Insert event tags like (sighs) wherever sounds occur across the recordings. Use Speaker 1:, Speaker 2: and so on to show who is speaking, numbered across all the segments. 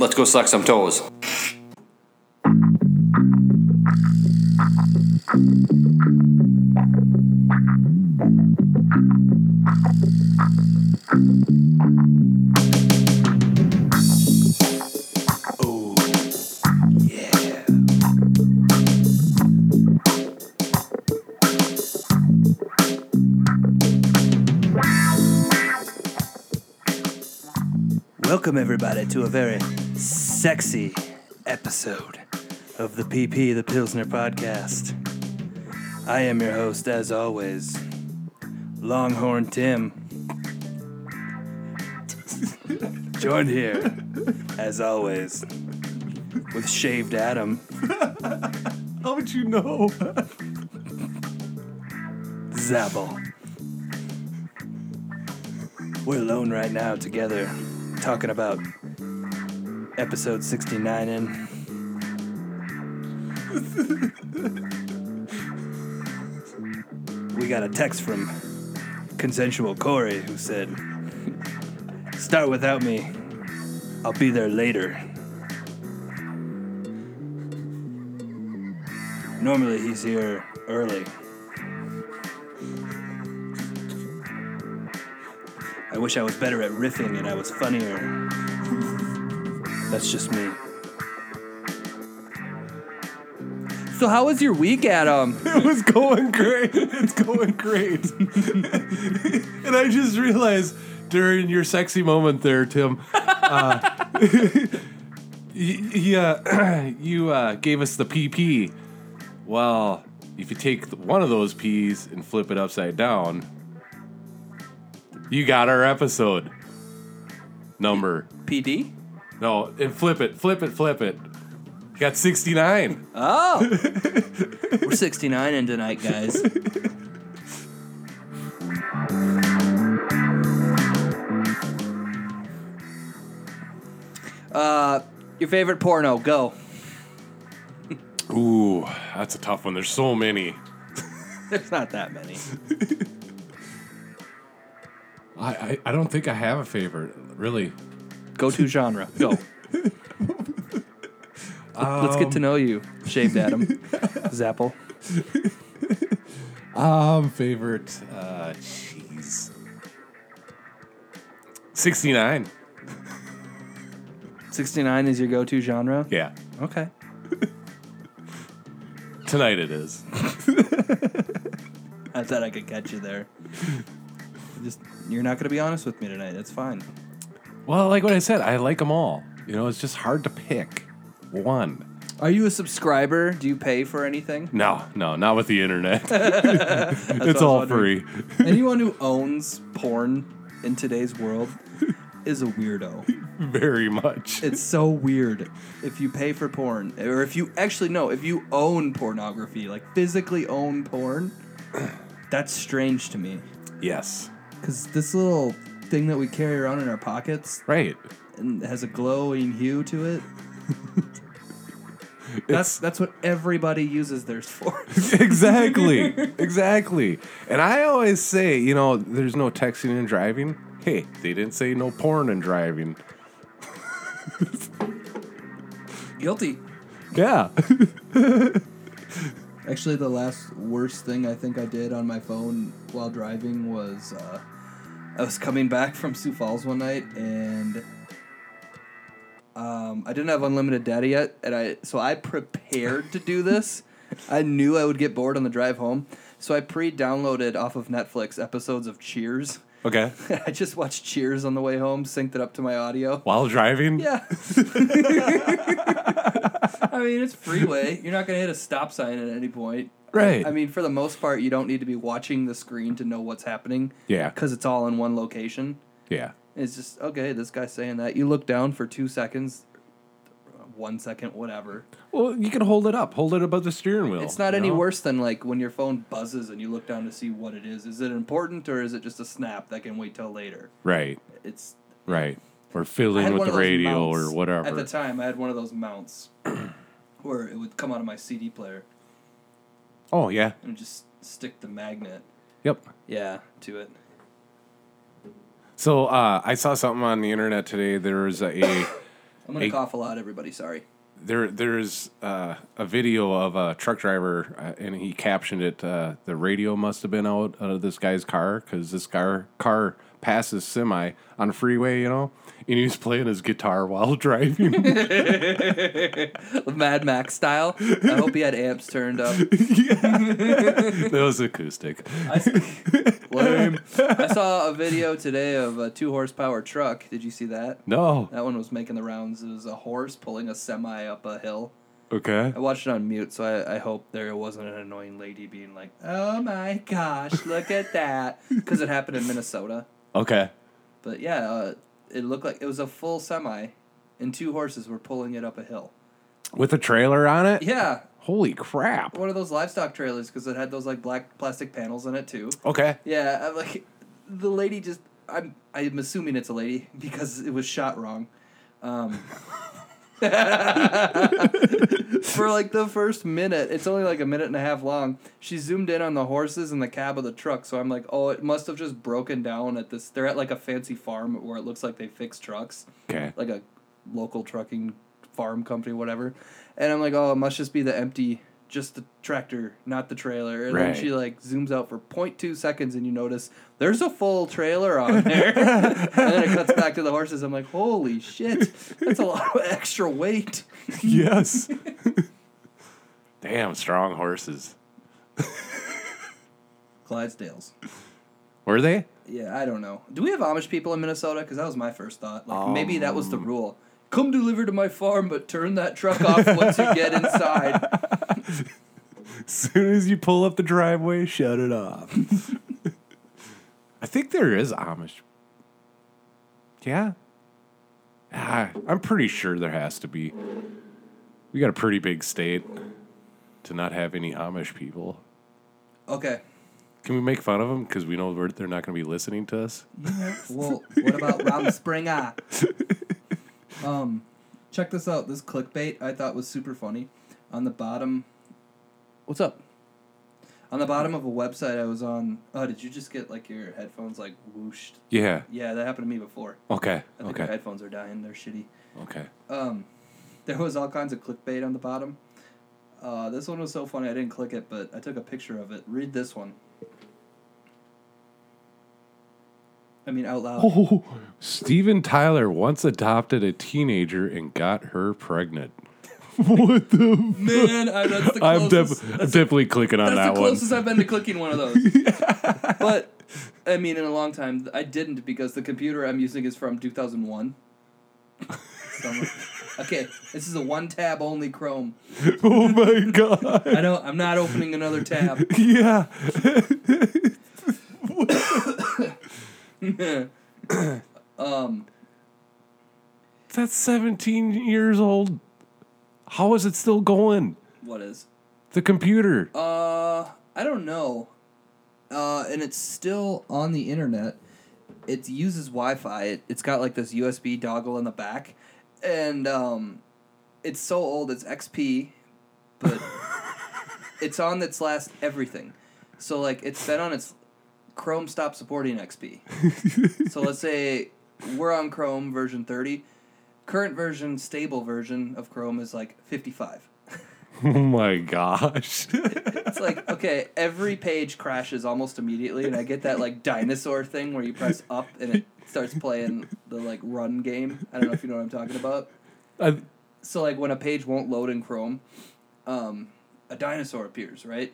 Speaker 1: Let's go suck some toes.
Speaker 2: Welcome, everybody, to a very sexy episode of the PP, the Pilsner podcast. I am your host, as always, Longhorn Tim. (laughs) Joined here, as always, with Shaved Adam.
Speaker 3: (laughs) How would you know?
Speaker 2: Zabel. We're alone right now together, talking about episode 69 in. we got a text from consensual Corey who said, Start without me. I'll be there later. Normally he's here early. I wish I was better at riffing and I was funnier. That's just me. So how was your week, um, Adam? (laughs)
Speaker 3: It was going great. It's going great. and I just realized during your sexy moment there, Tim, uh, (laughs) you, you, uh, (clears throat) you uh, gave us the PP. Well, if you take one of those P's and flip it upside down, you got our episode number.
Speaker 2: PD?
Speaker 3: No, and flip it, flip it, flip it. You got 69.
Speaker 2: Oh! We're 69 in tonight, guys. Uh, your favorite porno, go.
Speaker 3: Ooh, that's a tough one. There's so many.
Speaker 2: There's not that many.
Speaker 3: I, I, I don't think I have a favorite, really.
Speaker 2: Go to genre, go. Let's get to know you, Shaved Adam. (laughs) Zapple.
Speaker 3: Um, favorite, uh, jeez. 69.
Speaker 2: 69 is your go to genre?
Speaker 3: Yeah.
Speaker 2: Okay.
Speaker 3: Tonight it is.
Speaker 2: I thought I could catch you there. Just you're not gonna be honest with me tonight. That's fine.
Speaker 3: Well, like what I said, I like them all. You know, it's just hard to pick one.
Speaker 2: Are you a subscriber? Do you pay for (laughs) anything?
Speaker 3: No, no, not with the internet. (laughs) it's
Speaker 2: was
Speaker 3: all
Speaker 2: wondering.
Speaker 3: free.
Speaker 2: Anyone who owns porn in today's world is a weirdo.
Speaker 3: Very much.
Speaker 2: It's so weird. If you pay for porn, or if you actually no, if you own pornography, like physically own porn, that's strange to me.
Speaker 3: yes.
Speaker 2: Because this little thing that we carry around in our pockets
Speaker 3: Right.
Speaker 2: and has a glowing hue to it.
Speaker 3: It's-
Speaker 2: That's that's what everybody uses theirs for.
Speaker 3: exactly. Exactly. And I always say, you know, there's no texting and driving. Hey, they didn't say no porn and driving.
Speaker 2: Guilty.
Speaker 3: Yeah.
Speaker 2: Actually, the last worst thing I think I did on my phone while driving was uh, I was coming back from Sioux Falls one night and um, I didn't have unlimited data yet, and I so I prepared to do this. I knew I would get bored on the drive home, so I pre-downloaded off of Netflix episodes of Cheers. (laughs)
Speaker 3: okay.
Speaker 2: I just watched Cheers on the way home, synced it up to my audio. (laughs)
Speaker 3: While driving?
Speaker 2: Yeah. I mean, it's freeway. You're not going to hit a stop sign at any point.
Speaker 3: Right.
Speaker 2: I mean, for the most part, you don't need to be watching the screen to know what's happening.
Speaker 3: Yeah.
Speaker 2: Because it's all in one location.
Speaker 3: yeah.
Speaker 2: It's just, okay, this guy's saying that. You look down for two seconds, one second, whatever.
Speaker 3: Well, you can hold it up. Hold it above the steering wheel.
Speaker 2: It's not
Speaker 3: you
Speaker 2: any
Speaker 3: know?
Speaker 2: worse than like when your phone buzzes and you look down to see what it is. Is it important or is it just a snap that can wait till later?
Speaker 3: Right.
Speaker 2: It's
Speaker 3: Right. Or
Speaker 2: I had
Speaker 3: fiddling with
Speaker 2: one
Speaker 3: the
Speaker 2: of those
Speaker 3: radio
Speaker 2: mounts.
Speaker 3: or whatever.
Speaker 2: At the time, I had one of those mounts (clears throat) where it would come out of my CD player
Speaker 3: oh yeah.
Speaker 2: and just stick the magnet,
Speaker 3: Yep.
Speaker 2: yeah, to it.
Speaker 3: So uh, I saw something on the internet today. There was a (coughs)
Speaker 2: I'm gonna
Speaker 3: Hey.
Speaker 2: cough a lot, everybody. Sorry.
Speaker 3: There, there's uh, a video of a truck driver, uh, and he captioned it. Uh, the radio must have been out out of this guy's car because this car car passes semi on a freeway, you know, and he was playing his guitar while (laughs) driving.
Speaker 2: Mad Max style. I hope he had amps turned up.
Speaker 3: that was acoustic.
Speaker 2: Lame. I saw a video today of a two horsepower truck. Did you see that?
Speaker 3: No,
Speaker 2: That one was making the rounds. It was a horse pulling a semi up a hill.
Speaker 3: okay.
Speaker 2: I watched it on mute, so I, I hope there wasn't an annoying lady being like, "Oh my gosh, look at that," because it happened in Minnesota.
Speaker 3: Okay.
Speaker 2: But yeah, uh, it looked like it was a full semi, and two horses were pulling it up a hill.
Speaker 3: With a trailer on it?
Speaker 2: Yeah,
Speaker 3: Holy crap.
Speaker 2: one of those livestock trailers because it had those like black plastic panels in it too.
Speaker 3: Okay.
Speaker 2: (laughs) Yeah, I'm like the lady just I'm I'm assuming it's a lady (laughs) because it was shot wrong. Um (laughs) For like the first minute, it's only like a minute and a half long. She zoomed in on the horses and the cab of the truck, so I'm like, oh, it must have just broken down at this. They're at like a fancy farm where it looks like they fix trucks
Speaker 3: (laughs) Okay.
Speaker 2: like a local trucking farm company, whatever. And I'm like, oh, it must just be the empty, just the tractor, not the trailer. And then
Speaker 3: Right.
Speaker 2: she like zooms out for 0.2 seconds, and you notice there's a full trailer on there. (laughs) and then it cuts back to the horses. I'm like, holy shit, that's a lot of extra weight.
Speaker 3: yes. (laughs) Damn, strong horses.
Speaker 2: Clydesdales.
Speaker 3: Were they?
Speaker 2: Yeah, I don't know. Do we have Amish people in Minnesota? Because that was my first thought. Like maybe that was the rule. Come deliver to my farm, but turn that truck off once you get inside.
Speaker 3: As (laughs) soon as you pull up the driveway, shut it off. (laughs) I think there is Amish. Yeah. Ah, I'm pretty sure there has to be. We got a pretty big state to not have any Amish people.
Speaker 2: Okay.
Speaker 3: Can we make fun of them because we know we're, they're not going to be listening to us?
Speaker 2: Well, what about Rob Springer? Um, check this out. This clickbait I thought was super funny. On the bottom, what's up? On the bottom of a website I was on. Oh, did you just get like your headphones like whooshed?
Speaker 3: Yeah.
Speaker 2: Yeah, that happened to me before.
Speaker 3: Okay.
Speaker 2: I think my
Speaker 3: Okay.
Speaker 2: headphones are dying. They're shitty.
Speaker 3: Okay.
Speaker 2: Um, there was all kinds of clickbait on the bottom. Uh, this one was so funny I didn't click it, but I took a picture of it. Read this one. I mean, out loud.
Speaker 3: Oh, Steven Tyler once adopted a teenager and got her pregnant. what the?
Speaker 2: Man, I, that's the
Speaker 3: (laughs) I'm, def-
Speaker 2: closest.
Speaker 3: I'm definitely clicking on
Speaker 2: that's
Speaker 3: that
Speaker 2: the
Speaker 3: one.
Speaker 2: closest I've been to clicking one of
Speaker 3: (laughs)
Speaker 2: those. But I mean, in a long time, I didn't because the computer I'm using is from 2001. So I'm like, okay, this is a one-tab only Chrome.
Speaker 3: oh my god!
Speaker 2: I don't. I'm not opening another tab.
Speaker 3: (laughs) Yeah.
Speaker 2: (laughs)
Speaker 3: (laughs)
Speaker 2: Um,
Speaker 3: That's 17 years old. How is it still going?
Speaker 2: what is?
Speaker 3: The computer.
Speaker 2: Uh, I don't know. Uh, and it's still on the internet. It uses Wi-Fi. It, it's got like this USB doggle in the back, and um, it's so old. It's XP, but it's on its last everything. So like it's been on its Chrome stopped supporting XP. so let's say we're on Chrome version thirty. Current version, stable version of Chrome is like fifty-five.
Speaker 3: Oh my gosh. (laughs)
Speaker 2: It's like okay, every page crashes almost immediately, and I get that like dinosaur thing where you press up and it starts playing the like run game. I don't know if you know what I'm talking about.
Speaker 3: I,
Speaker 2: So like when a page won't load in Chrome, um, a dinosaur appears, right?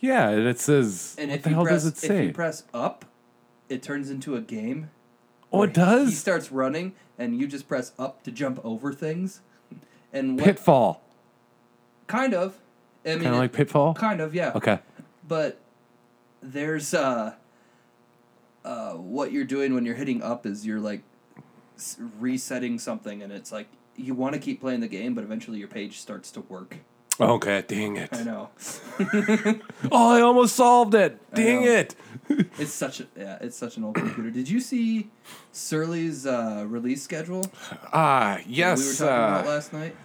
Speaker 3: yeah, and it says.
Speaker 2: And
Speaker 3: what
Speaker 2: if
Speaker 3: the
Speaker 2: you
Speaker 3: hell
Speaker 2: press
Speaker 3: does it
Speaker 2: if
Speaker 3: say?
Speaker 2: you press up, it turns into a game.
Speaker 3: oh, it
Speaker 2: He
Speaker 3: does.
Speaker 2: starts running, and you just press up to jump over things, and what
Speaker 3: Pitfall.
Speaker 2: kind of, I mean,
Speaker 3: Kind of like Pitfall.
Speaker 2: kind of, yeah.
Speaker 3: Okay.
Speaker 2: but there's uh uh what you're doing when you're hitting up is you're like s- resetting something and it's like you want to keep playing the game but eventually your page starts to work
Speaker 3: Okay. Dang it.
Speaker 2: i know
Speaker 3: Oh, I almost solved it. Dang
Speaker 2: know.
Speaker 3: it.
Speaker 2: it's such a yeah it's such an old computer did you see surly's uh release schedule that
Speaker 3: Ah,
Speaker 2: we were
Speaker 3: yes.
Speaker 2: talking about
Speaker 3: Uh,
Speaker 2: last night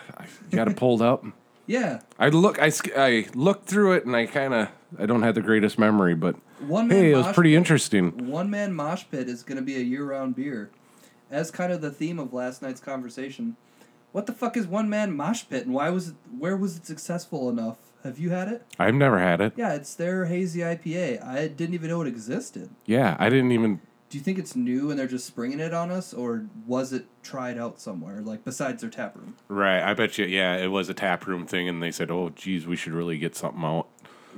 Speaker 2: (laughs)
Speaker 3: got it pulled up.
Speaker 2: yeah
Speaker 3: I look, I, sk- I looked through it, and I kind of, I don't have the greatest memory, but
Speaker 2: one man
Speaker 3: hey, it was
Speaker 2: mosh
Speaker 3: pretty interesting.
Speaker 2: one man mosh pit is going to be a year round beer as kind of the theme of last night's conversation, what the fuck is one man mosh pit and why was it where was it successful enough? Have you had it?
Speaker 3: I've never had it.
Speaker 2: Yeah, it's their hazy IPA. I didn't even know it existed.
Speaker 3: Yeah, I didn't even.
Speaker 2: Do you think it's new and they're just springing it on us, or was it tried out somewhere, like besides their tap room?
Speaker 3: Right, I bet you. Yeah, it was a tap room thing, and they said, "Oh, geez, we should really get something out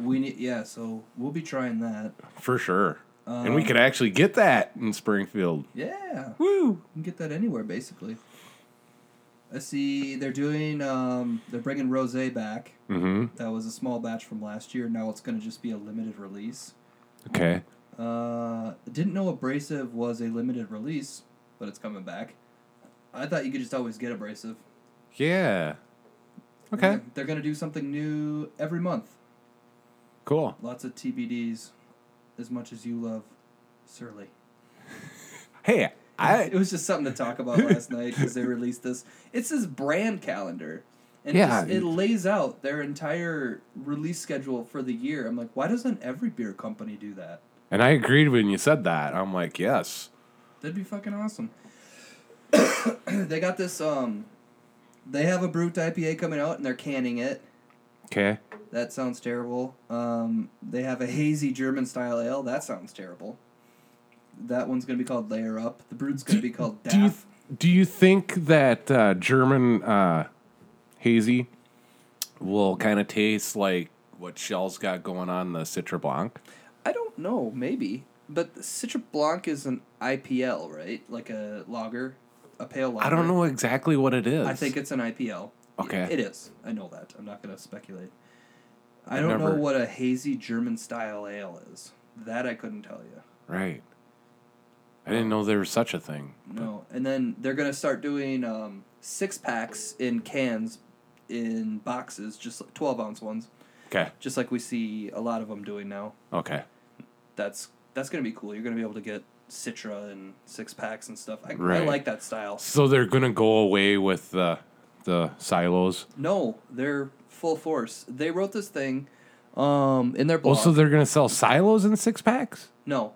Speaker 2: We need, yeah. So we'll be trying that.
Speaker 3: for sure." and
Speaker 2: Um,
Speaker 3: we could actually get that in Springfield.
Speaker 2: Yeah, you
Speaker 3: Woo!
Speaker 2: can get that anywhere basically. I see they're doing. Um, they're bringing rosé back.
Speaker 3: Mm-hmm.
Speaker 2: That was a small batch from last year. Now it's going to just be a limited release.
Speaker 3: Okay.
Speaker 2: Uh, didn't know abrasive was a limited release, but it's coming back. I thought you could just always get abrasive.
Speaker 3: Yeah. Okay.
Speaker 2: They're- They're gonna do something new every month.
Speaker 3: Cool.
Speaker 2: Lots of TBDs, as much as you love Surly.
Speaker 3: Hey, I
Speaker 2: it was just something to talk about
Speaker 3: (laughs)
Speaker 2: last night because they released this. It's this brand calendar, and it
Speaker 3: Yeah,
Speaker 2: just- it
Speaker 3: you-
Speaker 2: lays out their entire release schedule for the year. I'm like, why doesn't every beer company do that?
Speaker 3: and I agreed when you said that. I'm like, yes.
Speaker 2: That'd be fucking awesome. (coughs) they got this. Um, they have a brute IPA coming out, and they're canning it.
Speaker 3: Okay.
Speaker 2: That sounds terrible. Um, they have a hazy German style ale. That sounds terrible. That one's gonna be called Layer Up. The brood's gonna be called
Speaker 3: (laughs) Do you
Speaker 2: Daff.
Speaker 3: do you think that uh, German uh, hazy will kind of taste like what Shell's got going on the Citra Blanc?
Speaker 2: I don't know. Maybe, but Citra Blanc is an IPL, right? Like a lager, a pale lager.
Speaker 3: I don't know exactly what it is.
Speaker 2: I think it's an IPL.
Speaker 3: Okay.
Speaker 2: It is. I know that. I'm not gonna speculate. I
Speaker 3: I've
Speaker 2: don't know
Speaker 3: never-
Speaker 2: what a hazy German style ale is. That I couldn't tell you.
Speaker 3: right. I didn't know there was such a thing.
Speaker 2: No, and then they're gonna start doing um, six packs in cans, in boxes, just like twelve ounce ones,
Speaker 3: Okay.
Speaker 2: just like we see a lot of them doing now.
Speaker 3: Okay.
Speaker 2: That's that's gonna be cool. You're gonna be able to get Citra and six packs and stuff. I, I
Speaker 3: Right.
Speaker 2: like that style.
Speaker 3: So they're gonna go away with the the silos.
Speaker 2: No, they're full force. They wrote this thing, um, in their blog.
Speaker 3: Also, they're gonna sell silos in six packs.
Speaker 2: no,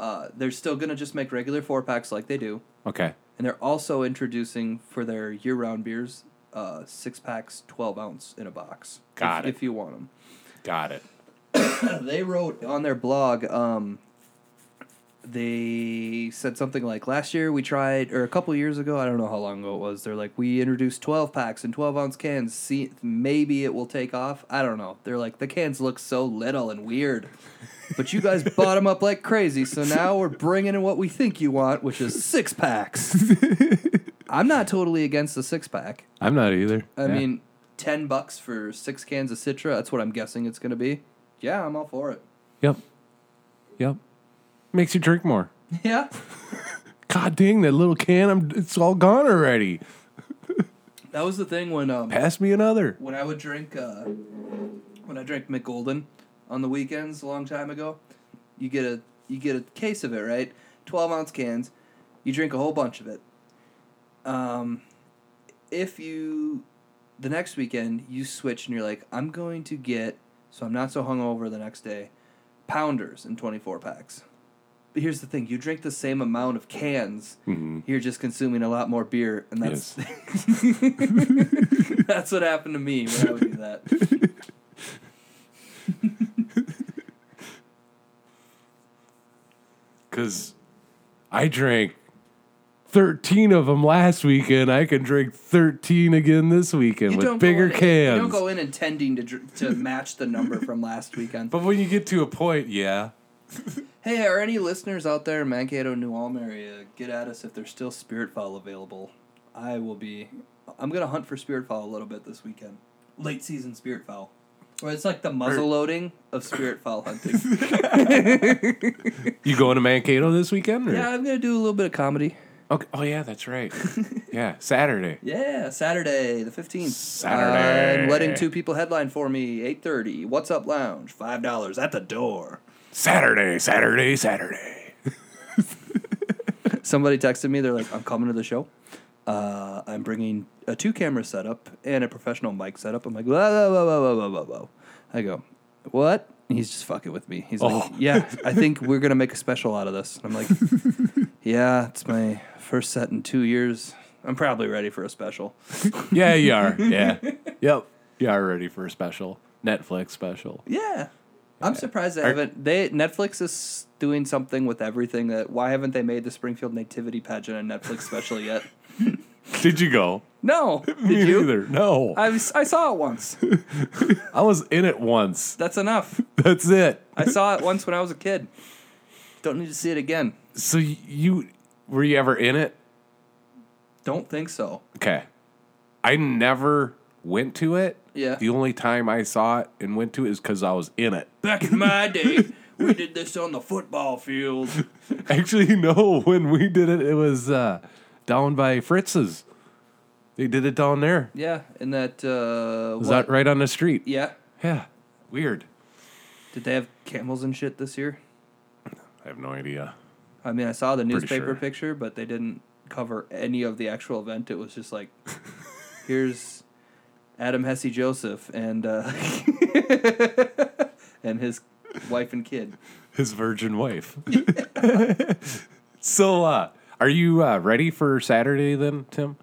Speaker 2: uh, they're still gonna just make regular four packs like they do,
Speaker 3: Okay.
Speaker 2: and they're also introducing for their year round beers. Uh, six packs, twelve ounce in a box. if-
Speaker 3: Got it.
Speaker 2: If you want them.
Speaker 3: Got it.
Speaker 2: they wrote on their blog um, they said something like last year we tried or a couple years ago i don't know how long ago it was they're like we introduced 12 packs and 12 ounce cans see maybe it will take off i don't know they're like the cans look so little and weird but you guys bought them up like crazy so now we're bringing in what we think you want which is six packs i'm not totally against the six pack
Speaker 3: I'm not either.
Speaker 2: I
Speaker 3: Yeah.
Speaker 2: mean, ten bucks for six cans of Citra. That's what I'm guessing it's gonna be. Yeah, I'm all for it.
Speaker 3: Yep. Yep. Makes you drink more.
Speaker 2: Yeah,
Speaker 3: God dang, that little can, I'm, it's all gone already.
Speaker 2: that was the thing when um
Speaker 3: Pass me another.
Speaker 2: when I would drink uh when I drank McGolden on the weekends a long time ago. You get a you get a case of it, right? Twelve ounce cans. You drink a whole bunch of it. Um, if you the next weekend you switch and you're like, I'm going to get so I'm not so hungover the next day. Pounders in 24 packs. But here's the thing: you drink the same amount of cans. You're just consuming a lot more beer, and that's (laughs) that's what happened to me when I would do
Speaker 3: (laughs)
Speaker 2: that.
Speaker 3: Because I drank 13 of them last weekend. I can drink 13 again this weekend with
Speaker 2: go
Speaker 3: bigger
Speaker 2: in-
Speaker 3: cans.
Speaker 2: You don't go in intending to dr- to match the number from last
Speaker 3: (laughs)
Speaker 2: weekend.
Speaker 3: but when you get to a point, yeah.
Speaker 2: Hey, are any listeners out there in Mankato, New Ulm area? Get at us if there's still Spirit Fall available. I will be. I'm gonna hunt for Spirit Fall a little bit this weekend. Late season Spirit Fall. Or it's like the muzzle loading of Spirit Fall
Speaker 3: (laughs)
Speaker 2: hunting.
Speaker 3: You going to Mankato this weekend? Or?
Speaker 2: yeah, I'm gonna do a little bit of comedy.
Speaker 3: Okay. Oh, yeah, that's right. (laughs) yeah, Saturday.
Speaker 2: Yeah, Saturday the fifteenth. Uh,
Speaker 3: Saturday.
Speaker 2: I'm letting two people headline for me. Eight thirty. What's up, lounge? Five dollars at the door.
Speaker 3: Saturday, Saturday, Saturday.
Speaker 2: Somebody texted me. They're like, "I'm coming to the show. Uh, I'm bringing a two camera setup and a professional mic setup." I'm like, "Whoa, whoa, whoa, whoa, whoa, whoa, whoa!" I go, "What? he's just fucking with me. He's like,
Speaker 3: Oh.
Speaker 2: yeah, I think we're gonna make a special out of this. And I'm like,
Speaker 3: (laughs)
Speaker 2: yeah, it's my first set in two years. I'm probably ready for a special.
Speaker 3: Yeah,
Speaker 2: (laughs)
Speaker 3: you are. Yeah. yep. You are ready for a special Netflix special.
Speaker 2: Yeah. I'm surprised they
Speaker 3: Are-
Speaker 2: haven't. They Netflix is doing something with everything. That why haven't they made the Springfield Nativity pageant a Netflix special
Speaker 3: (laughs)
Speaker 2: yet?
Speaker 3: Did you go?
Speaker 2: No, did
Speaker 3: Me
Speaker 2: you?
Speaker 3: neither. No. I,
Speaker 2: I was- I saw it once.
Speaker 3: was in it once.
Speaker 2: That's enough.
Speaker 3: That's it.
Speaker 2: I saw it once when I was a kid. Don't need to see it again.
Speaker 3: So y- you were you ever in it?
Speaker 2: Don't think so.
Speaker 3: Okay. I never went to it.
Speaker 2: Yeah.
Speaker 3: The only time I saw it and went to it is because I was in it. (laughs)
Speaker 2: Back in my day, we did this on the football field.
Speaker 3: Actually, (laughs) no. When we did it, it was uh, down by Fritz's. They did it down there.
Speaker 2: Yeah, and that uh
Speaker 3: Was
Speaker 2: what-
Speaker 3: that right on the street?
Speaker 2: Yeah.
Speaker 3: Yeah. Weird.
Speaker 2: Did they have camels and shit this year?
Speaker 3: I have no idea.
Speaker 2: I mean, I saw the
Speaker 3: Pretty
Speaker 2: newspaper
Speaker 3: sure.
Speaker 2: picture, but they didn't cover any of the actual event. It was just
Speaker 3: (laughs)
Speaker 2: like, here's Adam Hesse Joseph and uh, (laughs) and his wife and kid.
Speaker 3: His virgin wife. (laughs) so, uh, are you uh, ready for Saturday then, Tim?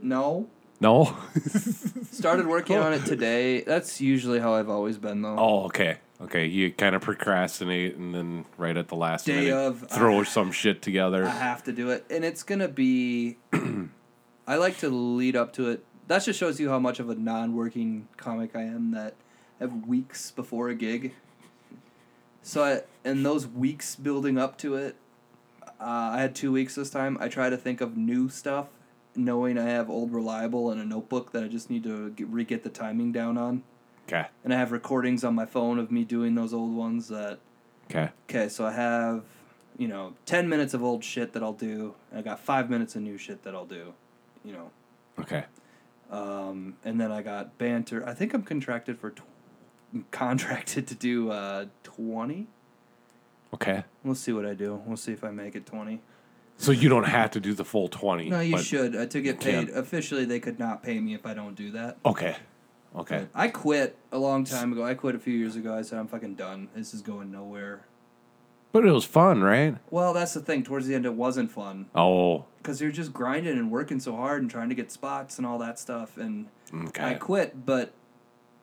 Speaker 2: No,
Speaker 3: No.
Speaker 2: started working on it today. That's usually how I've always been, though.
Speaker 3: (laughs) oh, okay. Okay, you kind of procrastinate and then right at the last
Speaker 2: Day
Speaker 3: minute
Speaker 2: of, uh,
Speaker 3: throw some shit together.
Speaker 2: I have to do it, and it's gonna be. (clears throat) I like to lead up to it. That just shows you how much of a non-working comic I am. That I have weeks before a gig. So, I, and those weeks building up to it, uh, I had two weeks this time. I try to think of new stuff, knowing I have old reliable and a notebook that I just need to get, re-get the timing down on.
Speaker 3: okay.
Speaker 2: And I have recordings on my phone of me doing those old ones that
Speaker 3: Okay.
Speaker 2: Okay, so I have, you know, 10 minutes of old shit that I'll do, and I got 5 minutes of new shit that I'll do, you know.
Speaker 3: Okay.
Speaker 2: Um, and then I got banter. I think I'm contracted for tw- contracted to do uh 20.
Speaker 3: Okay.
Speaker 2: We'll see what I do. We'll see if I make it 20.
Speaker 3: So you don't have to do the full 20.
Speaker 2: No, you
Speaker 3: but-
Speaker 2: should. Uh, to get
Speaker 3: can't.
Speaker 2: paid officially, they could not pay me if I don't do that.
Speaker 3: Okay. Okay.
Speaker 2: I quit a long time ago. I quit a few years ago. I said I'm fucking done. This is going nowhere.
Speaker 3: But it was fun, right?
Speaker 2: Well, that's the thing. Towards the end, it wasn't fun.
Speaker 3: Oh,
Speaker 2: because you're just grinding and working so hard and trying to get spots and all that stuff. And
Speaker 3: okay.
Speaker 2: I quit, but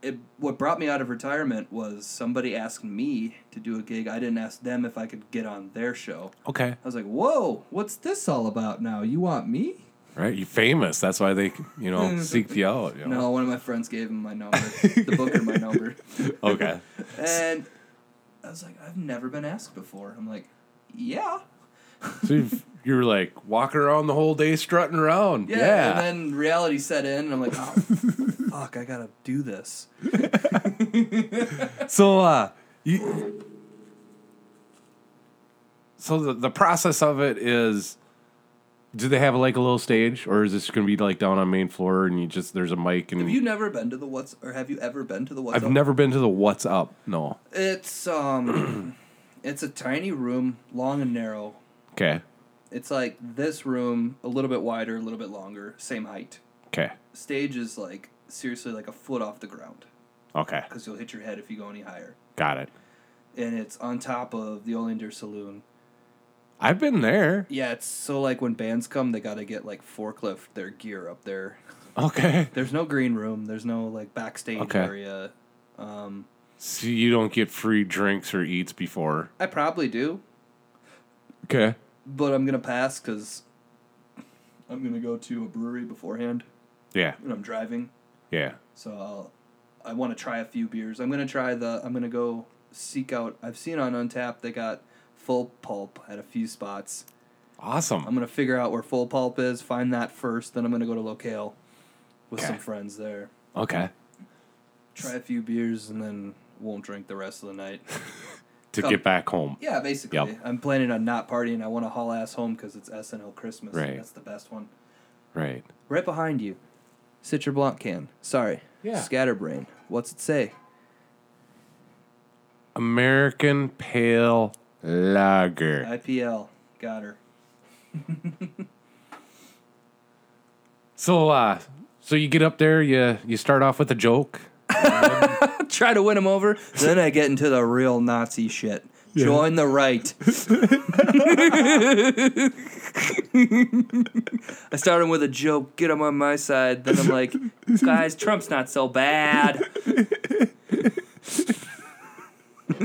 Speaker 2: it what brought me out of retirement was somebody asked me to do a gig. I didn't ask them if I could get on their show.
Speaker 3: Okay.
Speaker 2: I was like, "Whoa, what's this all about now? You want me?"
Speaker 3: Right? You're famous. That's why they, you know,
Speaker 2: (laughs)
Speaker 3: seeked you out. You know?
Speaker 2: No, one of my friends gave him my number, the booker my number,
Speaker 3: Okay.
Speaker 2: and I was like, "I've never been asked before." I'm like, "Yeah."
Speaker 3: So you've, you're like walking around the whole day strutting around.
Speaker 2: Yeah,
Speaker 3: Yeah.
Speaker 2: and then reality set in, and I'm like, oh, (laughs) fuck, I gotta do this.
Speaker 3: so, uh, you, so the, the process of it is do they have like a little stage or is this going to be like down on main floor and you just, there's a mic and
Speaker 2: Have you never been to the what's or have you ever been to the what's
Speaker 3: I've
Speaker 2: Up?
Speaker 3: never been to the What's Up. No.
Speaker 2: It's um (clears throat) it's a tiny room, long and narrow.
Speaker 3: Okay.
Speaker 2: It's like this room, a little bit wider, a little bit longer, same height.
Speaker 3: Okay.
Speaker 2: Stage is like seriously like a foot off the ground
Speaker 3: Okay.
Speaker 2: cuz you'll hit your head if you go any higher.
Speaker 3: Got it.
Speaker 2: And it's on top of the Oleander Saloon.
Speaker 3: I've been there.
Speaker 2: Yeah, it's so like when bands come, they got to get like forklift their gear up there.
Speaker 3: Okay.
Speaker 2: There's no green room, there's no like backstage
Speaker 3: Okay.
Speaker 2: area. Um
Speaker 3: So you don't get free drinks or eats before.
Speaker 2: I probably do.
Speaker 3: Okay.
Speaker 2: but I'm gonna pass because I'm gonna go to a brewery beforehand,
Speaker 3: Yeah.
Speaker 2: and I'm driving,
Speaker 3: Yeah.
Speaker 2: so I'll, I want to try a few beers. I'm gonna try the. I'm gonna go seek out. I've seen on Untapped they got full pulp at a few spots. I'm
Speaker 3: Awesome.
Speaker 2: gonna figure out where full pulp is, find that first, then I'm gonna go to Locale with some
Speaker 3: Okay.
Speaker 2: friends there,
Speaker 3: Okay.
Speaker 2: try a few beers, and then won't drink the rest of the
Speaker 3: (laughs)
Speaker 2: night.
Speaker 3: To
Speaker 2: Come.
Speaker 3: get back home.
Speaker 2: yeah, basically,
Speaker 3: Yep.
Speaker 2: I'm planning on not partying. I want to haul ass home because it's SNL Christmas.
Speaker 3: Right.
Speaker 2: That's the best one.
Speaker 3: Right.
Speaker 2: Right behind you. Citra Blanc can. Sorry.
Speaker 3: Yeah.
Speaker 2: Scatterbrain. What's it say?
Speaker 3: American Pale Lager.
Speaker 2: IPL. Got her.
Speaker 3: So uh so you get up there, you you start off with a joke.
Speaker 2: (laughs) try to win him over. Then I get into the real Nazi shit. Join the right. (laughs) I start him with a joke, get him on my side. Then I'm like, guys, Trump's not so bad. (laughs)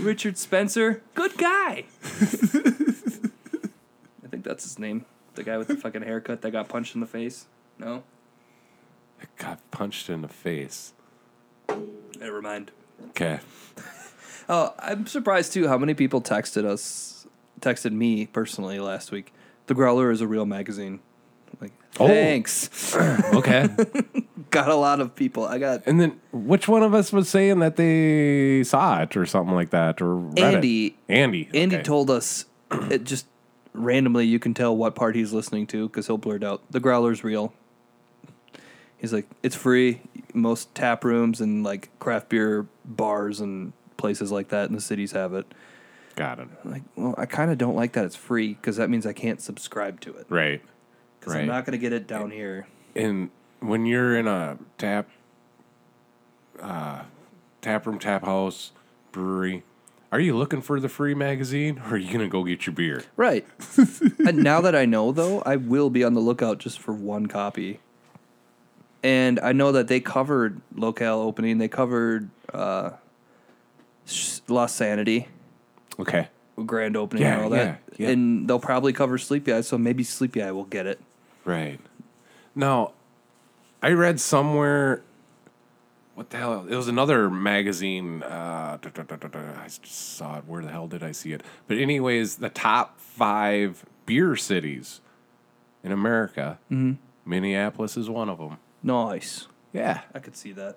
Speaker 2: Richard Spencer, good guy. (laughs) I think that's his name. The guy with the fucking haircut that got punched in the face. No?
Speaker 3: Got punched in the face.
Speaker 2: Never mind.
Speaker 3: Okay.
Speaker 2: Oh, I'm surprised too how many people texted us, texted me personally last week. The Growler is a real magazine. Like,
Speaker 3: Oh.
Speaker 2: thanks. (laughs)
Speaker 3: Okay.
Speaker 2: Got a lot of people. I got
Speaker 3: (laughs) and then which one of us was saying that they saw it or something like that or read it?
Speaker 2: Andy.
Speaker 3: Andy.
Speaker 2: Andy
Speaker 3: okay.
Speaker 2: told us (clears throat) it just randomly you can tell what part he's listening to because he'll blurt out the growler's real. He's like, it's free. Most tap rooms and like craft beer bars and places like that in the cities have it.
Speaker 3: Got it.
Speaker 2: I'm like, well, I kind of don't like that it's free because that means I can't subscribe to it
Speaker 3: Right.
Speaker 2: because
Speaker 3: right.
Speaker 2: I'm not gonna get it down here.
Speaker 3: and when you're in a tap uh tap room tap house brewery are you looking for the free magazine or are you gonna go get your beer (laughs)
Speaker 2: Right. and now that I know, though, I will be on the lookout just for one copy. And I know that they covered locale opening. They covered uh, S- Lost Sanity,
Speaker 3: okay
Speaker 2: grand opening, and
Speaker 3: Yeah,
Speaker 2: all that.
Speaker 3: yeah, yeah.
Speaker 2: And they'll probably cover Sleepy Eye, so maybe Sleepy Eye will get it.
Speaker 3: right now i read somewhere what the hell it was another magazine uh da- da- da- da- da- i just saw it where the hell did i see it but anyways the top five beer cities in america minneapolis is one of them
Speaker 2: Nice.
Speaker 3: yeah
Speaker 2: I could see that.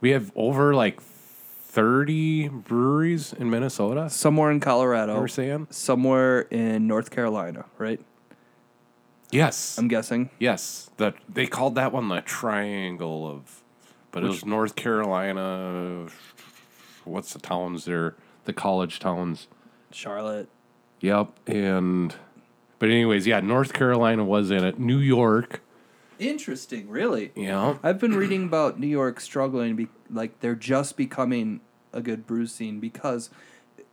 Speaker 3: We have over like 30 breweries in Minnesota.
Speaker 2: Somewhere in Colorado.
Speaker 3: We're saying?
Speaker 2: Somewhere in North Carolina, right?
Speaker 3: Yes.
Speaker 2: I'm guessing.
Speaker 3: yes. The, they called that one the Triangle of, but it was North Carolina. What's the towns there? The college towns.
Speaker 2: Charlotte.
Speaker 3: Yep. And, but anyways, yeah, North Carolina was in it. New York.
Speaker 2: Interesting, really.
Speaker 3: Yeah.
Speaker 2: I've been reading about New York struggling, be, like they're just becoming a good brew scene because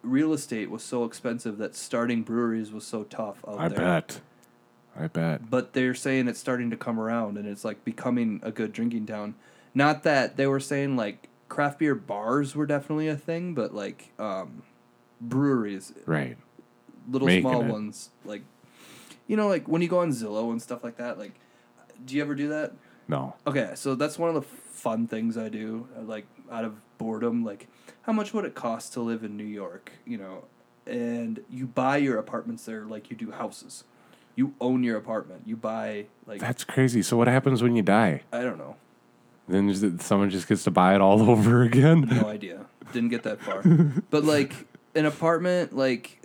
Speaker 2: real estate was so expensive that starting breweries was so tough out
Speaker 3: I
Speaker 2: there.
Speaker 3: bet. I bet.
Speaker 2: But they're saying it's starting to come around and it's like becoming a good drinking town. Not that they were saying like craft beer bars were definitely a thing, but like um, breweries,
Speaker 3: Right.
Speaker 2: little
Speaker 3: Making
Speaker 2: small
Speaker 3: it.
Speaker 2: ones, like you know, like when you go on Zillow and stuff like that. Like, do you ever do that?
Speaker 3: No.
Speaker 2: Okay, so that's one of the fun things I do, uh, like out of boredom. Like, how much would it cost to live in New York? You know, and you buy your apartments there like you do houses. You own your apartment. You buy like
Speaker 3: That's crazy. So what happens when you die?
Speaker 2: I don't know,
Speaker 3: Then just- someone just gets to buy it all (laughs) over again?
Speaker 2: no idea. Didn't get that far, but like an apartment, like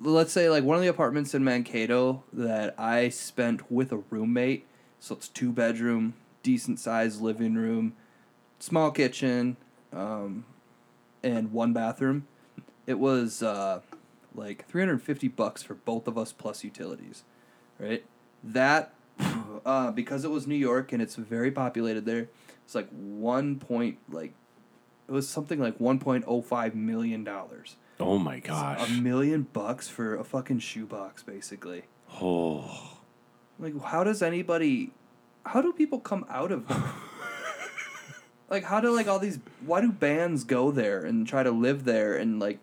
Speaker 2: let's say like one of the apartments in Mankato that I spent with a roommate. So it's two bedroom, decent sized living room, small kitchen, um, and one bathroom. It was uh, like 350 bucks for both of us plus utilities, right? That uh, because it was New York and it's very populated there. It's like one point like it was something like 1.05 million dollars.
Speaker 3: Oh my
Speaker 2: A
Speaker 3: gosh.
Speaker 2: million bucks for a fucking shoebox, basically.
Speaker 3: Oh.
Speaker 2: Like, how does anybody? How do people come out of?
Speaker 3: (laughs)
Speaker 2: them? like, how do like all these? Why do bands go there and try to live there and like,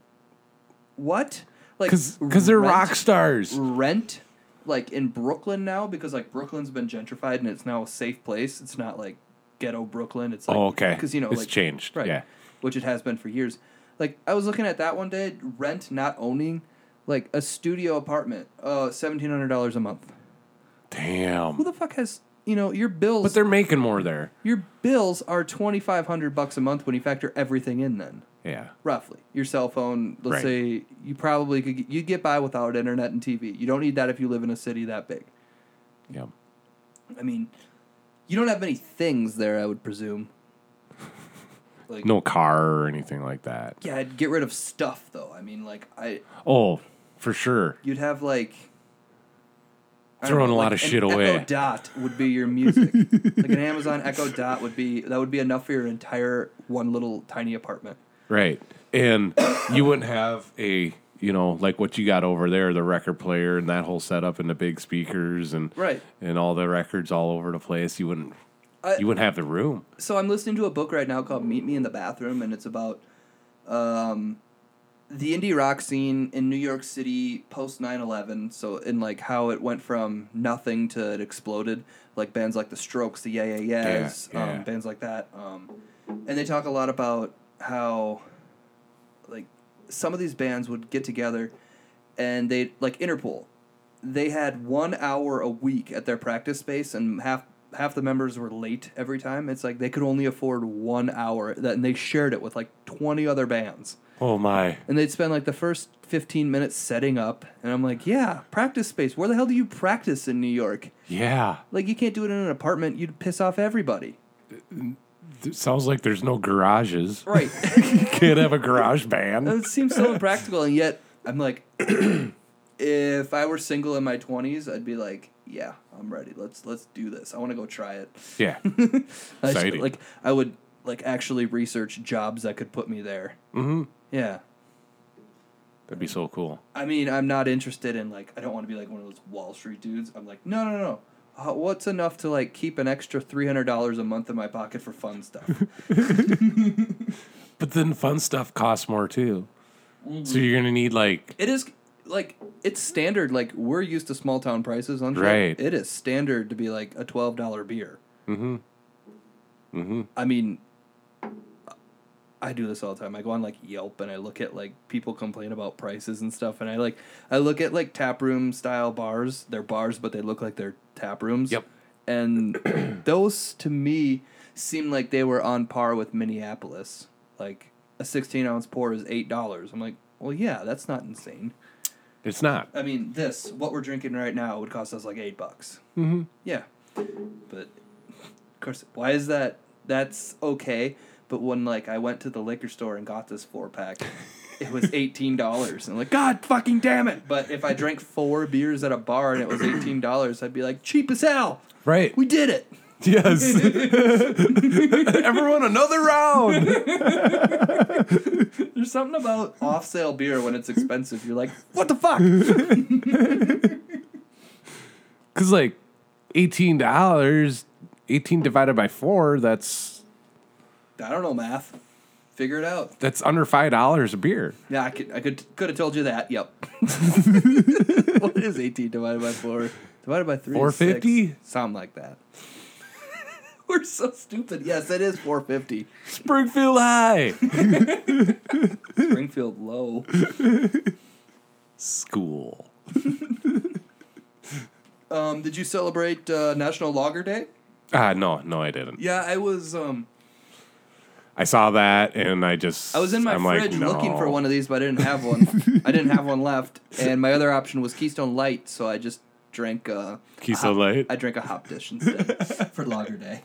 Speaker 2: what? Like,
Speaker 3: Cause, cause they're
Speaker 2: rent-
Speaker 3: rock stars.
Speaker 2: Rent, like in Brooklyn now, because like Brooklyn's been gentrified and it's now a safe place. It's not like ghetto Brooklyn. It's like,
Speaker 3: Oh, okay.
Speaker 2: because you know
Speaker 3: it's
Speaker 2: like,
Speaker 3: changed.
Speaker 2: Right.
Speaker 3: Yeah.
Speaker 2: Which it has been for years. Like I was looking at that one day, rent not owning like a studio apartment, uh seventeen hundred dollars a month. Who
Speaker 3: Damn.
Speaker 2: the fuck has you know, your bills
Speaker 3: But they're making more there.
Speaker 2: your bills are twenty five hundred bucks a month when you factor everything in then.
Speaker 3: Yeah.
Speaker 2: Roughly. Your cell phone, let's
Speaker 3: Right.
Speaker 2: say you probably could get, you'd get by without internet and TV. You don't need that if you live in a city that big.
Speaker 3: Yeah.
Speaker 2: I mean, you don't have many things there, I would presume. Like
Speaker 3: No car or anything like that.
Speaker 2: yeah, I'd get rid of stuff though. I mean, like I
Speaker 3: Oh, for sure.
Speaker 2: you'd have like I I don't
Speaker 3: Throwing
Speaker 2: know,
Speaker 3: a lot
Speaker 2: like
Speaker 3: of
Speaker 2: an
Speaker 3: shit away.
Speaker 2: Echo Dot would be your music.
Speaker 3: (laughs)
Speaker 2: like an Amazon Echo Dot would be that would be enough for your entire one little tiny apartment.
Speaker 3: Right. And (coughs) you wouldn't have a, you know, like what you got over there, the record player and that whole setup and the big speakers and
Speaker 2: Right.
Speaker 3: and all the records all over the place. You wouldn't
Speaker 2: I-
Speaker 3: you wouldn't have the room.
Speaker 2: So I'm listening to a book right now called Meet Me in the Bathroom, and it's about um, the indie rock scene in New York City post 9/11. So in like how it went from nothing to it exploded, like bands like the Strokes, the Yeah Yeah Yeahs,
Speaker 3: Yeah, yeah.
Speaker 2: Um, bands like that. Um, and they talk a lot about how like some of these bands would get together and they like Interpol. They had one hour a week at their practice space, and half half the members were late every time. It's like they could only afford one hour, that, and they shared it with like twenty other bands.
Speaker 3: Oh my.
Speaker 2: And they'd spend like the first fifteen minutes setting up, and I'm like, yeah, practice space. Where the hell do you practice in New York?
Speaker 3: Yeah.
Speaker 2: Like you can't do it in an apartment. You'd piss off everybody.
Speaker 3: It sounds like there's no garages.
Speaker 2: (laughs) Right.
Speaker 3: You can't have a garage band.
Speaker 2: it seems so impractical, and yet I'm like, (clears throat) if I were single in my twenties, I'd be like, yeah, I'm ready. Let's let's do this. I want to go try it.
Speaker 3: Yeah.
Speaker 2: I should-
Speaker 3: Exciting.
Speaker 2: like I would like actually research jobs that could put me there. Mm-hmm. Yeah.
Speaker 3: That'd be so cool.
Speaker 2: I mean, I'm not interested in like I don't want to be like one of those Wall Street dudes. I'm like, no, no, no. Uh, what's enough to like keep an extra three hundred dollars a month in my pocket for fun stuff?
Speaker 3: But then fun stuff costs more too.
Speaker 2: Mm.
Speaker 3: So you're gonna need like
Speaker 2: it is like it's standard. Like we're used to small town prices on shit.
Speaker 3: Right.
Speaker 2: It is standard to be like a twelve dollar beer. Mm-hmm. Mm-hmm. I mean, I do this all the time. I go on like Yelp and I look at like people complain about prices and stuff, and I like I look at like tap room style bars. They're bars, but they look like they're tap rooms.
Speaker 3: Yep.
Speaker 2: And those to me seem like they were on par with Minneapolis. Like a sixteen ounce pour is eight dollars. I'm like, well, yeah, that's not insane.
Speaker 3: it's not.
Speaker 2: I mean, this what we're drinking right now would cost us like eight bucks. Mm-hmm. Yeah, but of course, why is that? That's okay. But when like I went to the liquor store and got this four pack, it was eighteen dollars. I'm like, God fucking damn it! But if I drank four beers at a bar and it was eighteen dollars, I'd be like, cheap as hell.
Speaker 3: Right.
Speaker 2: We did it.
Speaker 3: Yes. (laughs) Everyone another round.
Speaker 2: There's something about off sale beer when it's expensive. You're like, what the fuck?
Speaker 3: (laughs) Cause like eighteen dollars, eighteen divided by four, that's
Speaker 2: I don't know math. Figure it out.
Speaker 3: that's under five dollars a beer.
Speaker 2: Yeah, I could I could could have told you that. Yep. what is eighteen divided by four? Divided by three. is
Speaker 3: 450?
Speaker 2: six. Something like that. (laughs) We're so stupid. Yes, it is four fifty.
Speaker 3: Springfield High
Speaker 2: Springfield low.
Speaker 3: School.
Speaker 2: Um, did you celebrate uh, National Lager Day?
Speaker 3: Ah, no, no, I didn't.
Speaker 2: Yeah, I was. Um,
Speaker 3: I saw that and I just
Speaker 2: I was in my
Speaker 3: I'm like,
Speaker 2: fridge
Speaker 3: no.
Speaker 2: looking for one of these, but I didn't have one. I didn't have one
Speaker 3: (laughs)
Speaker 2: left, and my other option was Keystone Light, so I just drank. Uh,
Speaker 3: Keystone Light.
Speaker 2: I drank a hop dish
Speaker 3: (laughs)
Speaker 2: instead for lager day.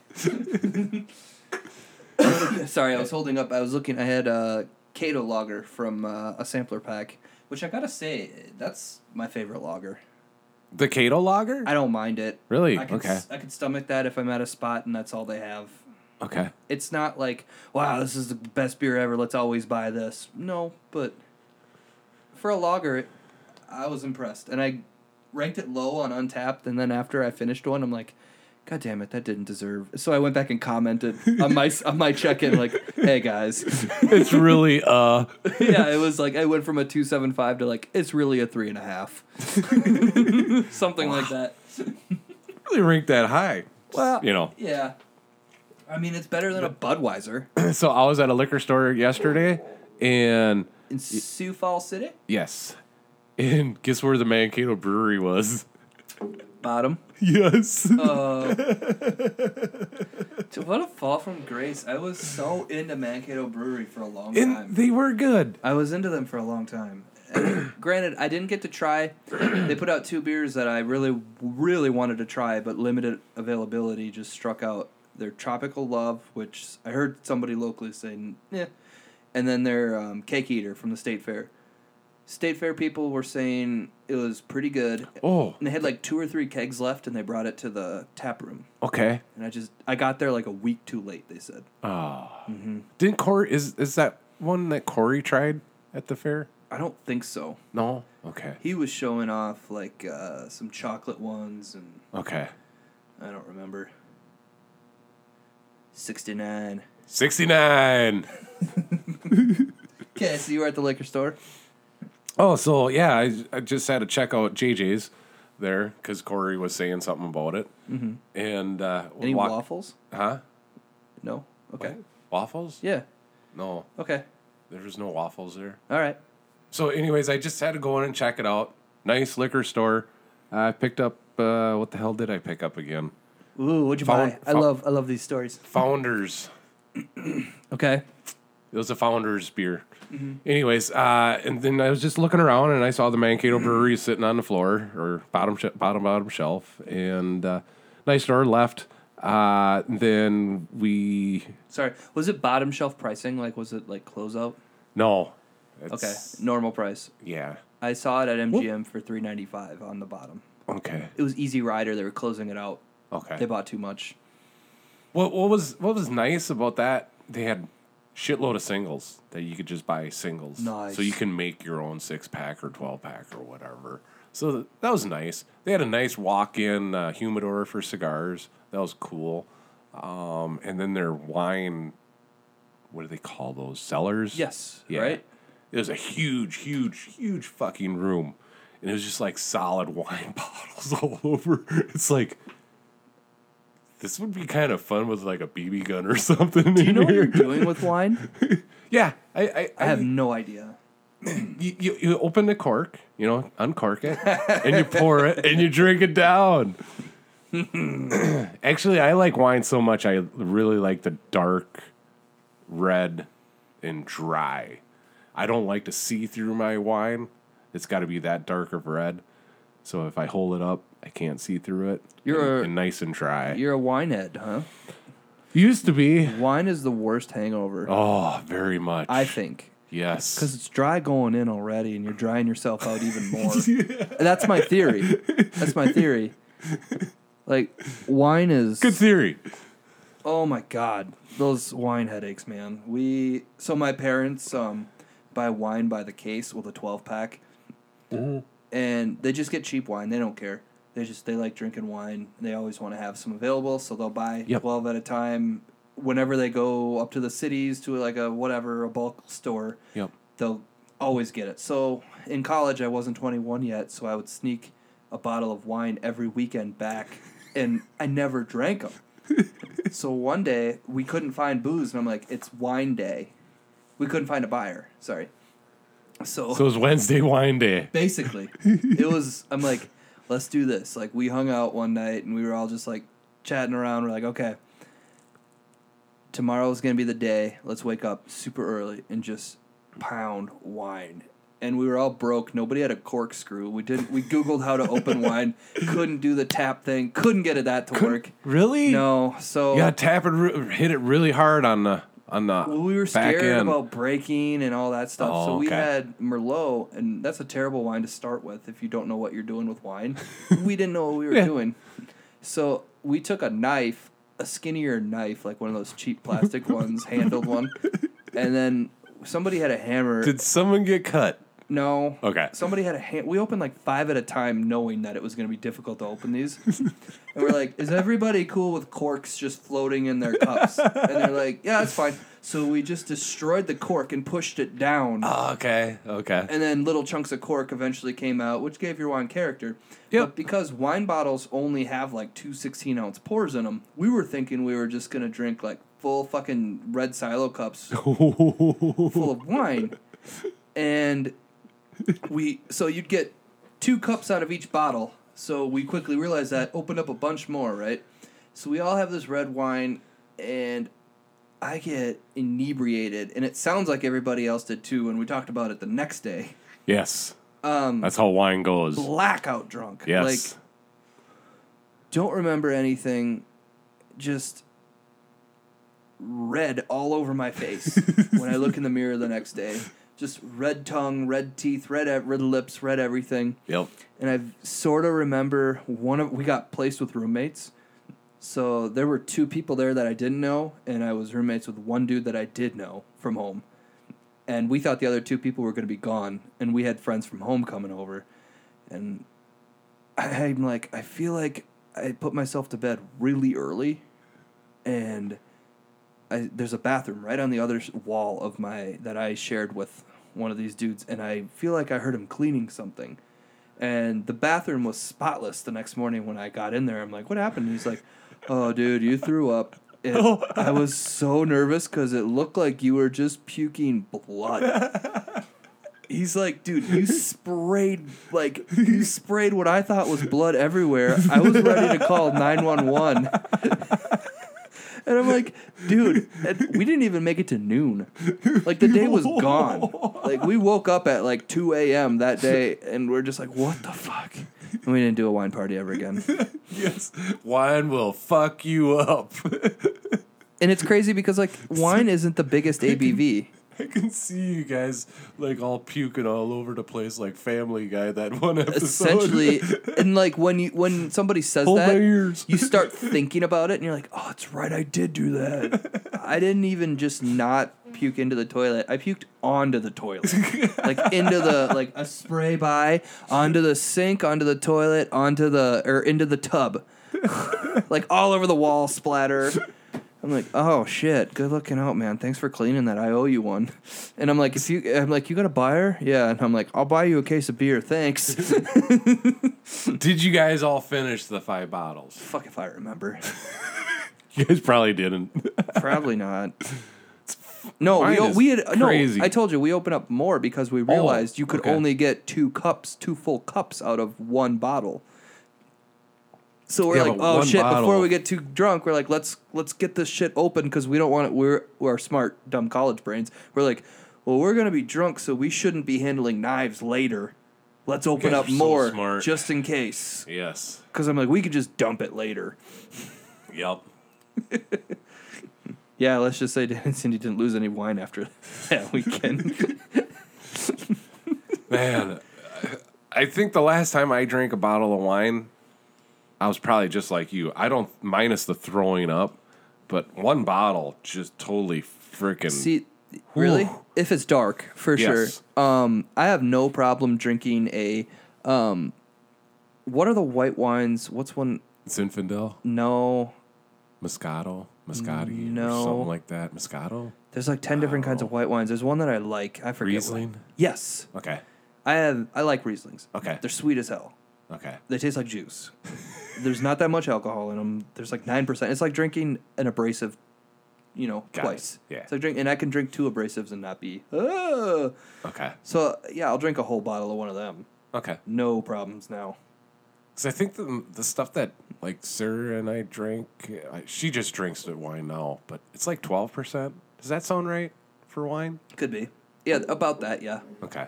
Speaker 2: (coughs) Sorry, I was holding up. I was looking. I had a Kato lager from uh, a sampler pack, which I gotta say that's my favorite lager.
Speaker 3: the Cato Lager?
Speaker 2: I don't mind it.
Speaker 3: Really?
Speaker 2: I can
Speaker 3: Okay.
Speaker 2: I could stomach that if I'm at a spot and that's all they have.
Speaker 3: okay.
Speaker 2: It's not like wow, this is the best beer ever. Let's always buy this. No, but for a lager, I was impressed, and I ranked it low on Untapped. And then after I finished one, I'm like, God damn it, that didn't deserve. So I went back and commented on my on my check in, like, Hey guys, (laughs)
Speaker 3: It's really uh
Speaker 2: yeah, it was like I went from a two seven five to like it's really a three and a half, (laughs) something like that.
Speaker 3: really ranked that high.
Speaker 2: Well,
Speaker 3: You know.
Speaker 2: yeah. I mean, it's better than a Budweiser
Speaker 3: So I was at a liquor store yesterday and
Speaker 2: in Sioux Falls City.
Speaker 3: yes. And guess where the Mankato brewery was?
Speaker 2: Bottom.
Speaker 3: Yes.
Speaker 2: Uh, dude, what a fall from grace! I was so into Mankato Brewery for a long time.
Speaker 3: (laughs) and they were good.
Speaker 2: I was into them for a long time. And granted, I didn't get to try. They put out two beers that I really, really wanted to try, but limited availability just struck out. Their Tropical Love, which I heard somebody locally saying, yeah, and then their um, Cake Eater from the State Fair. State Fair people were saying it was pretty good.
Speaker 3: Oh,
Speaker 2: And they had like two or three kegs left, and they brought it to the tap room.
Speaker 3: okay.
Speaker 2: And I just I got there like a week too late. They said
Speaker 3: Ah.
Speaker 2: Mm-hmm.
Speaker 3: Didn't Corey is is that one that Corey tried at the fair?
Speaker 2: I don't think so.
Speaker 3: No. Okay.
Speaker 2: He was showing off like uh, some chocolate ones, and
Speaker 3: Okay.
Speaker 2: I don't remember. Sixty nine.
Speaker 3: Sixty nine.
Speaker 2: Okay, so you were at the liquor store.
Speaker 3: Oh, so yeah, I, I just had to check out JJ's there because Corey was saying something about it, mm-hmm. and uh,
Speaker 2: Any
Speaker 3: wa-
Speaker 2: waffles?
Speaker 3: Huh?
Speaker 2: No. Okay.
Speaker 3: Waffles?
Speaker 2: Yeah.
Speaker 3: No,
Speaker 2: Okay.
Speaker 3: there was no waffles there.
Speaker 2: All right.
Speaker 3: So, anyways, I just had to go in and check it out. Nice liquor store. I picked up. Uh, what the hell did I pick up again?
Speaker 2: Ooh, what'd you
Speaker 3: Found-
Speaker 2: buy? I
Speaker 3: found-
Speaker 2: love I love these stories.
Speaker 3: Founders.
Speaker 2: Okay.
Speaker 3: It was a Founders beer. Anyways, uh, and then I was just looking around and I saw the Mankato Brewery sitting on the floor or bottom sh- bottom bottom shelf, and uh, nice store left. Uh, then we
Speaker 2: Sorry. Was it bottom shelf pricing? Like was it like closeout?
Speaker 3: no,
Speaker 2: Okay.
Speaker 3: It's-
Speaker 2: Normal price.
Speaker 3: yeah,
Speaker 2: I saw it at MGM for three ninety five on the bottom.
Speaker 3: okay,
Speaker 2: It was Easy Rider. They were closing it out.
Speaker 3: okay.
Speaker 2: They bought too much.
Speaker 3: What what was what was nice about that? They had shitload of singles that you could just buy singles.
Speaker 2: Nice.
Speaker 3: So you can make your own six pack or twelve pack or whatever. So th- that was nice. They had a nice walk in uh, humidor for cigars. That was cool. Um, and then their wine, what do they call those cellars?
Speaker 2: Yes.
Speaker 3: Yeah.
Speaker 2: Right.
Speaker 3: It was a huge, huge, huge fucking room. And it was just like solid (laughs) wine bottles all over. It's like this would be kind of fun with like a BB gun or (laughs) something.
Speaker 2: Do you know what (laughs) you're doing with wine?
Speaker 3: Yeah, I, I,
Speaker 2: I have no idea.
Speaker 3: you, you, you open the cork, you know,
Speaker 2: (laughs)
Speaker 3: uncork it, and you pour it, and you drink it down. (clears throat) Actually, I like wine so much. I really like the dark, red, and dry. I don't like to see through my wine. It's got to be that dark of red. So if I hold it up, I can't see through it.
Speaker 2: You're-
Speaker 3: and, and nice and dry.
Speaker 2: You're a winehead, huh?
Speaker 3: Used to be.
Speaker 2: Wine is the worst hangover,
Speaker 3: Oh, very much.
Speaker 2: I think.
Speaker 3: yes.
Speaker 2: Because it's dry going in already, and you're drying yourself out (laughs) even more. That's my theory. That's my (laughs) theory. Like wine is.
Speaker 3: good theory.
Speaker 2: Oh my god, those wine headaches, man. We so my parents um buy wine by the case with a twelve pack, and they just get cheap wine. They don't care. They just they like drinking wine. and They always want to have some available, so they'll buy
Speaker 3: Yep.
Speaker 2: twelve at a time. Whenever they go up to the cities to like a whatever a bulk store,
Speaker 3: Yep.
Speaker 2: they'll always get it. So in college, I wasn't 21 yet, so I would sneak a bottle of wine every weekend back, and I never drank them. so one day we couldn't find booze, and I'm like, it's wine day. We couldn't find a buyer. Sorry. So,
Speaker 3: So it's Wednesday wine day.
Speaker 2: basically, it was. I'm like, let's do this. Like we hung out one night, and we were all just like chatting around. We're like, okay. Tomorrow's gonna be the day. Let's wake up super early and just pound wine. And we were all broke. Nobody had a corkscrew. We did. We googled how to open wine. Couldn't do the tap thing. Couldn't get it that to work.
Speaker 3: Really?
Speaker 2: No. So
Speaker 3: You gotta tap it, re- hit it really hard on the on the.
Speaker 2: Well, we were
Speaker 3: back
Speaker 2: scared
Speaker 3: end.
Speaker 2: about breaking and all that stuff.
Speaker 3: Oh,
Speaker 2: so we
Speaker 3: okay.
Speaker 2: had Merlot, and that's a terrible wine to start with if you don't know what you're doing with
Speaker 3: (laughs)
Speaker 2: wine. we didn't know what we were
Speaker 3: Yeah.
Speaker 2: doing. So we took a knife, a skinnier knife, like one of those cheap
Speaker 3: (laughs)
Speaker 2: plastic ones, handled one. And then somebody had a hammer.
Speaker 3: Did someone get cut?
Speaker 2: No.
Speaker 3: Okay.
Speaker 2: Somebody had a hand. We opened like five at a time, knowing that it was going to be difficult to open these. and we're like, "Is everybody cool with corks just floating in their cups?" and they're like, "Yeah, that's fine." So we just destroyed the cork and pushed it down,
Speaker 3: Oh, okay, okay.
Speaker 2: and then little chunks of cork eventually came out, which gave your wine character.
Speaker 3: Yep.
Speaker 2: But because wine bottles only have like two 16 ounce pours in them, we were thinking we were just going to drink like full fucking red silo cups full of wine, and we so you'd get two cups out of each bottle. So we quickly realized that opened up a bunch more, right? So we all have this red wine, and I get inebriated, and it sounds like everybody else did too. And we talked about it the next day,
Speaker 3: (laughs) yes. Um, That's how wine goes.
Speaker 2: blackout drunk.
Speaker 3: Yes.
Speaker 2: Like don't remember anything, just red all over my face when I look in the mirror the next day. just red tongue, red teeth, red e- red lips, red everything.
Speaker 3: Yep.
Speaker 2: And I sort of remember one of we got placed with roommates. So there were two people there that I didn't know, and I was roommates with one dude that I did know from home. And we thought the other two people were going to be gone, and we had friends from home coming over. And I, I'm like, I feel like I put myself to bed really early, and I, there's a bathroom right on the other s- wall of my that I shared with one of these dudes, and I feel like I heard him cleaning something. And the bathroom was spotless the next morning when I got in there. I'm like, what happened? And he's like, (laughs) oh, dude, you threw up. It, I was so nervous because it looked like you were just puking blood. He's like, dude, you sprayed like you sprayed what I thought was blood everywhere. I was ready to call nine one one. And I'm like, dude, and we didn't even make it to noon. Like the day was gone. Like we woke up at like 2 a.m. that day, and we're just like, what the fuck? And we didn't do a wine party ever again.
Speaker 3: Yes. (laughs) Wine will fuck you up. (laughs)
Speaker 2: And it's crazy because like wine isn't the biggest ABV.
Speaker 3: I can see you guys like all puking all over the place like Family Guy that (laughs) one episode.
Speaker 2: Essentially, and like when you when somebody says
Speaker 3: Hold my
Speaker 2: that,
Speaker 3: ears.
Speaker 2: you start thinking about it, and you're like, oh, it's right, I did do that. I didn't even just not puke into the toilet. I puked onto the toilet, like into the like a spray by onto the sink, onto the toilet, onto the or into the tub, (laughs) like all over the wall splatter. I'm like, oh shit, good looking out, man. Thanks for cleaning that. I owe you one. And I'm like, if you, I'm like, you got a buyer? Yeah. And I'm like, I'll buy you a case of beer. Thanks.
Speaker 3: (laughs) Did you guys all finish the five bottles?
Speaker 2: Fuck if I remember.
Speaker 3: (laughs) You guys probably didn't.
Speaker 2: Probably not. No,
Speaker 3: Mine
Speaker 2: we, o-
Speaker 3: is
Speaker 2: we had no.
Speaker 3: crazy. Oh,
Speaker 2: I told you we opened up more because we realized you could
Speaker 3: okay.
Speaker 2: only get two cups, two full cups out of one bottle. So we're
Speaker 3: Yeah,
Speaker 2: like,
Speaker 3: but
Speaker 2: oh
Speaker 3: one
Speaker 2: shit! Before
Speaker 3: bottle-
Speaker 2: we get too drunk, we're like, let's let's get this shit open because we don't want it. We're we're smart, dumb college brains. We're like, well, we're gonna be drunk, so we shouldn't be handling knives later. Let's open
Speaker 3: guys
Speaker 2: up
Speaker 3: are so
Speaker 2: more
Speaker 3: smart.
Speaker 2: just in case.
Speaker 3: yes.
Speaker 2: Because I'm like, we could just dump it later.
Speaker 3: Yep.
Speaker 2: Yeah, let's just say (laughs) Dan and Cindy didn't lose any wine after (laughs) that weekend.
Speaker 3: Man, I think the last time I drank a bottle of wine, I was probably just like you. I don't minus the throwing up, but one bottle just totally freaking.
Speaker 2: See, really, if it's dark, for
Speaker 3: Yes.
Speaker 2: sure. Um, I have no problem drinking a. Um, what are the white wines? What's one?
Speaker 3: Zinfandel,
Speaker 2: No,
Speaker 3: Moscato, Moscati,
Speaker 2: No.
Speaker 3: or something like that. Moscato,
Speaker 2: there's like ten different kinds of white wines. There's one that I like. I forget. what-
Speaker 3: Riesling.
Speaker 2: Yes,
Speaker 3: Okay,
Speaker 2: I have. I like Rieslings.
Speaker 3: Okay.
Speaker 2: they're sweet as hell.
Speaker 3: okay.
Speaker 2: They taste like juice. there's not that much alcohol in them. There's like nine percent. It's like drinking an abrasive, you know,
Speaker 3: Got it.
Speaker 2: twice.
Speaker 3: Yeah.
Speaker 2: It's like drink, and I can drink two abrasives and not be. "Ah."
Speaker 3: Okay.
Speaker 2: So yeah, I'll drink a whole bottle of one of them.
Speaker 3: Okay.
Speaker 2: No problems now.
Speaker 3: Because I think the, the stuff that like Sarah and I drank, I, she just drinks the wine now, but it's like 12%. Does that sound right for wine?
Speaker 2: Could be. Yeah, about that. Yeah,
Speaker 3: Okay.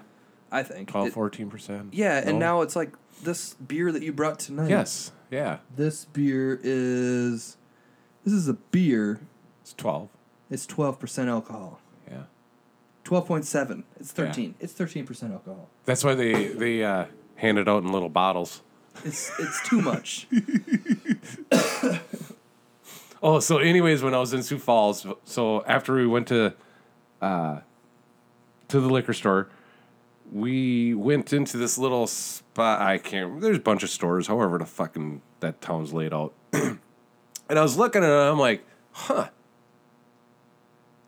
Speaker 2: I think.
Speaker 3: 12,
Speaker 2: It-
Speaker 3: 14%.
Speaker 2: yeah, and
Speaker 3: No?
Speaker 2: now it's like this beer that you brought tonight.
Speaker 3: Yes. Yeah.
Speaker 2: This beer is. This is a beer.
Speaker 3: It's 12.
Speaker 2: It's twelve percent alcohol.
Speaker 3: Yeah.
Speaker 2: Twelve point seven. It's
Speaker 3: Yeah.
Speaker 2: thirteen. It's thirteen percent alcohol.
Speaker 3: That's why they, they uh, hand it out in little bottles.
Speaker 2: It's it's too much.
Speaker 3: Oh, so anyways, when I was in Sioux Falls, so after we went to uh, to the liquor store, we went into this little spot. I can't. There's a bunch of stores. However, the fucking that town's laid out, (clears throat) and I was looking at it. and I'm like, huh.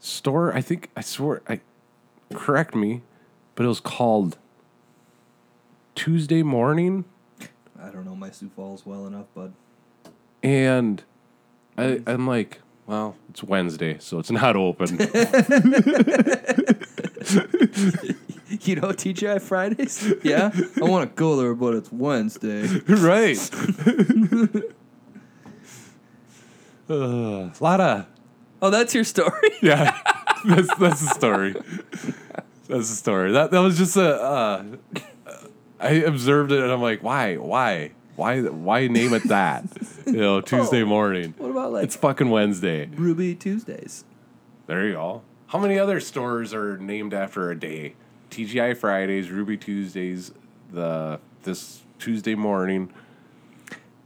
Speaker 3: Store. I think I swore. I correct me, but it was called Tuesday morning.
Speaker 2: I don't know my Sioux Falls well enough, bud. (laughs)
Speaker 3: And I, I'm like, well, it's Wednesday, so it's not open. (laughs)
Speaker 2: You know TGI (laughs) Fridays? Yeah, I want to go there, but it's Wednesday.
Speaker 3: right. A lot of
Speaker 2: (laughs) Oh, that's your story.
Speaker 3: yeah. That's that's the story. That's the story. That that was just a. Uh, I observed it and I'm like, why, why, why, why name it that? you know, Tuesday morning.
Speaker 2: (laughs) What about like
Speaker 3: It's fucking Wednesday.
Speaker 2: Ruby Tuesdays?
Speaker 3: There you go. How many other stores are named after a day? TGI Fridays, Ruby Tuesdays, the this Tuesday morning.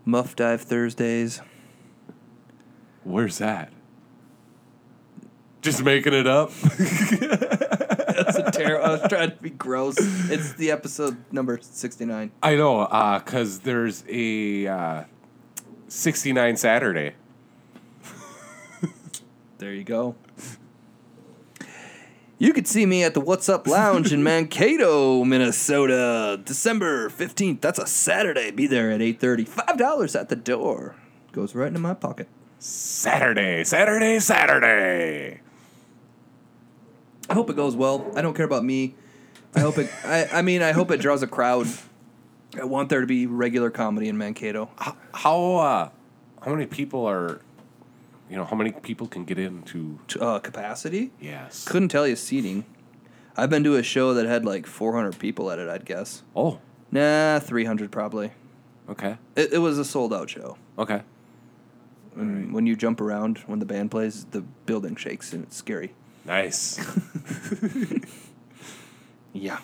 Speaker 2: Muff Dive (laughs) Thursdays.
Speaker 3: Where's that? Just making it up.
Speaker 2: That's a terrible. I was trying to be gross. It's the episode number 69.
Speaker 3: I know, uh, cause there's a uh, 69 Saturday.
Speaker 2: There you go. You could see me at the What's Up Lounge (laughs) in Mankato, Minnesota, December 15th. That's a Saturday. Be there at 8:30. $5 at the door. Goes right into my pocket.
Speaker 3: Saturday, Saturday, Saturday.
Speaker 2: I hope it goes well. I don't care about me. I hope it I, I mean, I hope it draws a crowd. I want there to be regular comedy in Mankato.
Speaker 3: H- How uh, how many people are, you know, how many people can get into?
Speaker 2: T- Uh, capacity?
Speaker 3: Yes.
Speaker 2: Couldn't tell you seating. I've been to a show that had like 400 people at it, I'd guess.
Speaker 3: oh,
Speaker 2: Nah, 300 probably.
Speaker 3: okay,
Speaker 2: It, it was a sold out show.
Speaker 3: okay.
Speaker 2: And When you jump around, when the band plays, the building shakes and it's scary.
Speaker 3: (laughs) Nice.
Speaker 2: Yeah.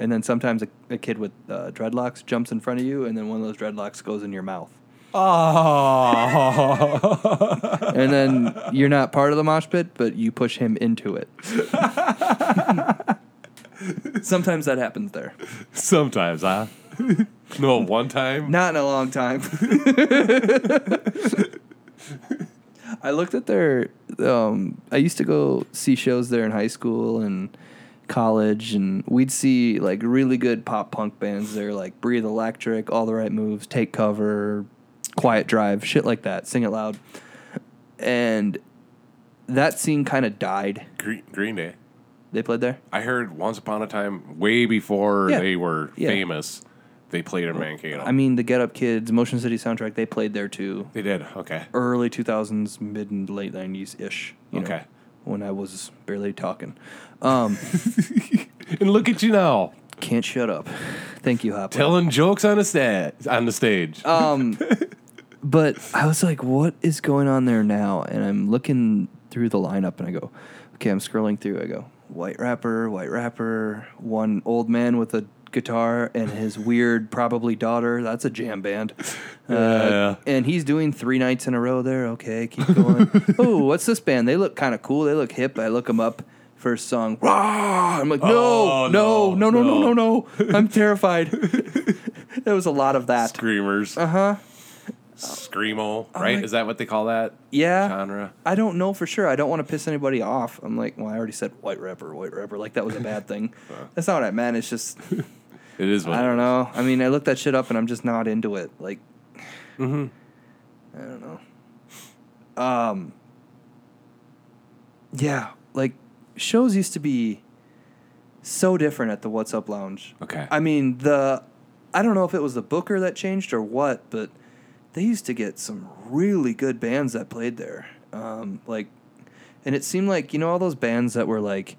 Speaker 2: And then sometimes a, a kid with uh, dreadlocks jumps in front of you, and then one of those dreadlocks goes in your mouth.
Speaker 3: oh.
Speaker 2: And then you're not part of the mosh pit, but you push him into it. sometimes that happens there.
Speaker 3: Sometimes, (laughs) huh? no, one time.
Speaker 2: Not in a long time. (laughs) I looked at their. Um, I used to go see shows there in high school and college, and we'd see like really good pop punk bands there, like Breathe Electric, All the Right Moves, Take Cover, Quiet Drive, shit like that. Sing It Loud, and that scene kind of died.
Speaker 3: Green, Green Day.
Speaker 2: They played there.
Speaker 3: I heard once upon a time, way before
Speaker 2: Yeah.
Speaker 3: they were
Speaker 2: Yeah. Oh,
Speaker 3: famous, they played in Mankato.
Speaker 2: I mean, the Get Up Kids, Motion City soundtrack, they played there too.
Speaker 3: they did. Okay.
Speaker 2: early 2000s, mid and late 90s ish. you know,
Speaker 3: Okay.
Speaker 2: when I was barely talking. Um,
Speaker 3: And look at you now,
Speaker 2: can't shut up. Thank you, Hopper.
Speaker 3: telling jokes on the stage. On the stage. (laughs)
Speaker 2: Um, but I was like, what is going on there now? And I'm looking through the lineup and I go, okay, I'm scrolling through. I go, white rapper, white rapper, one old man with a guitar and
Speaker 3: (laughs)
Speaker 2: his weird, probably daughter. That's a jam band. Uh,
Speaker 3: Yeah.
Speaker 2: And he's doing three nights in a row there. Okay, keep
Speaker 3: (laughs)
Speaker 2: going. oh, what's this band? They look kind of cool. They look hip. I look them up. First song, rah! I'm like, no,
Speaker 3: Oh,
Speaker 2: no, no,
Speaker 3: no,
Speaker 2: no, no, no,
Speaker 3: no.
Speaker 2: no. I'm
Speaker 3: (laughs)
Speaker 2: terrified. (laughs) there was a lot of that.
Speaker 3: Screamers.
Speaker 2: Uh huh.
Speaker 3: Screamo. Right?
Speaker 2: Oh, my-
Speaker 3: Is that what they call that?
Speaker 2: Yeah.
Speaker 3: Genre.
Speaker 2: I don't know for sure. I don't want to piss anybody off. I'm like, well, I already said white rapper, white rapper. Like that was a bad thing. That's not what I meant. It's just
Speaker 3: It is what
Speaker 2: I don't know. I mean, I looked that shit up and I'm just not into it. Like, I don't know. Um, yeah, like shows used to be so different at the What's Up Lounge.
Speaker 3: Okay.
Speaker 2: I mean, the I don't know if it was the Booker that changed or what, but they used to get some really good bands that played there. Um, like, and it seemed like you know all those bands that were like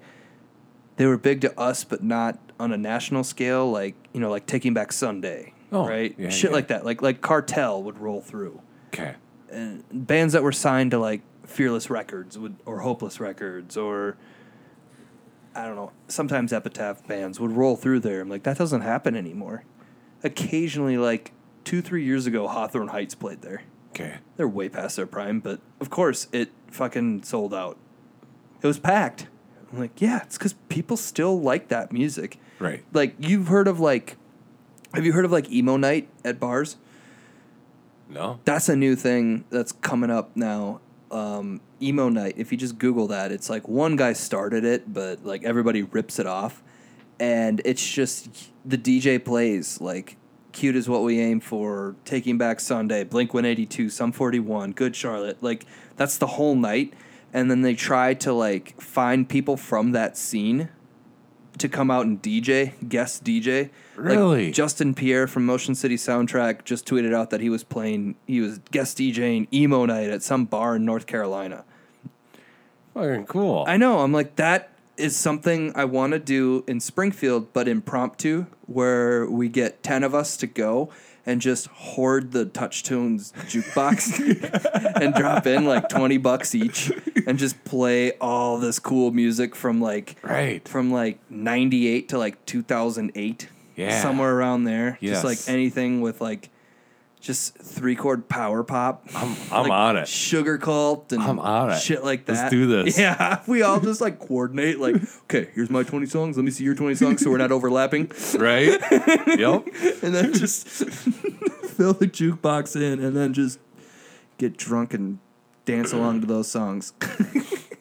Speaker 2: they were big to us, but not on a national scale. Like you know, like Taking Back Sunday,
Speaker 3: Oh,
Speaker 2: right?
Speaker 3: yeah,
Speaker 2: Shit
Speaker 3: yeah.
Speaker 2: like that. Like like Cartel would roll through
Speaker 3: okay.
Speaker 2: and bands that were signed to like Fearless Records would, or Hopeless Records or I don't know. Sometimes Epitaph bands would roll through there. I'm like, that doesn't happen anymore. Occasionally, like two, three years ago, Hawthorne Heights played there.
Speaker 3: Okay.
Speaker 2: They're way past their prime, but of course, it fucking sold out. It was packed. I'm like, yeah, it's because people still like that music
Speaker 3: Right.
Speaker 2: like you've heard of like have you heard of like emo night at bars
Speaker 3: No?
Speaker 2: that's a new thing that's coming up now um emo night if you just google that it's like one guy started it but like everybody rips it off and it's just the dj plays like cute is what we aim for taking back sunday blink 182 some 41 good charlotte like that's the whole night and then they try to like find people from that scene to come out and DJ, guest DJ. Like,
Speaker 3: Really?
Speaker 2: Justin Pierre from Motion City Soundtrack just tweeted out that he was playing, he was guest DJing emo night at some bar in North Carolina.
Speaker 3: Fucking cool.
Speaker 2: I know. I'm like, that is something I want to do in Springfield, but impromptu, where we get 10 of us to go and just hoard the touch tunes (laughs) jukebox and drop in like 20 bucks each and just play all this cool music from like
Speaker 3: Right.
Speaker 2: from like 98 to like 2008
Speaker 3: Yeah.
Speaker 2: somewhere around there
Speaker 3: Yes.
Speaker 2: just like anything with like just three chord power pop
Speaker 3: I'm, I'm
Speaker 2: like
Speaker 3: on it.
Speaker 2: Sugar cult and
Speaker 3: I'm on it.
Speaker 2: shit like that.
Speaker 3: Let's do
Speaker 2: (laughs)
Speaker 3: this.
Speaker 2: Yeah, we all just like coordinate.
Speaker 3: (laughs)
Speaker 2: Like, okay, here's my 20 songs. Let me see your 20 songs, so we're not overlapping. (laughs)
Speaker 3: Right? yep.
Speaker 2: And then just (laughs) fill the jukebox in, and then just get drunk and dance along to those songs.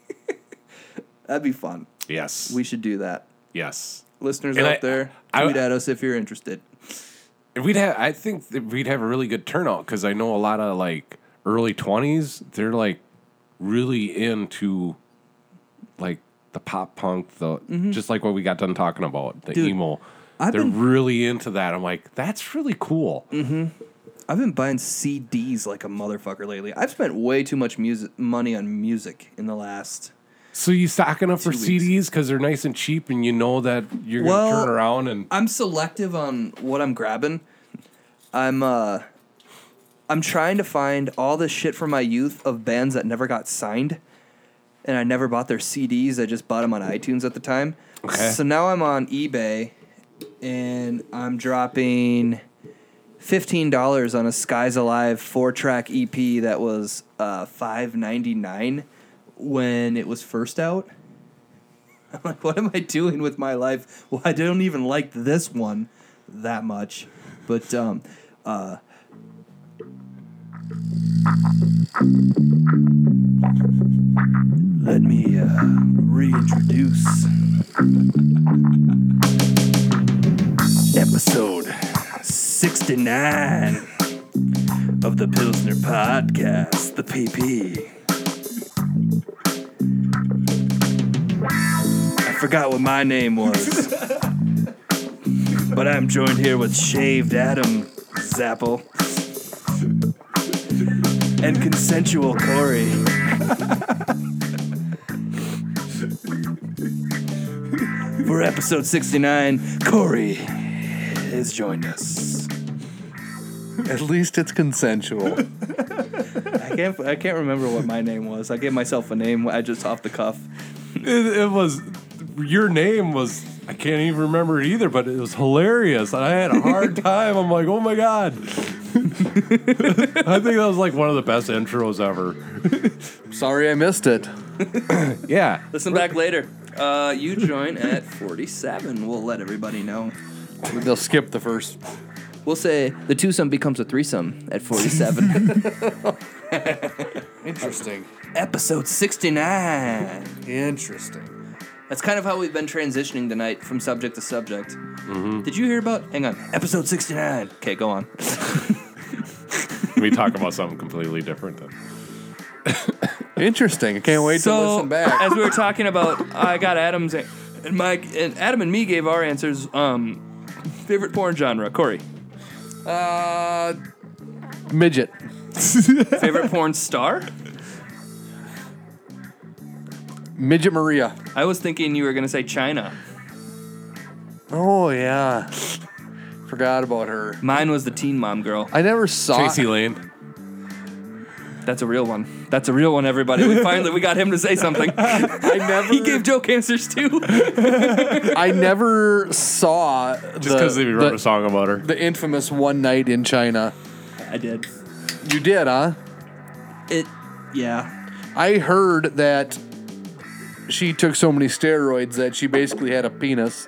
Speaker 2: (laughs) That'd be fun.
Speaker 3: Yes.
Speaker 2: We should do that.
Speaker 3: yes.
Speaker 2: Listeners
Speaker 3: And
Speaker 2: out
Speaker 3: I-
Speaker 2: there,
Speaker 3: I-
Speaker 2: tweet at us if you're interested.
Speaker 3: And We'd have. I think that we'd have a really good turnout because I know a lot of like early twenties. They're like really into like the pop punk, the just like what we got done talking about, the
Speaker 2: Mm-hmm. Dude,
Speaker 3: emo.
Speaker 2: I've
Speaker 3: they're
Speaker 2: been- Mm.
Speaker 3: really into that. I'm like, that's really cool.
Speaker 2: I've been buying CDs like a motherfucker lately. I've spent way too much music money on music in the last
Speaker 3: So you stocking up for
Speaker 2: Two weeks.
Speaker 3: CDs because they're nice and cheap, and you know that you're gonna
Speaker 2: Well,
Speaker 3: turn around and
Speaker 2: I'm selective on what I'm grabbing. I'm uh I'm trying to find all the shit from my youth of bands that never got signed and I never bought their CDs. I just bought them on iTunes at the time.
Speaker 3: Okay.
Speaker 2: So now I'm on eBay and I'm dropping $15 on a Skies Alive 4-track EP that was uh 5.99 when it was first out. I'm like, what am I doing with my life? Well, I don't even like this one that much. But um, uh, let me uh, reintroduce episode 69 of the Pilsner Podcast, the PP. I forgot what my name was. but I'm joined here with Shaved Adam Zapple and Consensual Corey. For episode 69, Corey has joined us.
Speaker 1: At least it's consensual.
Speaker 2: I can't, I can't remember what my name was. I gave myself a name I just off the cuff.
Speaker 3: it, it was your name was I can't even remember it either, but it was hilarious. And I had
Speaker 1: (laughs)
Speaker 3: a hard time. I'm like, oh my god. I think that was like one of the best intros ever.
Speaker 1: Sorry I missed it.
Speaker 3: Yeah.
Speaker 2: Listen back later. Uh, you join at 47. We'll let everybody know.
Speaker 1: They'll skip the first.
Speaker 2: We'll say the twosome becomes a threesome at 47.
Speaker 1: Interesting.
Speaker 2: Episode 69.
Speaker 1: Interesting.
Speaker 2: That's kind of how we've been transitioning tonight from subject to subject.
Speaker 1: Mm-hmm.
Speaker 2: Did you hear about? Hang on. Episode 69. Okay, go on.
Speaker 3: We talk about something completely different then.
Speaker 1: Interesting. I can't wait to listen back.
Speaker 2: as we were
Speaker 1: (laughs)
Speaker 2: talking about, I got Adam's a- and Mike and Adam and me gave our answers. Um, favorite porn genre, Corey.
Speaker 1: Uh, midget. (laughs)
Speaker 2: Favorite porn star?
Speaker 1: Midget Maria.
Speaker 2: I was thinking you were gonna say China.
Speaker 1: Oh, yeah. Forgot about her.
Speaker 2: Mine was the Teen Mom girl.
Speaker 1: I never saw.
Speaker 3: Tracy Lane.
Speaker 2: That's a real one. That's a real one, everybody. We finally we got him to say something.
Speaker 1: I never.
Speaker 2: (laughs) He gave joke answers too.
Speaker 1: I never saw.
Speaker 3: Just because they wrote a
Speaker 1: the,
Speaker 3: song about her.
Speaker 1: the infamous one night in China.
Speaker 2: I did.
Speaker 1: You did, huh?
Speaker 2: It. Yeah.
Speaker 1: I heard that she took so many steroids that she basically had a penis.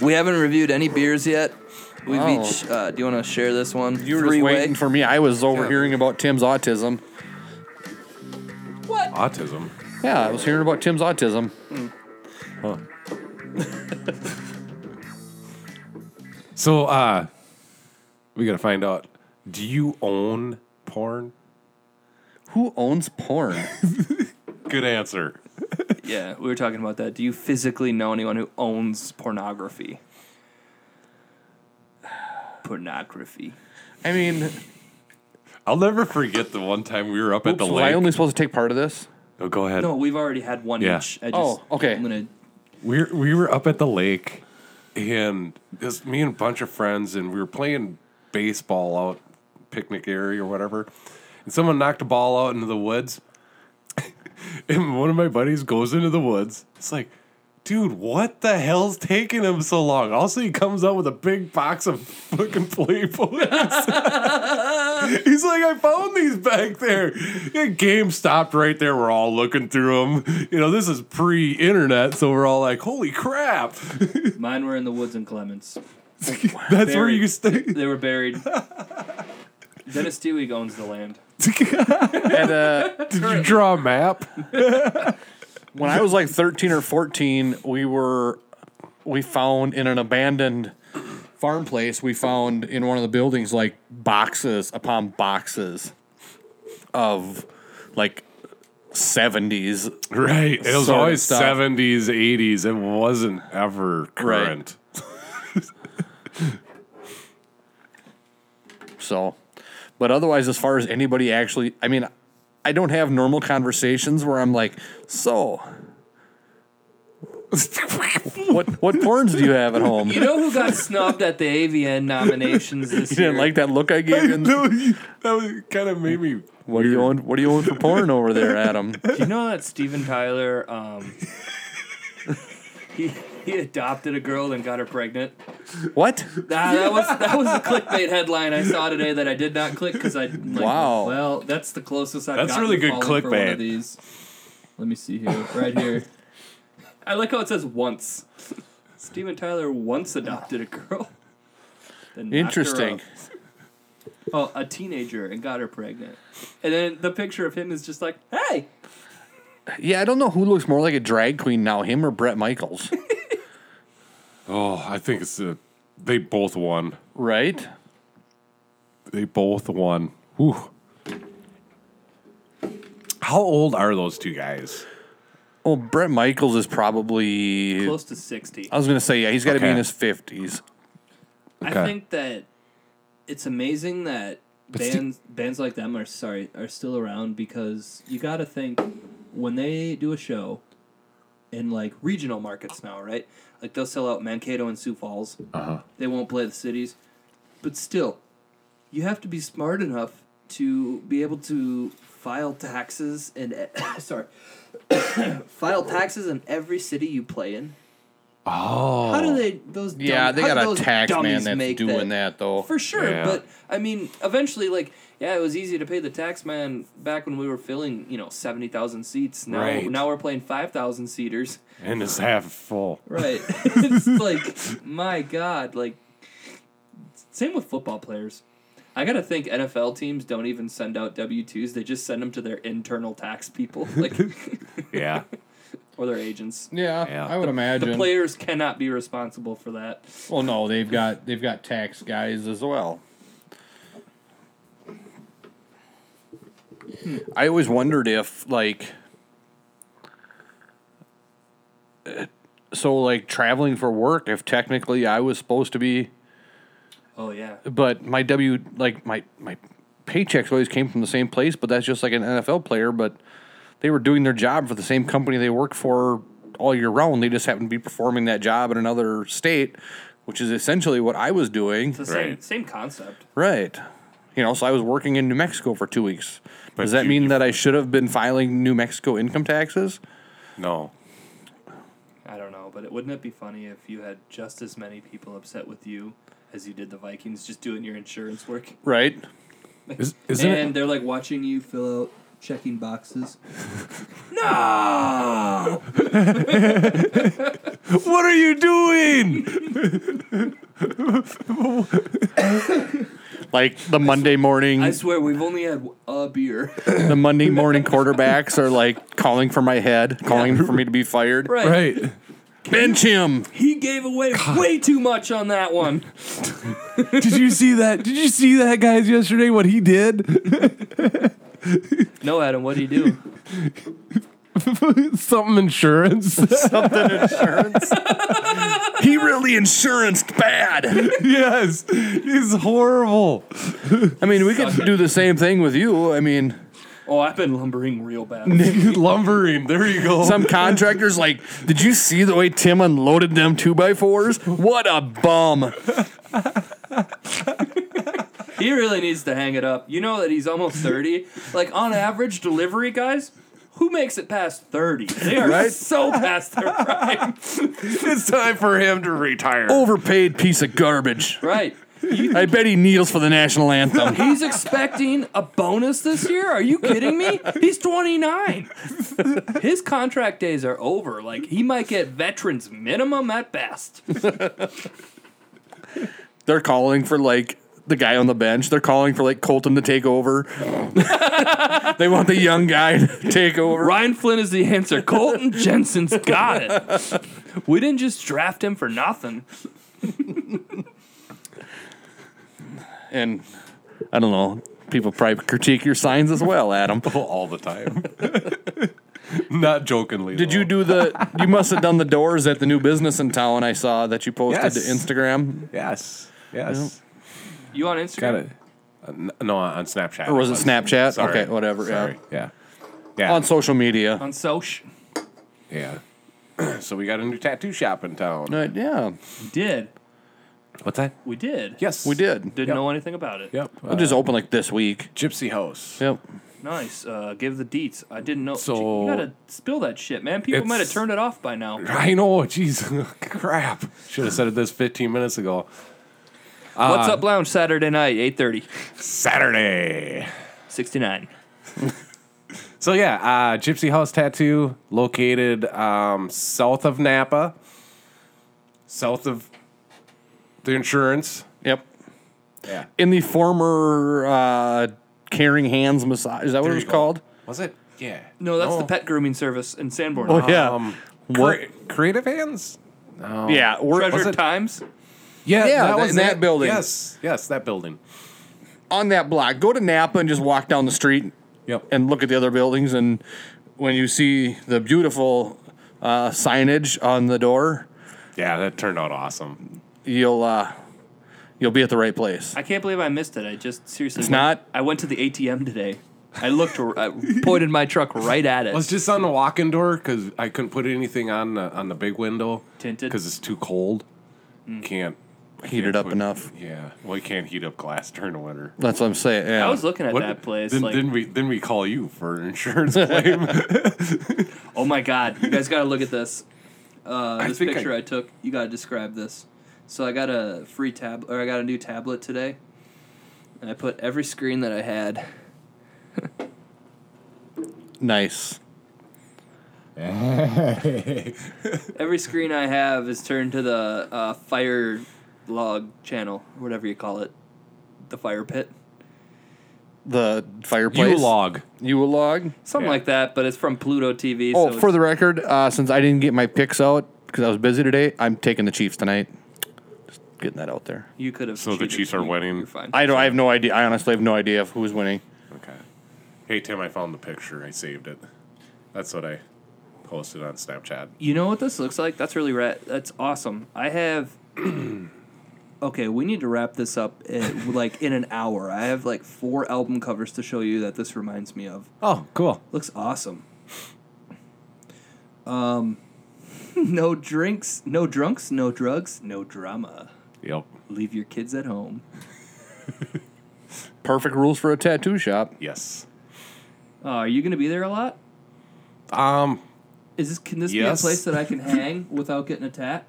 Speaker 2: We haven't reviewed any beers yet. We've
Speaker 1: Wow.
Speaker 2: each. Uh, do you want to share this one?
Speaker 1: You were just waiting for me. I was overhearing about Tim's autism.
Speaker 3: Autism.
Speaker 1: Yeah, I was hearing about Tim's autism.
Speaker 3: So uh we gotta find out. Do you own porn?
Speaker 1: Who owns porn?
Speaker 3: Good answer.
Speaker 2: (laughs) Yeah, we were talking about that. Do you physically know anyone who owns pornography? (sighs) Pornography.
Speaker 1: I mean,
Speaker 3: I'll never forget the one time we were up at
Speaker 1: oops,
Speaker 3: the
Speaker 1: was I
Speaker 3: lake.
Speaker 1: only supposed to take part of this?
Speaker 3: oh, go ahead.
Speaker 2: No, we've already had one
Speaker 3: Yeah.
Speaker 2: each. I just,
Speaker 1: Oh, okay.
Speaker 2: I'm gonna.
Speaker 3: We we were up at the lake, and just me and a bunch of friends, and we were playing baseball out picnic area or whatever, and someone knocked a ball out into the woods, (laughs) and one of my buddies goes into the woods. It's like, dude, what the hell's taking him so long? Also, he comes out with a big box of fucking Playboys. (laughs) He's like, I found these back there. The game stopped right there. We're all looking through them. You know, this is pre-internet, so we're all like, holy crap.
Speaker 2: Mine were in the woods in Clements.
Speaker 3: That's where you stay.
Speaker 2: They were buried. Dennis Steelig owns the land.
Speaker 1: And uh,
Speaker 3: Did you draw a map?
Speaker 1: when I was like 13 or 14, we were we found in an abandoned farm place, we found in one of the buildings like boxes upon boxes of like 70s
Speaker 3: Right. It was
Speaker 1: Sort of
Speaker 3: always
Speaker 1: stuff.
Speaker 3: 70s, 80s. It wasn't ever current.
Speaker 1: so but otherwise as far as anybody actually I mean I don't have normal conversations where I'm like, "So,
Speaker 3: (laughs)
Speaker 1: what what porns do you have at home?"
Speaker 2: You
Speaker 1: You
Speaker 2: know who got snubbed at the AVN nominations
Speaker 3: (laughs)
Speaker 2: this year?
Speaker 1: didn't like that look I gave you. in the-
Speaker 3: No, you- that was kind of made me.
Speaker 1: What do you own? What do you own for porn over there,
Speaker 2: (laughs)
Speaker 1: Adam?
Speaker 2: Do you know that Steven Tyler, um, he, he adopted a girl and got her pregnant?
Speaker 1: What?
Speaker 2: Nah, that was that was a clickbait headline I saw today that I did not click because I like,
Speaker 1: Wow.
Speaker 2: Well, that's the closest I've
Speaker 3: That's
Speaker 2: gotten
Speaker 3: really
Speaker 2: to
Speaker 3: good
Speaker 2: falling for one
Speaker 3: clickbait.
Speaker 2: of these. Let me see here, right here. I like how it says once. Steven Tyler once adopted a girl. then knocked her
Speaker 1: Interesting.
Speaker 2: up. Oh, a teenager and got her pregnant, and then the picture of him is just like, hey,
Speaker 1: Yeah, I don't know who looks more like a drag queen now, him or Brett
Speaker 2: (laughs)
Speaker 1: Michaels,
Speaker 3: Oh, I think it's a, they both won.
Speaker 1: right?
Speaker 3: They both won. Whew. How old are those two guys?
Speaker 1: Well, Brett Michaels is probably.
Speaker 2: close to sixty.
Speaker 1: I was gonna say yeah, he's got to be in
Speaker 3: Okay.
Speaker 1: his fifties.
Speaker 3: Okay.
Speaker 2: I think that it's amazing that
Speaker 3: sti-
Speaker 2: bands bands like them are sorry are still around because you got to think when they do a show in like regional markets now, right? Like they'll sell out Mankato and Sioux Falls. Uh-huh. They won't play the cities, but still, you have to be smart enough to be able to file taxes and e-, (coughs) sorry, file taxes in every city you play in.
Speaker 3: Oh,
Speaker 2: How do they those? Dumb,
Speaker 1: Yeah, they
Speaker 2: how do
Speaker 1: got a
Speaker 2: those
Speaker 1: tax man
Speaker 2: dummies
Speaker 1: that's
Speaker 2: make
Speaker 1: doing that, though.
Speaker 2: For sure,
Speaker 3: Yeah.
Speaker 2: but I mean, eventually, like, yeah, it was easy to pay the tax man back when we were filling, you know, seventy thousand seats. Now,
Speaker 3: Right.
Speaker 2: now we're playing five thousand seaters.
Speaker 3: and it's half full.
Speaker 2: Right. (laughs) it's like, my God, like, same with football players. I gotta think NFL teams don't even send out W twos; they just send them to their internal tax people, (laughs) like,
Speaker 3: Yeah,
Speaker 2: or their agents.
Speaker 1: Yeah,
Speaker 3: Yeah.
Speaker 1: I would imagine.
Speaker 2: The players cannot be responsible for that.
Speaker 1: well, no, they've got they've got tax guys as well. I always wondered if like. uh, So like traveling for work, if technically I was supposed to be
Speaker 2: Oh yeah.
Speaker 1: but my W like my my paychecks always came from the same place, but that's just like an NFL player, but they were doing their job for the same company they worked for all year round. They just happened to be performing that job in another state, which is essentially what I was doing.
Speaker 2: The same
Speaker 3: Right.
Speaker 2: same concept.
Speaker 1: Right. You know, so I was working in New Mexico for two weeks. Does that
Speaker 3: you-
Speaker 1: mean that I should have been filing New Mexico income taxes?
Speaker 3: no,
Speaker 2: I don't know, but it wouldn't it be funny if you had just as many people upset with you as you did the Vikings just doing your insurance work?
Speaker 1: Right.
Speaker 3: is, isn't
Speaker 2: and
Speaker 3: it?
Speaker 2: they're like watching you fill out checking (laughs) boxes. no!
Speaker 3: What are you doing?
Speaker 1: Like the Monday morning
Speaker 2: I swear we've only had a beer. (laughs)
Speaker 1: the Monday morning quarterbacks are like calling for my
Speaker 2: (laughs)
Speaker 1: head, calling for me to be fired.
Speaker 2: Right.
Speaker 3: right.
Speaker 1: Bench him.
Speaker 2: He gave away way too much on that one.
Speaker 3: Did you see that? Did you see that guys yesterday? What he did?
Speaker 2: (laughs) No, Adam, what'd he do?
Speaker 3: Something insurance.
Speaker 1: something insurance. (laughs) he really insuranced bad.
Speaker 3: (laughs) yes, it's horrible.
Speaker 1: I mean, we could do the same thing with you. I mean,
Speaker 2: (laughs) Oh, I've been lumbering real bad.
Speaker 3: (laughs) Lumbering. There you go.
Speaker 1: Some contractors like, did you see the way Tim unloaded them two by fours? What a bum!
Speaker 2: He really needs to hang it up. You know that he's almost (laughs) 30. Like, on average, delivery guys, who makes it past 30? They are
Speaker 1: Right?
Speaker 2: so past (laughs) their prime.
Speaker 3: (laughs) it's time for him to retire.
Speaker 1: Overpaid piece of garbage.
Speaker 2: right.
Speaker 1: I bet he kneels for the national anthem. (laughs)
Speaker 2: He's expecting a bonus this year? Are you kidding me? He's 29. His contract days are over. Like, he might get veterans minimum at best.
Speaker 1: They're calling for like the guy on the bench. They're calling for like Colton to take (laughs) over. they want the young guy to take over.
Speaker 2: Ryan Flynn is the answer. Colton Jensen's got it. We didn't just draft him for nothing.
Speaker 1: And I don't know. People probably critique your signs as well, Adam.
Speaker 3: all the time. (laughs) Not jokingly.
Speaker 1: Did you
Speaker 3: though.
Speaker 1: do the? You must have done the doors at the new business in town. I saw that you posted to
Speaker 3: Yes.
Speaker 1: Instagram,
Speaker 3: Yes. Yes.
Speaker 2: You on Instagram?
Speaker 3: Got it. Uh, n- no, on Snapchat.
Speaker 1: or was it Snapchat?
Speaker 3: Sorry.
Speaker 1: Okay, whatever.
Speaker 3: Sorry.
Speaker 1: Yeah.
Speaker 3: Yeah. Yeah.
Speaker 1: On social media.
Speaker 2: On social?
Speaker 3: yeah. (clears throat) so we got a new tattoo shop in town.
Speaker 1: Uh, yeah,
Speaker 2: We did.
Speaker 3: What's that?
Speaker 2: We did.
Speaker 3: Yes.
Speaker 1: we did.
Speaker 2: Didn't
Speaker 3: Yep.
Speaker 2: know anything about it.
Speaker 3: Yep. Uh,
Speaker 1: It just opened like this week.
Speaker 3: Gypsy House.
Speaker 1: Yep.
Speaker 2: Nice. Uh, give the deets. I didn't know.
Speaker 3: So-
Speaker 2: you gotta spill that shit, man. People
Speaker 3: It's-
Speaker 2: might have turned it off by now.
Speaker 3: I know. Jeez. (laughs) Crap. Should have said it this 15 minutes ago. Uh,
Speaker 2: What's up, lounge? Saturday night, eight thirty.
Speaker 3: Saturday.
Speaker 2: Sixty nine.
Speaker 3: So yeah, uh, Gypsy House Tattoo, located um, south of Napa, south of the insurance.
Speaker 1: Yep.
Speaker 3: Yeah,
Speaker 1: In the former uh, Caring Hands massage. Is that what it was called?
Speaker 3: Was it? Yeah.
Speaker 2: No, that's the pet grooming service in Sanborn.
Speaker 1: Oh yeah.
Speaker 3: Um,
Speaker 1: What-
Speaker 3: Cre- creative hands.
Speaker 1: yeah. We're
Speaker 2: Treasure
Speaker 3: it-
Speaker 2: Times.
Speaker 3: Yeah,
Speaker 1: Yeah, that- in that building.
Speaker 3: Yes, yes, that building.
Speaker 1: on that block. Go to Napa and just walk down the street
Speaker 3: Yep.
Speaker 1: and look at the other buildings. And when you see the beautiful uh, signage on the door,
Speaker 3: yeah, that turned out awesome.
Speaker 1: you'll uh, you'll be at the right place.
Speaker 2: I can't believe I missed it. I just seriously. It's
Speaker 1: not-
Speaker 2: I went to the ATM today. I looked. r-
Speaker 3: (laughs)
Speaker 2: I pointed my truck right at it.
Speaker 3: I was just on the walk-in door because I couldn't put anything on the, on the big window
Speaker 2: Tinted? Mm.
Speaker 3: because it's too cold. Can't
Speaker 1: Heat it up enough.
Speaker 3: Yeah, well, you can't heat up glass (laughs) during the winter.
Speaker 1: That's what I'm saying. Yeah.
Speaker 2: I was looking at
Speaker 3: What-
Speaker 2: that place.
Speaker 3: Then,
Speaker 2: like,
Speaker 3: then we then we call you for an insurance (laughs) claim.
Speaker 2: oh my god, you guys gotta look at
Speaker 3: (laughs)
Speaker 2: this. Uh, this
Speaker 3: think I-
Speaker 2: picture I took. You gotta describe this. So I got a free tab, or I got a new tablet today, and I put every screen that I had.
Speaker 1: nice.
Speaker 2: Every screen I have is turned to the uh, fire log channel, whatever you call it, the fire pit,
Speaker 1: The fireplace.
Speaker 3: you log.
Speaker 1: You will log.
Speaker 2: something
Speaker 3: Yeah.
Speaker 2: like that. But it's from Pluto TV.
Speaker 1: Oh,
Speaker 2: so
Speaker 1: for
Speaker 2: it's-
Speaker 1: the record, uh, since I didn't get my picks out because I was busy today, I'm taking the Chiefs tonight. Just getting that out there.
Speaker 2: you could have.
Speaker 3: So the
Speaker 2: cheated.
Speaker 3: Chiefs are
Speaker 2: You-
Speaker 3: winning.
Speaker 2: You're fine.
Speaker 1: I don't. I have no idea. I honestly have no idea of who's winning.
Speaker 3: Okay. Hey Tim, I found the picture. I saved it. That's what I posted on Snapchat.
Speaker 2: You know what this looks like? That's really rad. That's awesome. I have. (clears throat) okay, we need to wrap this up in, like in an hour. I have like four album covers to show you that this reminds me of.
Speaker 3: Oh, cool.
Speaker 2: Looks awesome. Um, (laughs) no drinks, no drunks, no drugs, no drama.
Speaker 3: Yep.
Speaker 2: Leave your kids at home.
Speaker 1: Perfect rules for a tattoo shop.
Speaker 3: Yes.
Speaker 2: Uh, are you gonna be there a lot?
Speaker 3: Um.
Speaker 2: Is this can this
Speaker 3: Yes.
Speaker 2: be a place that I can hang without getting a tat?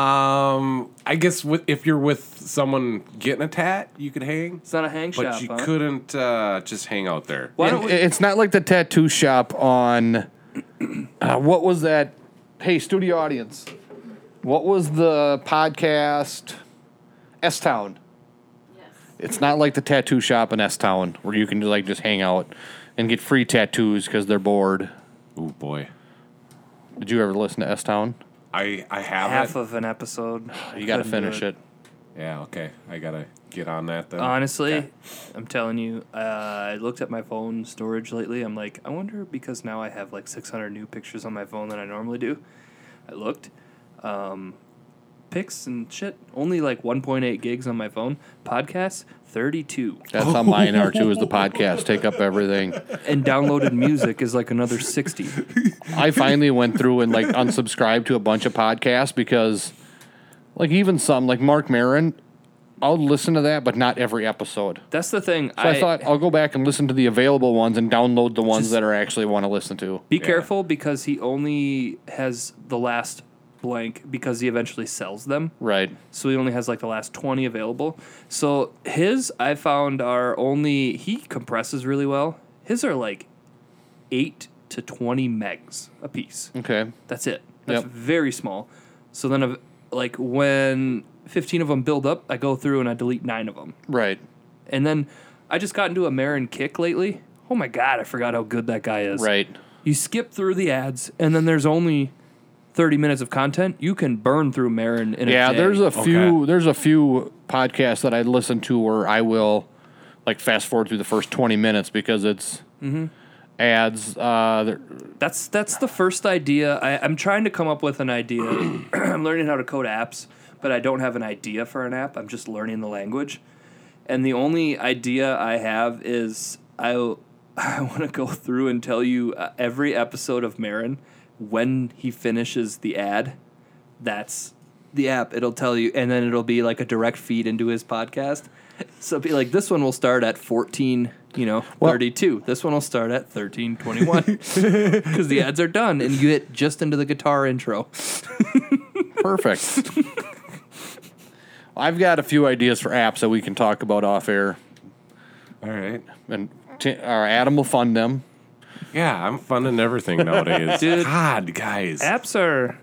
Speaker 3: Um. I guess with, if you're with someone getting a tat, you could hang,
Speaker 2: It's not a hang
Speaker 3: but
Speaker 2: shop.
Speaker 3: you
Speaker 2: huh?
Speaker 3: couldn't uh, just hang out there.
Speaker 2: Why
Speaker 1: And
Speaker 2: don't we?
Speaker 1: it's not like the tattoo shop on uh, what was that? Hey, studio audience, what was the podcast S Town? It's not like the tattoo shop in S Town where you can like just hang out and get free tattoos because they're bored.
Speaker 3: Oh boy.
Speaker 1: Did you ever listen to S Town?
Speaker 3: I I have
Speaker 2: half
Speaker 3: it.
Speaker 2: of an episode.
Speaker 1: You got to
Speaker 2: Couldn't do
Speaker 1: finish it.
Speaker 3: yeah. Okay. I gotta get on that then.
Speaker 2: Honestly,
Speaker 3: Okay.
Speaker 2: I'm telling you, uh, I looked at my phone storage lately. I'm like, I wonder because now I have like 600 new pictures on my phone than I normally do. I looked. Um, picks and shit. Only like 1.8 gigs on my phone. Podcasts, 32.
Speaker 1: That's how mine are too. Is
Speaker 2: (laughs)
Speaker 1: the podcast take up everything?
Speaker 2: And downloaded music is like another 60.
Speaker 1: I finally went through and like unsubscribed to a bunch of podcasts because, like, even some like Mark Marin, I'll listen to that, but not every episode.
Speaker 2: That's the thing.
Speaker 1: So I, thought I'll go back and listen to the available ones and download the ones
Speaker 2: Just-
Speaker 1: that are actually want to listen to.
Speaker 2: Be careful because he only has the last blank because he eventually sells them.
Speaker 1: Right.
Speaker 2: So he only has like the last 20 available. So his, I found, are only, he compresses really well. His are like 8 to 20 megs a piece.
Speaker 1: Okay.
Speaker 2: That's it. That's
Speaker 1: Yep.
Speaker 2: very small. So then, I've- like, when 15 of them build up, I go through and I delete nine of them.
Speaker 1: Right.
Speaker 2: And then I just got into a Marin kick lately. Oh my God, I forgot how good that guy is.
Speaker 1: Right.
Speaker 2: You skip through the ads, and then there's only 30 minutes of content. You can burn through Marin in
Speaker 1: Yeah,
Speaker 2: a day.
Speaker 1: there's a few
Speaker 3: Okay.
Speaker 1: there's a few podcasts that I listen to where I will like fast forward through the first 20 minutes because it's ads uh there-
Speaker 2: That's that's the first idea. I, I'm trying to come up with an idea. (clears throat) I'm learning how to code apps, but I don't have an idea for an app. I'm just learning the language, and the only idea I have is I (laughs) I want to go through and tell you uh, every episode of Marin when he finishes the ad. That's the app. It'll tell you, and then it'll be like a direct feed into his podcast. So it'll be like this one will start at 14, you know, 32. This one will start at 1321 because the ads are done and you hit just into the guitar intro.
Speaker 1: perfect. (laughs) I've got a few ideas for apps that we can talk about off air
Speaker 3: All right.
Speaker 1: and t- our Adam will fund them.
Speaker 3: Yeah, I'm funding everything
Speaker 2: (laughs)
Speaker 3: nowadays.
Speaker 2: Dude.
Speaker 3: God, guys,
Speaker 2: Apps are,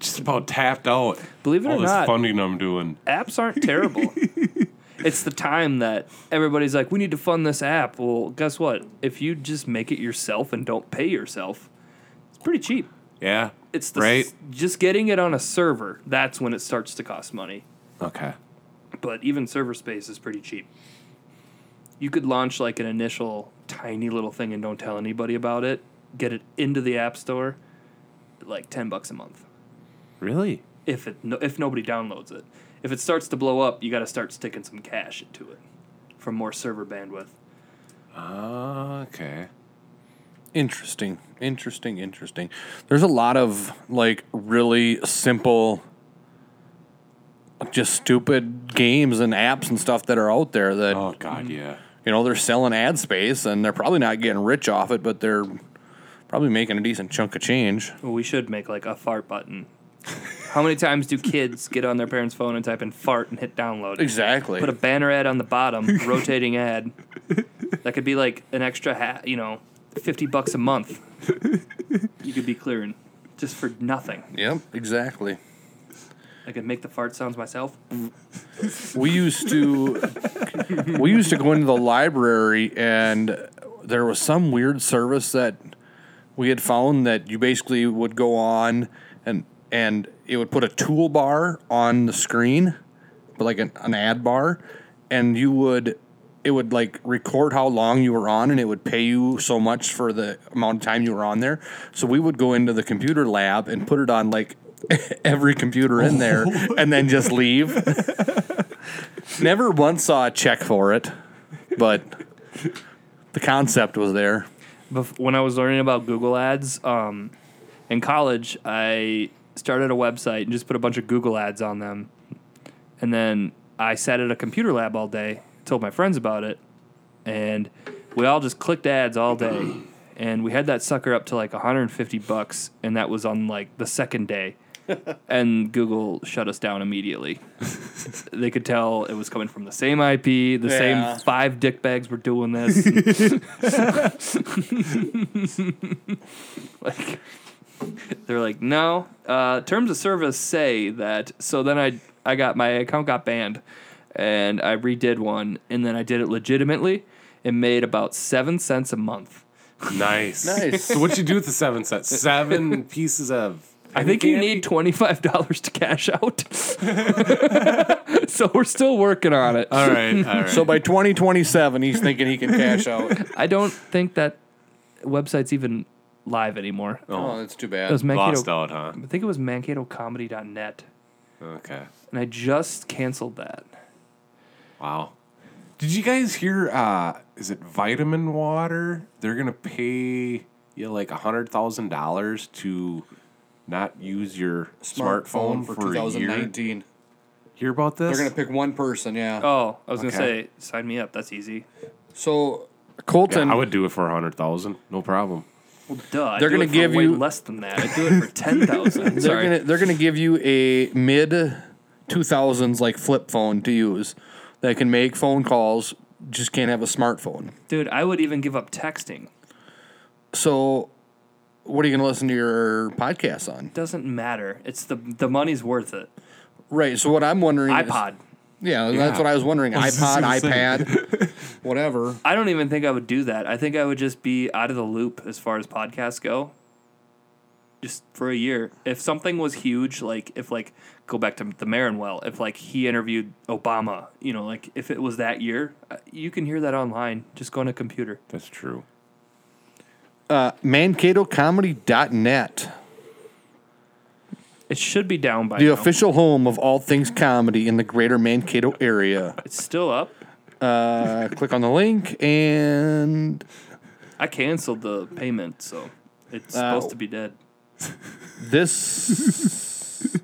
Speaker 3: just about tapped out.
Speaker 2: Believe it
Speaker 3: All
Speaker 2: or
Speaker 3: this
Speaker 2: not-
Speaker 3: funding I'm doing.
Speaker 2: apps aren't
Speaker 3: (laughs)
Speaker 2: terrible. it's the time that everybody's like, we need to fund this app. Well, guess what? If you just make it yourself and don't pay yourself, it's pretty cheap.
Speaker 3: Yeah.
Speaker 2: It's the
Speaker 3: right.
Speaker 2: s- just getting it on a server. That's when it starts to cost money.
Speaker 3: Okay.
Speaker 2: But even server space is pretty cheap. You could launch like an initial tiny little thing and don't tell anybody about it. Get it into the app store, like ten bucks a month.
Speaker 3: Really?
Speaker 2: if it no, if nobody downloads it. If it starts to blow up, you got to start sticking some cash into it from more server bandwidth.
Speaker 3: Okay.
Speaker 1: Interesting. Interesting, interesting. There's a lot of like really simple just stupid games and apps and stuff that are out there that
Speaker 3: Oh
Speaker 2: Mm.
Speaker 3: God, yeah.
Speaker 1: you know they're selling ad space and they're probably not getting rich off it but they're probably making a decent chunk of change
Speaker 2: Well, we should make like a fart button. How many times do kids get on their parents' phone and type in fart and hit download?
Speaker 1: exactly
Speaker 2: Put a banner ad on the bottom, rotating ad. That could be like an extra hat, you know, fifty bucks a month. You could be clearing just for nothing.
Speaker 1: yep exactly
Speaker 2: I could make the fart sounds myself.
Speaker 1: we used to we used to go into the library and there was some weird service that we had found that you basically would go on and and it would put a toolbar on the screen but like an, an ad bar and you would it would like record how long you were on and it would pay you so much for the amount of time you were on there so we would go into the computer lab and put it on like (laughs) every computer in there and then just leave Never once saw a check for it, but the concept was there.
Speaker 2: bef- when I was learning about Google Ads um, in college, I started a website and just put a bunch of Google Ads on them. And then I sat at a computer lab all day, told my friends about it, and we all just clicked ads all day. And we had that sucker up to like 150 bucks, and that was on like the second day. and Google shut us down immediately. they could tell it was coming from the same IP, the
Speaker 1: Yeah.
Speaker 2: same five dickbags were doing this. (laughs) like they're like no uh, terms of service say that so then i i got my account got banned and i redid one and then i did it legitimately and made about seven cents a month
Speaker 3: Nice.
Speaker 1: Nice.
Speaker 3: so what you do with the seven
Speaker 2: (laughs)
Speaker 3: sets? Seven pieces of.
Speaker 2: i think you need $25 to cash (laughs) out so we're still working on it
Speaker 3: All right. All
Speaker 2: (laughs)
Speaker 3: right.
Speaker 1: So by 2027, he's thinking he can cash (laughs) out.
Speaker 2: i don't think that website's even live anymore it
Speaker 1: Oh, that's too bad.
Speaker 2: was
Speaker 3: lost
Speaker 2: mankato
Speaker 3: out, huh?
Speaker 2: i think it was mankatocomedy.net
Speaker 3: Okay.
Speaker 2: and I just canceled that.
Speaker 3: Wow. Did you guys hear? Uh, is it Vitamin Water? They're gonna pay you like a hundred thousand dollars to not use your smartphone, for, a year.
Speaker 1: 2019.
Speaker 3: Hear about this?
Speaker 1: They're gonna pick one person, yeah.
Speaker 2: Oh, I was gonna
Speaker 3: Okay.
Speaker 2: say, sign me up. That's easy.
Speaker 1: so Colton,
Speaker 3: yeah, I would do it for a hundred thousand. No problem.
Speaker 2: Well, duh. I
Speaker 1: They're
Speaker 2: do
Speaker 1: gonna
Speaker 2: it for
Speaker 1: give
Speaker 2: way
Speaker 1: you-
Speaker 2: less than that. I do it for (laughs) ten thousand.
Speaker 1: they're
Speaker 2: Sorry.
Speaker 1: gonna they're gonna give you a mid two thousands like flip phone to use that can make phone calls, just can't have a smartphone.
Speaker 2: Dude, I would even give up texting.
Speaker 1: So what are you gonna listen to your podcast on?
Speaker 2: Doesn't matter. It's the the money's worth it.
Speaker 1: Right. So what I'm wondering is-
Speaker 2: iPod.
Speaker 1: yeah, that's what I was wondering. iPod, iPad,
Speaker 2: (laughs)
Speaker 1: whatever.
Speaker 2: I don't even think I would do that. I think I would just be out of the loop as far as podcasts go. Just for a year. If something was huge, like if like go back to the Marinwell, if like he interviewed Obama, you know, like if it was that year, uh, you can hear that online. Just go on a computer.
Speaker 3: That's true.
Speaker 1: MankatoComedy.net,
Speaker 2: It should be down by
Speaker 1: the
Speaker 2: now.
Speaker 1: official home of all things comedy in the greater Mankato area.
Speaker 2: It's still up.
Speaker 1: Uh, click on the link and
Speaker 2: I canceled the payment, so
Speaker 1: Uh,
Speaker 2: it's supposed to be dead. (laughs)
Speaker 1: this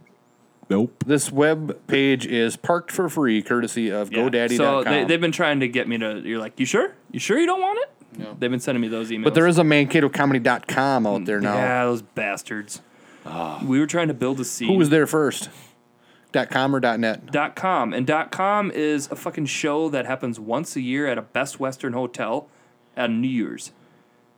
Speaker 3: Nope.
Speaker 1: this web page is parked for free courtesy of
Speaker 2: Yeah.
Speaker 1: GoDaddy.com.
Speaker 2: So they, they've been trying to get me to. You're like, you sure? You sure you don't want it?
Speaker 1: No.
Speaker 2: They've been sending me those emails.
Speaker 1: but there is a MankatoComedy.com out there now.
Speaker 2: Mm, Yeah, those bastards. we were trying to build a scene.
Speaker 1: Who was there first? Dot .com or dot .net?
Speaker 2: dot com and dot com is a fucking show that happens once a year at a Best Western hotel on New Year's,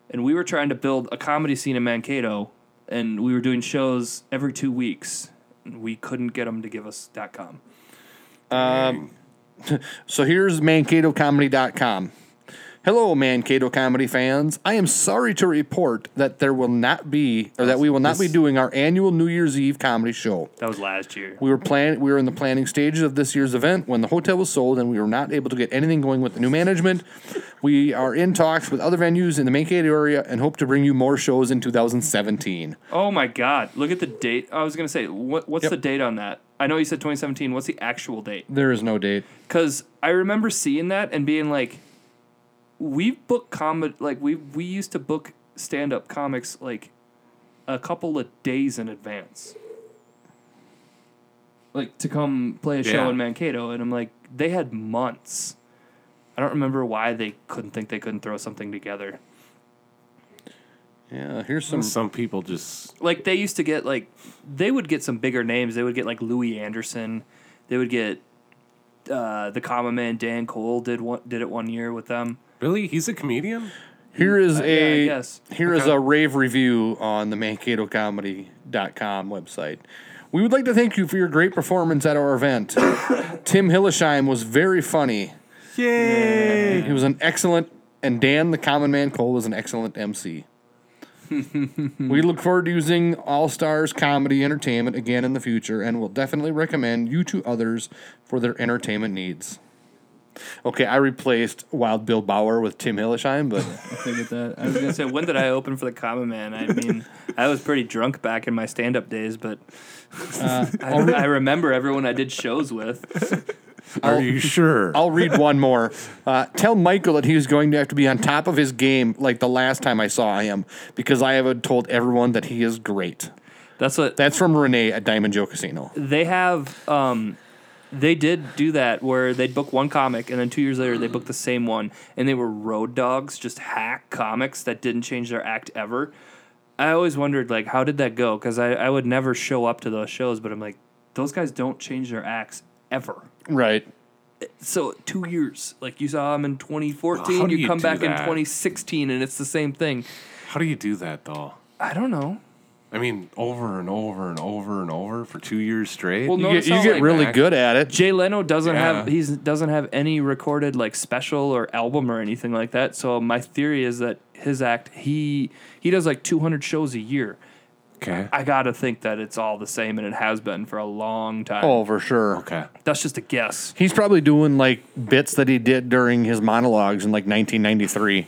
Speaker 2: and we were trying to build a comedy scene in Mankato, and we were doing shows every two weeks. and We couldn't get them to give us dot com.
Speaker 1: So here's MankatoComedy.com. Hello, Mankato comedy fans. I am sorry to report that there will not be, or that we will not be doing our annual New Year's Eve comedy show.
Speaker 2: That was last year.
Speaker 1: We were plan- we were in the planning stages of this year's event when the hotel was sold, and we were not able to get anything going with the new management. We are in talks with other venues in the Mankato area and hope to bring you more shows in 2017.
Speaker 2: Oh my God! Look at the date. I was gonna say, what, what's
Speaker 1: Yep.
Speaker 2: the date on that? I know you said 2017. What's the actual date?
Speaker 1: There is no date.
Speaker 2: Because I remember seeing that and being like, we book comedy like we we used to book stand up comics like a couple of days in advance, like to come play a show
Speaker 3: Yeah.
Speaker 2: in Mankato, and I'm like, they had months. I don't remember why they couldn't think they couldn't throw something together.
Speaker 1: Yeah, here's some.
Speaker 3: Some people just
Speaker 2: like they used to get like they would get some bigger names. They would get like Louis Anderson. They would get uh, the common man Dan Cole did one did it one year with them.
Speaker 3: really. He's a comedian.
Speaker 1: Here is
Speaker 2: Uh, yeah, I
Speaker 1: a
Speaker 2: guess.
Speaker 1: here is a rave review on the MankatoComedy.com website. We would like to thank you for your great performance at our event. (coughs) Tim Hillesheim was very funny. Yay! He was an excellent, and Dan the Common Man Cole was an excellent
Speaker 2: (laughs)
Speaker 1: MC. we look forward to using All Stars Comedy Entertainment again in the future, and will definitely recommend you to others for their entertainment needs. Okay, I replaced Wild Bill Bauer with Tim Hillesheim, but.
Speaker 4: I figured that. I was gonna
Speaker 2: So when did I open for the common man? I mean, I was pretty drunk back in my stand up days, but (laughs) I, I remember everyone I did shows with.
Speaker 3: Are
Speaker 1: (laughs)
Speaker 3: you sure?
Speaker 1: I'll read one more. Uh, tell Michael that he's going to have to be on top of his game like the last time I saw him because I have told everyone that he is great.
Speaker 2: That's what
Speaker 1: That's from Renee at Diamond Joe Casino.
Speaker 2: they have um they did do that where they'd book one comic and then two years later they booked the same one and they were road dogs just hack comics that didn't change their act ever i always wondered like how did that go because I, I would never show up to those shows but i'm like those guys don't change their acts ever
Speaker 1: Right.
Speaker 2: so two years like you saw them in 2014
Speaker 3: How do
Speaker 2: you,
Speaker 3: you
Speaker 2: come
Speaker 3: do
Speaker 2: back in
Speaker 3: that?
Speaker 2: 2016 and it's the same thing
Speaker 3: How do you do that though?
Speaker 2: i don't know
Speaker 3: I mean, over and over and over and over for two years straight.
Speaker 2: Well,
Speaker 1: You
Speaker 2: No,
Speaker 1: get,
Speaker 2: it's
Speaker 1: you
Speaker 2: not
Speaker 1: get
Speaker 2: like
Speaker 1: really
Speaker 3: that.
Speaker 1: good at it.
Speaker 2: Jay Leno doesn't
Speaker 3: Yeah.
Speaker 2: have he's doesn't have any recorded like special or album or anything like that. So my theory is that his act he he does like 200 shows a year.
Speaker 3: okay.
Speaker 2: I got to think that it's all the same and it has been for a long time.
Speaker 1: Oh, for sure.
Speaker 3: okay.
Speaker 2: That's just a guess.
Speaker 1: He's probably doing like bits that he did during his monologues in like 1993.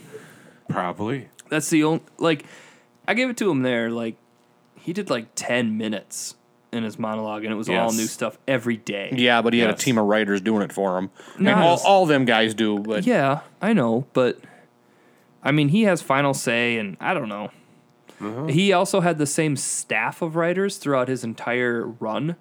Speaker 3: Probably.
Speaker 2: That's the only like I gave it to him there like he did like 10 minutes in his monologue, and it was all
Speaker 3: Yes.
Speaker 2: new stuff every day.
Speaker 1: Yeah, but he had a
Speaker 3: Yes.
Speaker 1: team of writers doing it for him. I mean,
Speaker 2: Nice.
Speaker 1: all, all them guys do, but
Speaker 2: Yeah, I know, but I mean, he has final say, and I don't know. He also had the same staff of writers throughout his entire run,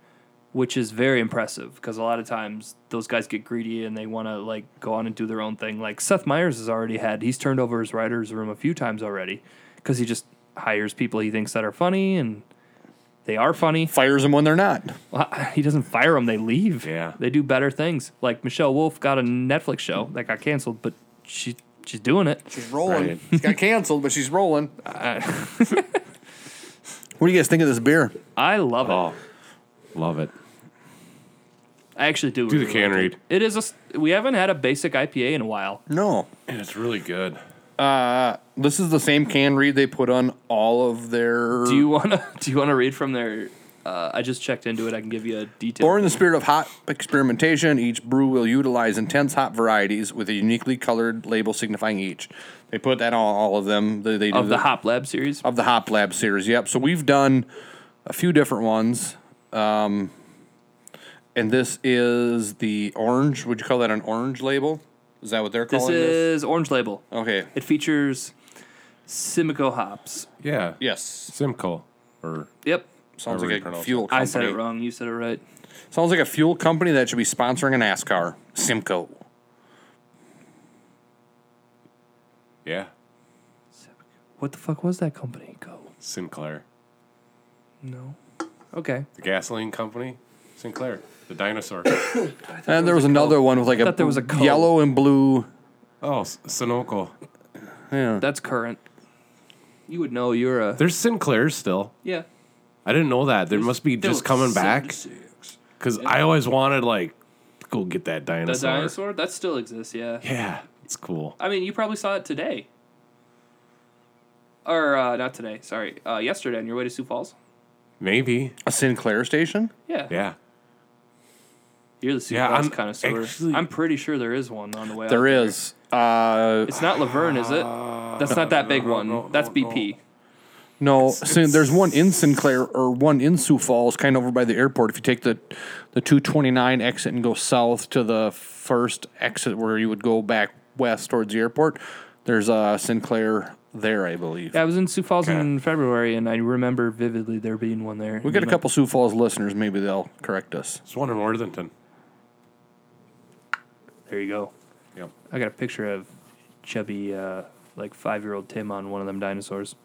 Speaker 2: which is very impressive because a lot of times those guys get greedy and they want to like go on and do their own thing. Like Seth Meyers has already had, he's turned over his writers' room a few times already because he just hires people he thinks that are funny and they are funny.
Speaker 1: fires them when they're not.
Speaker 2: Well, he doesn't fire them; they leave.
Speaker 3: Yeah.
Speaker 2: they do better things. Like Michelle Wolf got a Netflix show that got canceled, but she she's doing it.
Speaker 1: She's rolling.
Speaker 3: Right.
Speaker 1: She got canceled, but she's
Speaker 3: (laughs)
Speaker 1: rolling. what do you guys think of this beer?
Speaker 2: I love
Speaker 3: Oh,
Speaker 2: it.
Speaker 3: love it.
Speaker 2: I actually do.
Speaker 3: Do the
Speaker 2: really
Speaker 3: can
Speaker 2: like it.
Speaker 3: read.
Speaker 2: It is a. s- We haven't had a basic IPA in a while.
Speaker 1: No.
Speaker 3: And it's really good.
Speaker 1: This is the same can read they put on all of their.
Speaker 2: Do you wanna (laughs) Do you wanna read from their? Uh, I just checked into it. I can give you a detail.
Speaker 1: Or in the spirit of hop experimentation, each brew will utilize intense hop varieties with a uniquely colored label signifying each. They put that on all of them. They, they do
Speaker 2: of the Hop Lab series.
Speaker 1: of the Hop Lab series. Yep. So we've done a few different ones. Um, and this is the orange. Would you call that an orange label? Is that what they're
Speaker 2: This
Speaker 1: calling this?
Speaker 2: is Orange Label.
Speaker 1: Okay.
Speaker 2: It features Simico hops.
Speaker 3: Yeah.
Speaker 1: Yes.
Speaker 3: Simcoe. Or
Speaker 2: Yep.
Speaker 1: Sounds
Speaker 3: However you
Speaker 1: like a
Speaker 3: pronounce
Speaker 1: fuel company.
Speaker 2: I said it wrong. You said it right.
Speaker 1: Sounds like a fuel company that should be sponsoring a NASCAR. Simco.
Speaker 3: yeah,
Speaker 2: What the fuck was that company? Go.
Speaker 3: Sinclair.
Speaker 2: No. Okay.
Speaker 3: The gasoline company, Sinclair. The dinosaur.
Speaker 1: And there was, another one with like a,
Speaker 2: thought there was a Coke.
Speaker 1: yellow and blue.
Speaker 3: (coughs) oh, S- Sunoco.
Speaker 2: That's current. You would know you're a
Speaker 3: There's Sinclairs still.
Speaker 2: yeah.
Speaker 3: I didn't know that. There must be just coming back. Because I always wanted, like, to go get that
Speaker 2: The
Speaker 3: dinosaur.
Speaker 2: dinosaur that still exists. Yeah.
Speaker 3: Yeah, it's cool.
Speaker 2: I mean, you probably saw it today, or uh, not today. Sorry, uh, yesterday on your way to Sioux Falls.
Speaker 3: Maybe.
Speaker 1: A Sinclair station?
Speaker 2: Yeah.
Speaker 3: Yeah.
Speaker 2: You're the Sioux
Speaker 3: Yeah,
Speaker 2: Falls
Speaker 3: I'm
Speaker 2: kind of sewer.
Speaker 3: actually-
Speaker 2: I'm pretty sure there is one on the way.
Speaker 1: There
Speaker 2: out.
Speaker 1: is. Uh,
Speaker 2: It's not Laverne, is it? That's not that big one. That's BP.
Speaker 1: no, Sin- there's one in Sinclair or one in Sioux Falls, kind of over by the airport. If you take the the 229 exit and go south to the first exit where you would go back west towards the airport, there's a Sinclair there, I believe.
Speaker 2: Yeah, I was in Sioux Falls in
Speaker 3: in
Speaker 2: February, and I remember vividly there being one there.
Speaker 1: We got a couple Sioux Falls listeners. Maybe they'll correct us.
Speaker 3: It's one in Worthington.
Speaker 2: There you go.
Speaker 3: Yep.
Speaker 2: I got a picture of chubby, uh, like five year old Tim on one of them dinosaurs.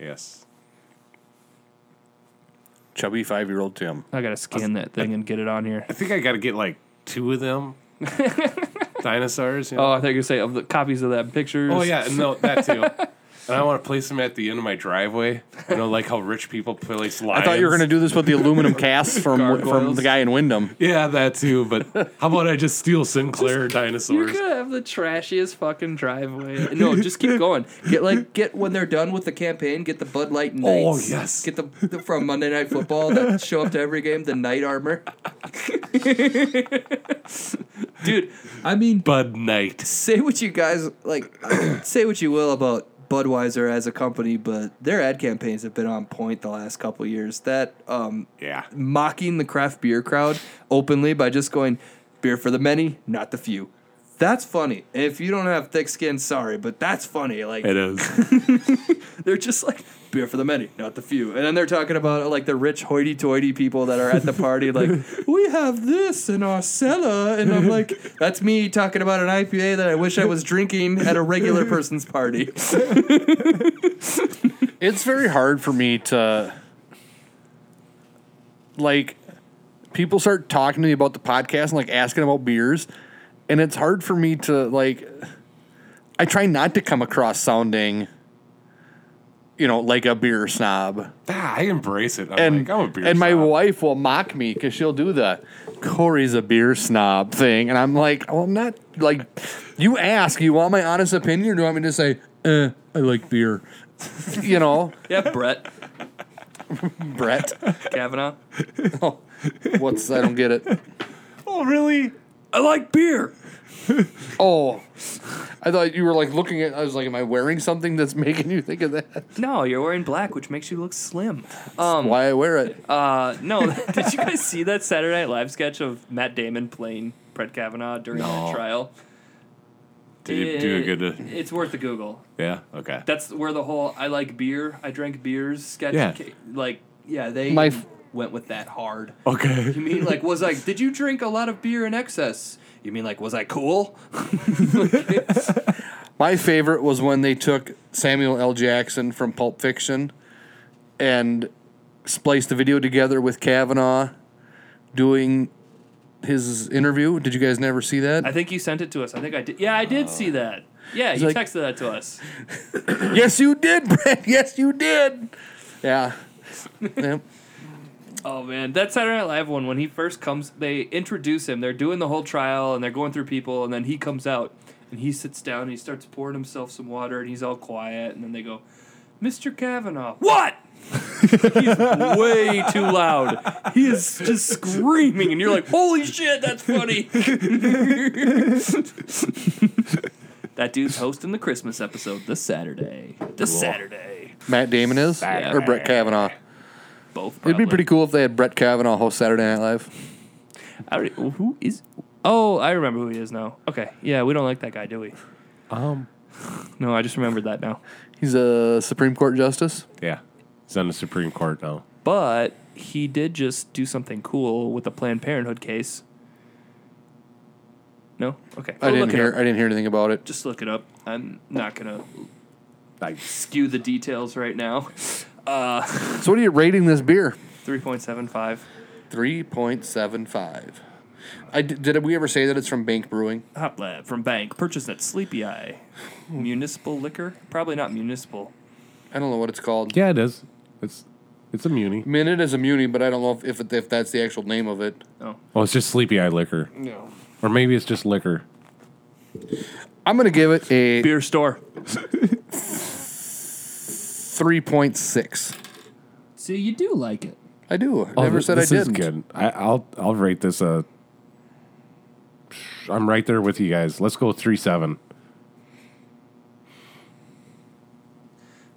Speaker 3: Yes.
Speaker 1: Chubby five year old Tim.
Speaker 2: I gotta scan that thing and get it on here.
Speaker 3: I think I got to get, like, two of (laughs) them dinosaurs. You know?
Speaker 2: Oh, I thought you were say of the copies of that pictures.
Speaker 3: Oh yeah, no, that too. (laughs) and I want to place them at the end of my driveway. You know, like how rich people place lions.
Speaker 1: I thought you were going to do this with the aluminum casts from from
Speaker 3: Gargoyles.
Speaker 1: the guy in Wyndham.
Speaker 3: Yeah, that too. But how about I just steal Sinclair
Speaker 2: You're
Speaker 3: dinosaurs?
Speaker 2: gonna have the trashiest fucking driveway. No, just keep going.
Speaker 5: Get like get when they're done with the campaign, get the Bud Light
Speaker 3: Oh,
Speaker 5: Knights.
Speaker 3: yes.
Speaker 5: Get the, the from Monday Night Football that show up to every game, the Knight Armor. (laughs)
Speaker 2: Dude,
Speaker 5: I mean,
Speaker 3: Bud Knight.
Speaker 5: say what you guys like (clears throat) say what you will about Budweiser as a company, but their ad campaigns have been on point the last couple years. That um
Speaker 3: Yeah.
Speaker 5: mocking the craft beer crowd openly by just going beer for the many, not the few. That's funny. And if you don't have thick skin, sorry, but that's funny. Like
Speaker 3: It (laughs) is.
Speaker 5: they're just like beer for the many, not the few. And then they're talking about like the rich hoity-toity people that are at the party, like we have this in our cellar, and I'm like, that's me talking about an IPA that I wish I was drinking at a regular person's party.
Speaker 1: It's very hard for me to like people start talking to me about the podcast and like asking about beers and it's hard for me to like I try not to come across sounding you know like a beer snob.
Speaker 3: ah, I embrace it. I'm
Speaker 1: And
Speaker 3: like, I'm a beer.
Speaker 1: and my
Speaker 3: snob.
Speaker 1: wife will mock me cuz she'll do the Corey's a beer snob thing and I'm like, "Well, I'm not like you ask, you want my honest opinion or do you want me to say, "Uh, I like beer." you know,
Speaker 2: (laughs) yeah, Brett
Speaker 1: (laughs) Brett.
Speaker 2: Kavanaugh.
Speaker 1: What's I don't get it.
Speaker 3: Oh really?
Speaker 2: I like beer.
Speaker 1: Oh, I thought you were like looking at. I was like, am I wearing something that's making you think of that?
Speaker 2: No, you're wearing black, which makes you look slim. Um,
Speaker 1: Why I wear it?
Speaker 2: uh, no, (laughs) did you guys see that Saturday Night Live sketch of Matt Damon playing Brett Kavanaugh during the trial?
Speaker 3: Did you do a good? uh,
Speaker 2: It's worth the Google.
Speaker 3: Yeah. Okay.
Speaker 2: That's where the whole "I like beer, I drank beers" sketch.
Speaker 3: Yeah.
Speaker 2: ca- Like, yeah, they
Speaker 1: My f-
Speaker 5: went with that hard.
Speaker 3: Okay.
Speaker 5: You mean like was like did you drink a lot of beer in excess? You mean like was I cool?
Speaker 1: My favorite was when they took Samuel L. Jackson from Pulp Fiction and spliced the video together with Kavanaugh doing his interview. Did you guys never see that?
Speaker 2: I think you sent it to us. I think I did. Yeah, I did
Speaker 3: Oh.
Speaker 2: see that. Yeah, you
Speaker 1: like-
Speaker 2: texted that to us.
Speaker 1: yes, you did, (laughs) Brett. Yes, you did. Yeah. Yep.
Speaker 2: Oh man, that Saturday Night Live one when he first comes, they introduce him. They're doing the whole trial and they're going through people, and then he comes out and he sits down and he starts pouring himself some water and he's all quiet, and then they go, "Mr. Kavanaugh, what?" (laughs) he's way too loud. He is just screaming, and you're like, "Holy shit, that's
Speaker 1: (laughs)
Speaker 2: funny!" that dude's hosting the Christmas episode this Saturday. This Saturday,
Speaker 1: Matt Damon is?
Speaker 2: Yeah.
Speaker 1: Or Brett Kavanaugh?
Speaker 2: both.
Speaker 1: It'd be
Speaker 2: probably.
Speaker 1: pretty cool if they had Brett Kavanaugh host Saturday Night Live.
Speaker 2: I already, who is? Oh, I remember who he is now. Okay, yeah, we don't like that guy, do we?
Speaker 1: Um,
Speaker 2: (sighs) No, I just remembered that now.
Speaker 1: He's a Supreme Court justice.
Speaker 3: Yeah. He's on the Supreme Court now.
Speaker 2: But he did just do something cool with the Planned Parenthood case. No, okay.
Speaker 1: I
Speaker 2: Go
Speaker 1: didn't
Speaker 2: Oh, look it
Speaker 1: hear.
Speaker 2: up.
Speaker 1: I didn't hear anything about it.
Speaker 2: Just look it up. I'm not gonna
Speaker 3: Like,
Speaker 2: skew the details right now. (laughs) Uh,
Speaker 1: So, what are you rating this beer?
Speaker 2: three point seven five.
Speaker 1: Three point seven five. I d- did we ever say that it's from Bank Brewing?
Speaker 2: Hop Lab from Bank purchased at Sleepy Eye. Municipal liquor, probably not municipal.
Speaker 1: I don't know what it's called.
Speaker 3: yeah, it is. It's it's a muni.
Speaker 1: I mean, it is a muni, but I don't know if if, it, if that's the actual name of it.
Speaker 3: Oh, it's just sleepy eye liquor,
Speaker 1: No.
Speaker 3: or maybe it's just liquor.
Speaker 1: I'm gonna give it a
Speaker 2: Beer store.
Speaker 1: three point six.
Speaker 5: So you do like it.
Speaker 1: I do. I
Speaker 3: Oh,
Speaker 1: Never
Speaker 3: th-
Speaker 1: said I
Speaker 3: this
Speaker 1: didn't.
Speaker 3: Is good. I, I'll I'll rate this a. I'm right there with you guys. Let's go three seven.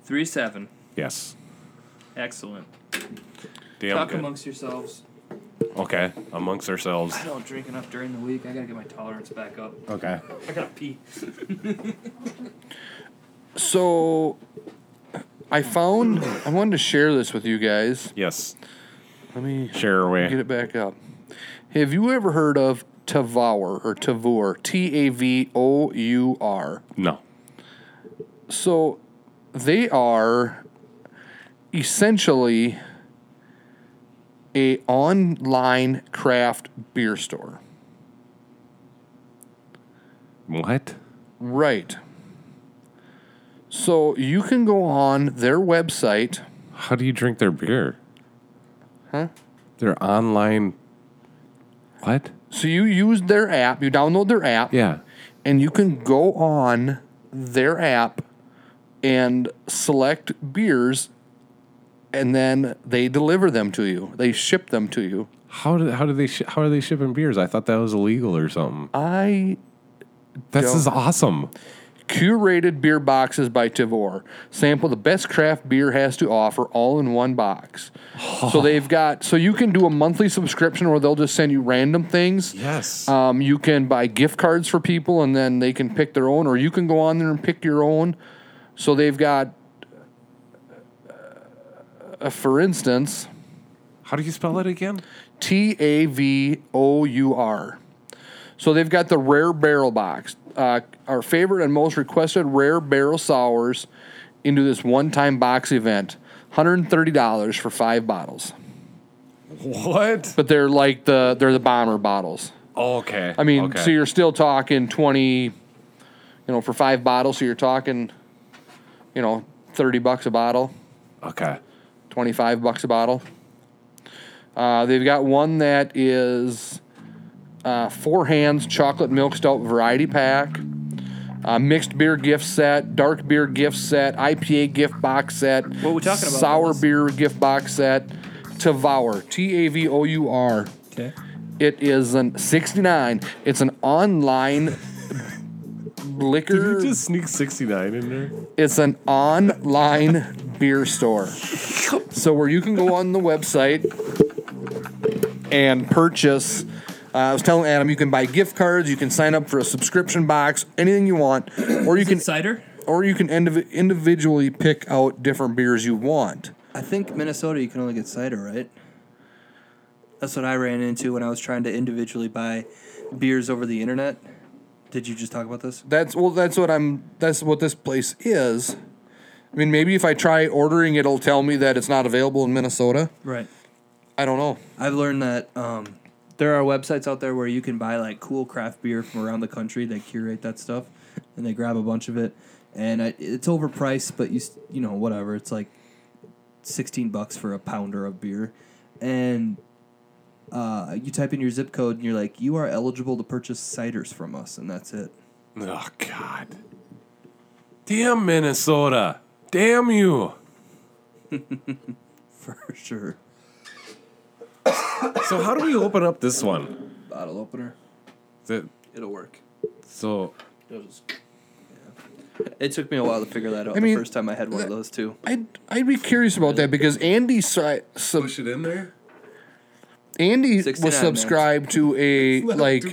Speaker 2: Three seven.
Speaker 3: Yes.
Speaker 2: Excellent.
Speaker 3: Damn
Speaker 2: Talk
Speaker 3: good.
Speaker 2: amongst yourselves.
Speaker 3: okay, amongst ourselves.
Speaker 2: I don't drink enough during the week. I gotta get my tolerance back up.
Speaker 3: Okay.
Speaker 2: I gotta pee.
Speaker 1: So, I found. I wanted to share this with you guys.
Speaker 3: Yes.
Speaker 1: Let me
Speaker 3: Share
Speaker 1: get
Speaker 3: away.
Speaker 1: it back up. Have you ever heard of Tavour or Tavour? T A V O U R.
Speaker 3: No.
Speaker 1: So they are essentially a online craft beer store.
Speaker 3: What?
Speaker 1: Right. So you can go on their website.
Speaker 3: How do you drink their beer? Huh? Their online. What?
Speaker 1: So you use their app, you download their app,
Speaker 3: Yeah.
Speaker 1: and you can go on their app and select beers and then they deliver them to you. They ship them to you.
Speaker 3: How do how do they sh- how are they shipping beers? I thought that was illegal or something.
Speaker 1: I
Speaker 3: This
Speaker 1: Don't-
Speaker 3: is awesome.
Speaker 1: curated beer boxes by Tavor. Sample the best craft beer has to offer all in one box. So they've got so you can do a monthly subscription where they'll just send you random things.
Speaker 3: Yes.
Speaker 1: Um, you can buy gift cards for people and then they can pick their own or you can go on there and pick your own. So they've got uh, for instance,
Speaker 3: how do you spell it again?
Speaker 1: T A V O U R. So they've got the rare barrel box, uh, our favorite and most requested rare barrel sours, into this one-time box event. Hundred and thirty dollars for five bottles,
Speaker 3: What?
Speaker 1: but they're like the they're the bomber bottles.
Speaker 3: okay.
Speaker 1: I mean,
Speaker 3: okay.
Speaker 1: so you're still talking twenty, you know, for five bottles. So you're talking, you know, thirty bucks a bottle.
Speaker 3: okay.
Speaker 1: 25 bucks a bottle. Uh, they've got one that is uh, Four Hands Chocolate Milk Stout Variety Pack, uh, Mixed Beer Gift Set, Dark Beer Gift Set, IPA Gift Box Set,
Speaker 2: What we talking about,
Speaker 1: Sour
Speaker 2: fellas?
Speaker 1: Beer Gift Box Set, Tavour, T A V O U R.
Speaker 5: Okay.
Speaker 1: It is an 69. It's an online
Speaker 3: Did
Speaker 1: Liquor.
Speaker 3: you just sneak 69 in there?
Speaker 1: It's an online beer store. So where you can go on the website and purchase. Uh, I was telling Adam, you can buy gift cards, you can sign up for a subscription box, anything you want, or you can
Speaker 6: Cider?
Speaker 1: or you can indiv- individually pick out different beers you want.
Speaker 5: I think Minnesota, you can only get cider, right? That's what I ran into when I was trying to individually buy beers over the internet. Did you just talk about this?
Speaker 1: That's well, that's what I'm. That's what this place is. I mean, maybe if I try ordering, it'll tell me that it's not available in Minnesota.
Speaker 5: Right.
Speaker 1: I don't know.
Speaker 5: I've learned that um, there are websites out there where you can buy like cool craft beer from around the country. They curate that stuff, and they grab a bunch of it, and I, it's overpriced, but you s- you know whatever. It's like sixteen bucks for a pounder of beer, and uh, you type in your zip code, and you're like, you are eligible to purchase ciders from us, and that's it. (laughs)
Speaker 3: Oh God! Damn Minnesota! Damn you!
Speaker 5: For sure,
Speaker 3: So how do we open up this one?
Speaker 5: bottle opener,
Speaker 3: Th-
Speaker 5: it'll work.
Speaker 3: So
Speaker 5: It took me a while to figure that out.
Speaker 1: mean,
Speaker 5: the first time I had one of those too.
Speaker 1: I'd I'd be curious about that because Andy si- sub-
Speaker 3: push it in there.
Speaker 1: Andy
Speaker 5: 69
Speaker 1: was
Speaker 5: minutes.
Speaker 1: subscribed to a like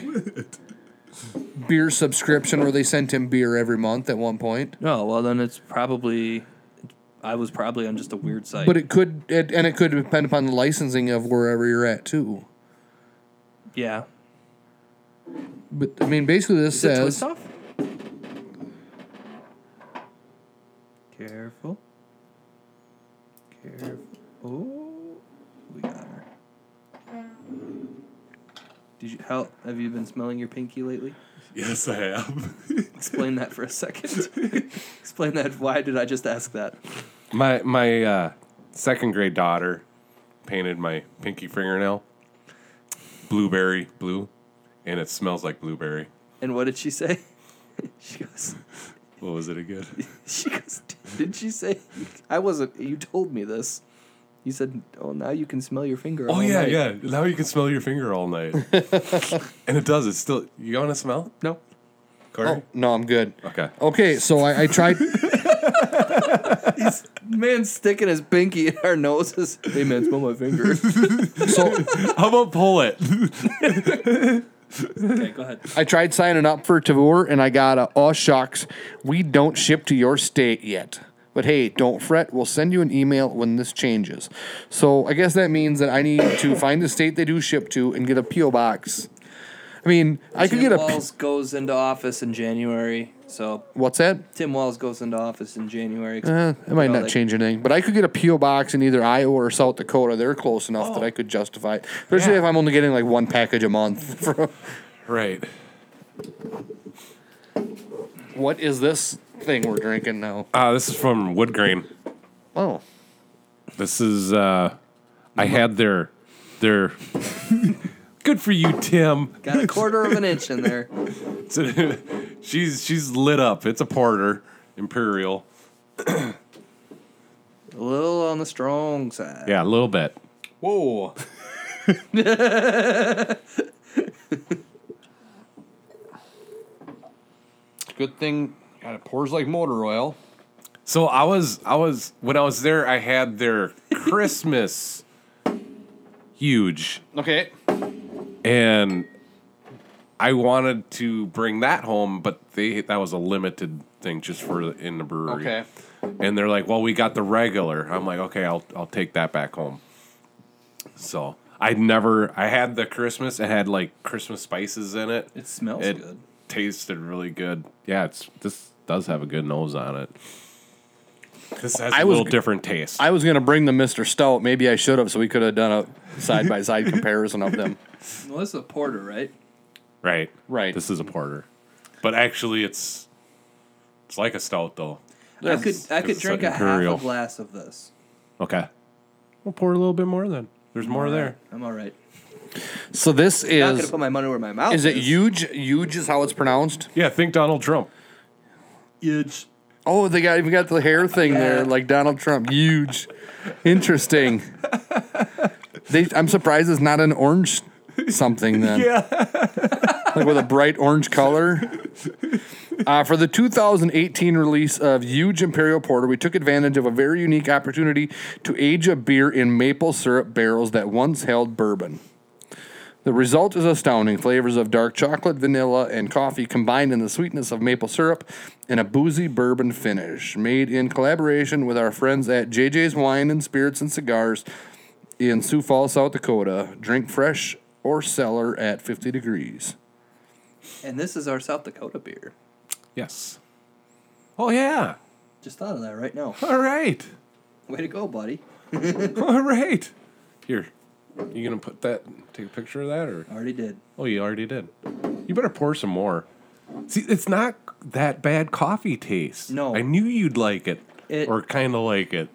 Speaker 1: beer subscription where they sent him beer every month at one point.
Speaker 5: No, well then it's probably I was probably on just a weird site.
Speaker 1: But it could it, and it could depend upon the licensing of wherever you're at too.
Speaker 5: yeah.
Speaker 1: But I mean, basically, this says
Speaker 5: off? Careful. Careful. Oh, we got her. Did you how have you been smelling your pinky lately?
Speaker 3: Yes, I am.
Speaker 5: Explain that for a second.
Speaker 1: (laughs)
Speaker 5: Explain that. Why did I just ask that?
Speaker 3: (laughs) my my uh, second grade daughter painted my pinky fingernail blueberry blue, and it smells like blueberry.
Speaker 5: And what did she say? (laughs) She goes.
Speaker 3: What was it (laughs) again?
Speaker 5: (laughs) She goes, did she say? (laughs) I wasn't. You told me this. You said, oh, now you can smell your finger.
Speaker 3: Oh
Speaker 5: all
Speaker 3: yeah,
Speaker 5: night."
Speaker 3: yeah. Now you can smell your finger all (laughs) night, and it does. It's still. You want to smell,
Speaker 5: No.
Speaker 3: Corey?
Speaker 1: Oh, no, I'm good.
Speaker 3: Oh. Okay.
Speaker 1: Okay, so I, I tried.
Speaker 5: Man, sticking his pinky in our noses. (laughs) Hey, man, smell my finger.
Speaker 1: so
Speaker 3: (laughs) How about pull it?
Speaker 6: Okay, go ahead.
Speaker 1: I tried signing up for Tavor, and I got a oh shucks, we don't ship to your state yet. But hey, don't fret. We'll send you an email when this changes. So I guess that means that I need to find the state they do ship to and get a PO box. I mean, (laughs) I could get a P-
Speaker 5: Walls goes into office in January. So
Speaker 1: what's that?
Speaker 5: Tim Walls goes into office in January.
Speaker 1: Eh, it might
Speaker 5: You know,
Speaker 1: not
Speaker 5: like-
Speaker 1: change anything, but I could get a PO box in either Iowa or South Dakota. They're close enough that I could justify it, especially if I'm only getting like one package a month. (laughs) For
Speaker 3: Right.
Speaker 1: what is this thing we're drinking now?
Speaker 3: Uh, this is from Wood Grain.
Speaker 1: Oh,
Speaker 3: This is uh I had their their Good for you, Tim.
Speaker 5: Got
Speaker 3: (laughs)
Speaker 5: a quarter of an inch
Speaker 1: (laughs)
Speaker 5: in there.
Speaker 3: It's- she's she's lit up. It's a porter, imperial.
Speaker 5: A little on the strong side.
Speaker 3: Yeah, a little bit.
Speaker 6: Whoa.
Speaker 1: (laughs) good thing it pours like motor oil.
Speaker 3: So I was I was when I was there, I had their Christmas huge,
Speaker 1: Okay.
Speaker 3: and I wanted to bring that home, but they that was a limited thing just for the- in the brewery.
Speaker 1: Okay.
Speaker 3: and they're like, "Well, we got the regular." I'm like, "Okay, I'll I'll take that back home." So I never I had the Christmas. It had like Christmas spices in it.
Speaker 6: It smells
Speaker 3: it
Speaker 6: good.
Speaker 3: tasted really good. Yeah, it's this does have a good nose on it. This has
Speaker 1: I
Speaker 3: a
Speaker 1: was
Speaker 3: little
Speaker 1: g-
Speaker 3: different taste.
Speaker 1: I was gonna bring the Mister Stout. Maybe I should have, so we could have done a side by side (laughs) comparison of them.
Speaker 6: Well, this is a porter, right?
Speaker 3: right,
Speaker 1: Right.
Speaker 3: This is a porter, but actually, it's it's like a stout though.
Speaker 5: I could I could
Speaker 3: It's
Speaker 5: drink a half
Speaker 3: imperial.
Speaker 5: a glass of this.
Speaker 3: Okay, we'll pour a little bit more then. There's more there.
Speaker 5: I'm all right.
Speaker 1: So this
Speaker 5: Not gonna
Speaker 1: is.
Speaker 5: put my money where my mouth
Speaker 1: Is
Speaker 5: is.
Speaker 1: it huge? Huge is how it's pronounced.
Speaker 3: Yeah, think Donald Trump.
Speaker 5: Huge.
Speaker 1: Oh, they got even got the hair thing there,
Speaker 5: Yeah.
Speaker 1: like Donald Trump. Huge. Interesting. They, I'm surprised it's not an orange something then. Yeah. like with a bright orange color. Uh, for the 2018 release of Huge Imperial Porter, we took advantage of a very unique opportunity to age a beer in maple syrup barrels that once held bourbon. The result is astounding flavors of dark chocolate, vanilla, and coffee combined in the sweetness of maple syrup in a boozy bourbon finish. Made in collaboration with our friends at JJ's Wine and Spirits and Cigars in Sioux Falls, South Dakota. Drink fresh or cellar at 50 degrees.
Speaker 5: And this is our South Dakota beer.
Speaker 3: Yes. Oh yeah.
Speaker 5: Just thought of that right now.
Speaker 3: All right.
Speaker 5: Way to go, buddy.
Speaker 3: All right. Here. You gonna put that? Take a picture of that, or
Speaker 5: Already did.
Speaker 3: oh, you already did. You better pour some more. See, it's not that bad coffee taste.
Speaker 5: No.
Speaker 3: I knew you'd like it,
Speaker 5: It-
Speaker 3: or kind of like it.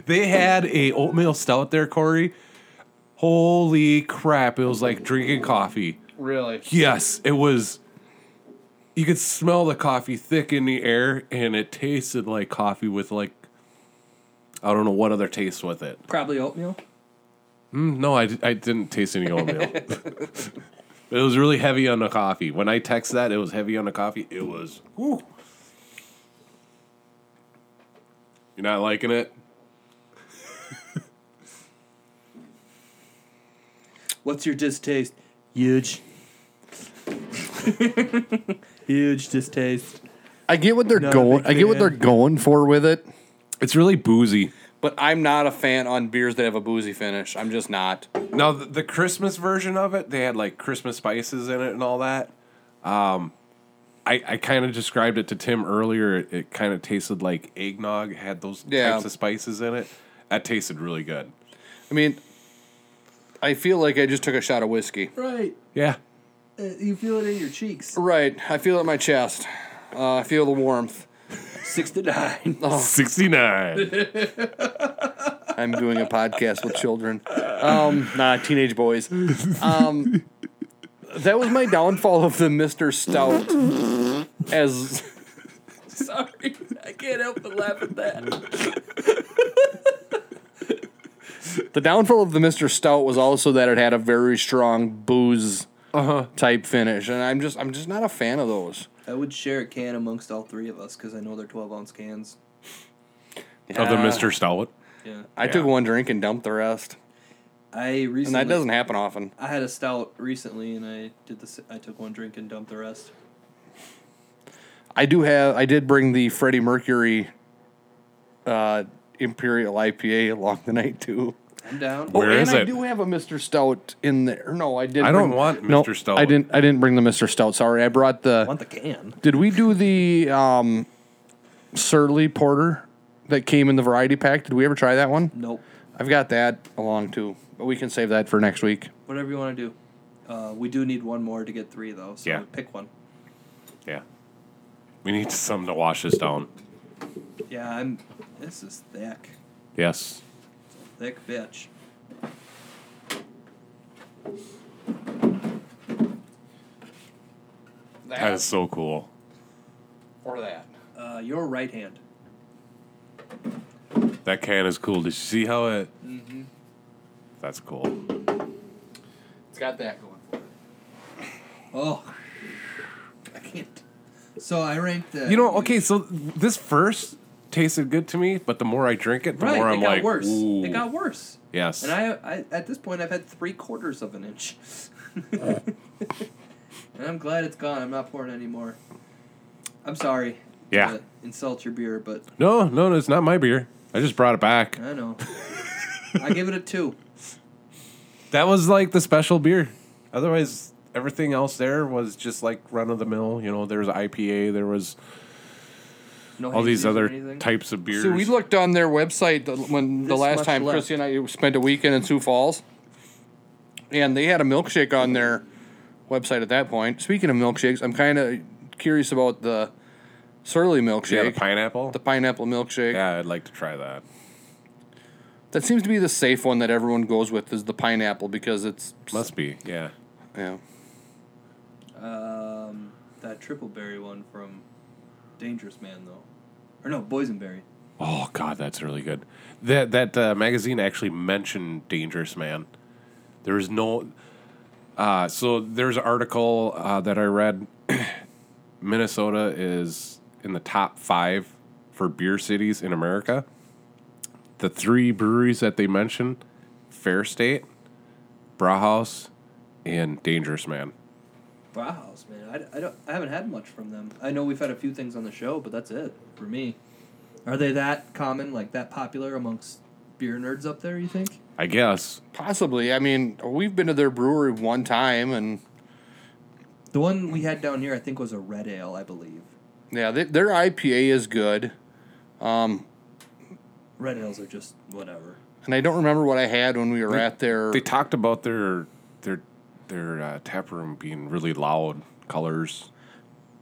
Speaker 3: (laughs) they had a oatmeal stout there, Corey. Holy crap! It was like drinking coffee.
Speaker 7: Really?
Speaker 3: Yes, it was. You could smell the coffee thick in the air, and it tasted like coffee with like I don't know what other taste with it.
Speaker 5: Probably oatmeal.
Speaker 3: Mm, No, I, di- I didn't taste any oatmeal. it was really heavy on the coffee. When I text that, it was heavy on the coffee. It was. Whew. You're not liking it?
Speaker 2: What's your distaste?
Speaker 5: (laughs)
Speaker 2: Huge. Huge distaste.
Speaker 1: I get what they're
Speaker 2: Not a
Speaker 1: going.
Speaker 2: big
Speaker 1: I get what
Speaker 2: fan.
Speaker 1: they're going for with it,
Speaker 3: It's really boozy.
Speaker 1: but I'm not a fan on beers that have a boozy finish. I'm just not.
Speaker 3: Now the, the Christmas version of it, they had like Christmas spices in it and all that. Um, I I kind of described it to Tim earlier. It, it kind of tasted like eggnog had those
Speaker 1: Yeah.
Speaker 3: types of spices in it. That tasted really good.
Speaker 1: I mean, I feel like I just took a shot of whiskey.
Speaker 5: Right.
Speaker 3: Yeah,
Speaker 5: Uh, you feel it in your cheeks.
Speaker 1: Right. I feel it in my chest. Uh, I feel the warmth.
Speaker 5: Six to nine.
Speaker 3: sixty
Speaker 1: (laughs)
Speaker 3: nine.
Speaker 1: I'm doing a podcast with
Speaker 5: (laughs)
Speaker 1: children. Um, nah, teenage boys. Um, that was my downfall of the Mister Stout. As
Speaker 5: (laughs) Sorry, I can't help but laugh at that.
Speaker 1: the downfall of the Mister Stout was also that it had a very strong booze
Speaker 5: Uh-huh.
Speaker 1: type finish, and I'm just I'm just not a fan of those.
Speaker 5: I would share a can amongst all three of us because I know they're twelve ounce cans.
Speaker 3: Of the Mister Stout.
Speaker 5: Yeah.
Speaker 1: I took one drink and dumped the rest,
Speaker 5: I recently.
Speaker 1: and that doesn't happen often.
Speaker 5: I had a stout recently, and I did this. I took one drink and dumped the rest.
Speaker 1: I do have. I did bring the Freddie Mercury uh, Imperial IPA along the night too.
Speaker 5: I'm down.
Speaker 3: Where
Speaker 1: Oh, and
Speaker 3: is
Speaker 1: I
Speaker 3: it?
Speaker 1: do have a Mr. Stout in there. No, I didn't.
Speaker 3: I don't
Speaker 1: bring-
Speaker 3: want
Speaker 1: No,
Speaker 3: Mr. Stout.
Speaker 1: I didn't. I didn't bring the Mr. Stout. Sorry, I brought the.
Speaker 5: want the can.
Speaker 1: Did we do the um, Surly Porter that came in the variety pack? Did we ever try that one?
Speaker 5: Nope.
Speaker 1: I've got that along too, but we can save that for next week.
Speaker 5: Whatever you want to do. Uh, we do need one more to get three, though. So
Speaker 3: Yeah.
Speaker 5: pick one.
Speaker 3: Yeah. We need something to wash this down.
Speaker 5: Yeah, I'm. This is thick,
Speaker 3: Yes.
Speaker 5: thick bitch.
Speaker 3: That is so cool.
Speaker 1: or that.
Speaker 5: Uh, your right hand.
Speaker 3: That can is cool. Did you see how it?
Speaker 5: Mm-hmm.
Speaker 3: That's cool.
Speaker 1: It's got that going for it.
Speaker 5: Oh, I can't. So I ranked. Uh,
Speaker 3: You know, okay, so this first tasted good to me, but the more I drink it, the
Speaker 5: Right,
Speaker 3: more
Speaker 5: it
Speaker 3: I'm
Speaker 5: got
Speaker 3: like,
Speaker 5: worse.
Speaker 3: Ooh.
Speaker 5: It got worse.
Speaker 3: yes.
Speaker 5: And I, I, at this point, I've had three quarters of an inch. (laughs) and I'm glad it's gone. I'm not pouring anymore. I'm sorry. to
Speaker 3: Yeah.
Speaker 5: insult your beer, but
Speaker 3: no, no, no, it's not my beer. I just brought it back.
Speaker 5: I know. I give it a two.
Speaker 3: That was like the special beer. Otherwise, everything else there was just like run of the mill. You know, there was IPA, there was
Speaker 5: No
Speaker 3: all
Speaker 5: hazies
Speaker 3: these
Speaker 5: or
Speaker 3: other
Speaker 5: anything.
Speaker 3: types of beers.
Speaker 1: So we looked on their website the- when the
Speaker 5: This
Speaker 1: last
Speaker 5: much
Speaker 1: time
Speaker 5: left.
Speaker 1: Chrissy and I spent a weekend in Sioux Falls, and they had a milkshake on their website at that point. Speaking of milkshakes, I'm kind of curious about the Surly milkshake,
Speaker 3: yeah, the
Speaker 1: the,
Speaker 3: pineapple.
Speaker 1: pineapple milkshake.
Speaker 3: yeah, I'd like to try that.
Speaker 1: That seems to be the safe one that everyone goes with is the pineapple because it's
Speaker 3: Must be, yeah.
Speaker 1: yeah.
Speaker 5: Um, that triple berry one from Dangerous Man, though, or no, boysenberry.
Speaker 3: Oh God, that's really good. That that uh, magazine actually mentioned Dangerous Man. There is no. Uh, so there's an article uh, that I read (clears throat) Minnesota is in the top five for beer cities in America. The three breweries that they mentioned Fair State, Brauhaus, and Dangerous Man.
Speaker 5: Brauhaus, man. I, I, don't, I haven't had much from them. I know we've had a few things on the show, but that's it for me. Are they that common, like that popular amongst beer nerds up there, you think?
Speaker 3: I guess.
Speaker 1: Possibly. I mean, we've been to their brewery one time, and
Speaker 5: The one we had down here, I think, was a red ale, I believe.
Speaker 1: yeah, they, their IPA is good.
Speaker 5: Red ales are just whatever.
Speaker 1: And I don't remember what I had when we were at their.
Speaker 3: They talked about their their their uh, tap room being really loud colors.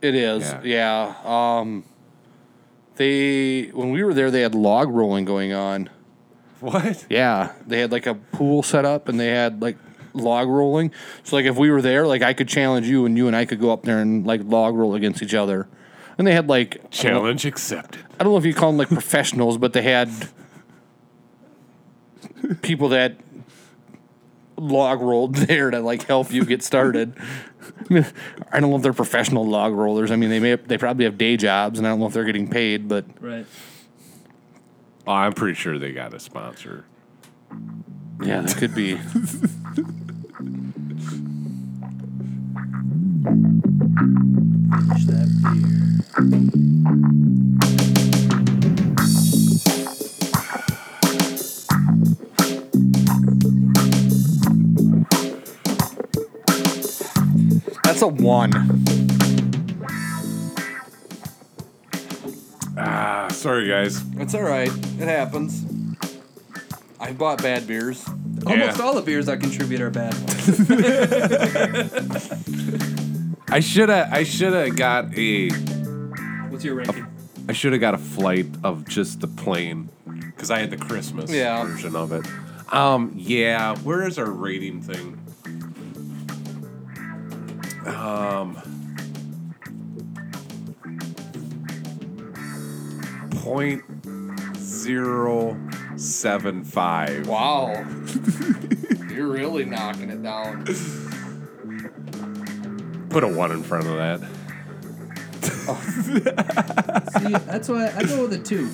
Speaker 1: It is, yeah. Um, they when we were there, they had log rolling going on.
Speaker 3: What?
Speaker 1: Yeah, they had like a pool set up, and they had like log rolling. So like if we were there, like I could challenge you, and you and I could go up there and like log roll against each other. And they had like I don't know-
Speaker 3: Challenge accepted.
Speaker 1: I don't know if you call them like professionals, but they had people that log rolled there to like help you get started. I mean, I don't know if they're professional log rollers. I mean, they may they probably have day jobs, and I don't know if they're getting paid. But
Speaker 5: Right.
Speaker 3: Oh, I'm pretty sure they got a sponsor.
Speaker 1: yeah, that could be.
Speaker 5: Finish that beer.
Speaker 1: That's a one.
Speaker 3: Ah, sorry guys.
Speaker 1: It's all right. It happens. I bought bad beers.
Speaker 5: Almost
Speaker 3: Yeah.
Speaker 5: all the beers I contribute are bad.
Speaker 3: I should have I should have got a
Speaker 5: What's your ranking?
Speaker 3: I should have got a flight of just the plane because I had the Christmas
Speaker 1: Yeah.
Speaker 3: version of it. Um, yeah. Where is our rating thing? Um, point zero seven five.
Speaker 1: Wow. You're really knocking it down.
Speaker 3: Put a one in front of that.
Speaker 5: See, that's why I go with a two.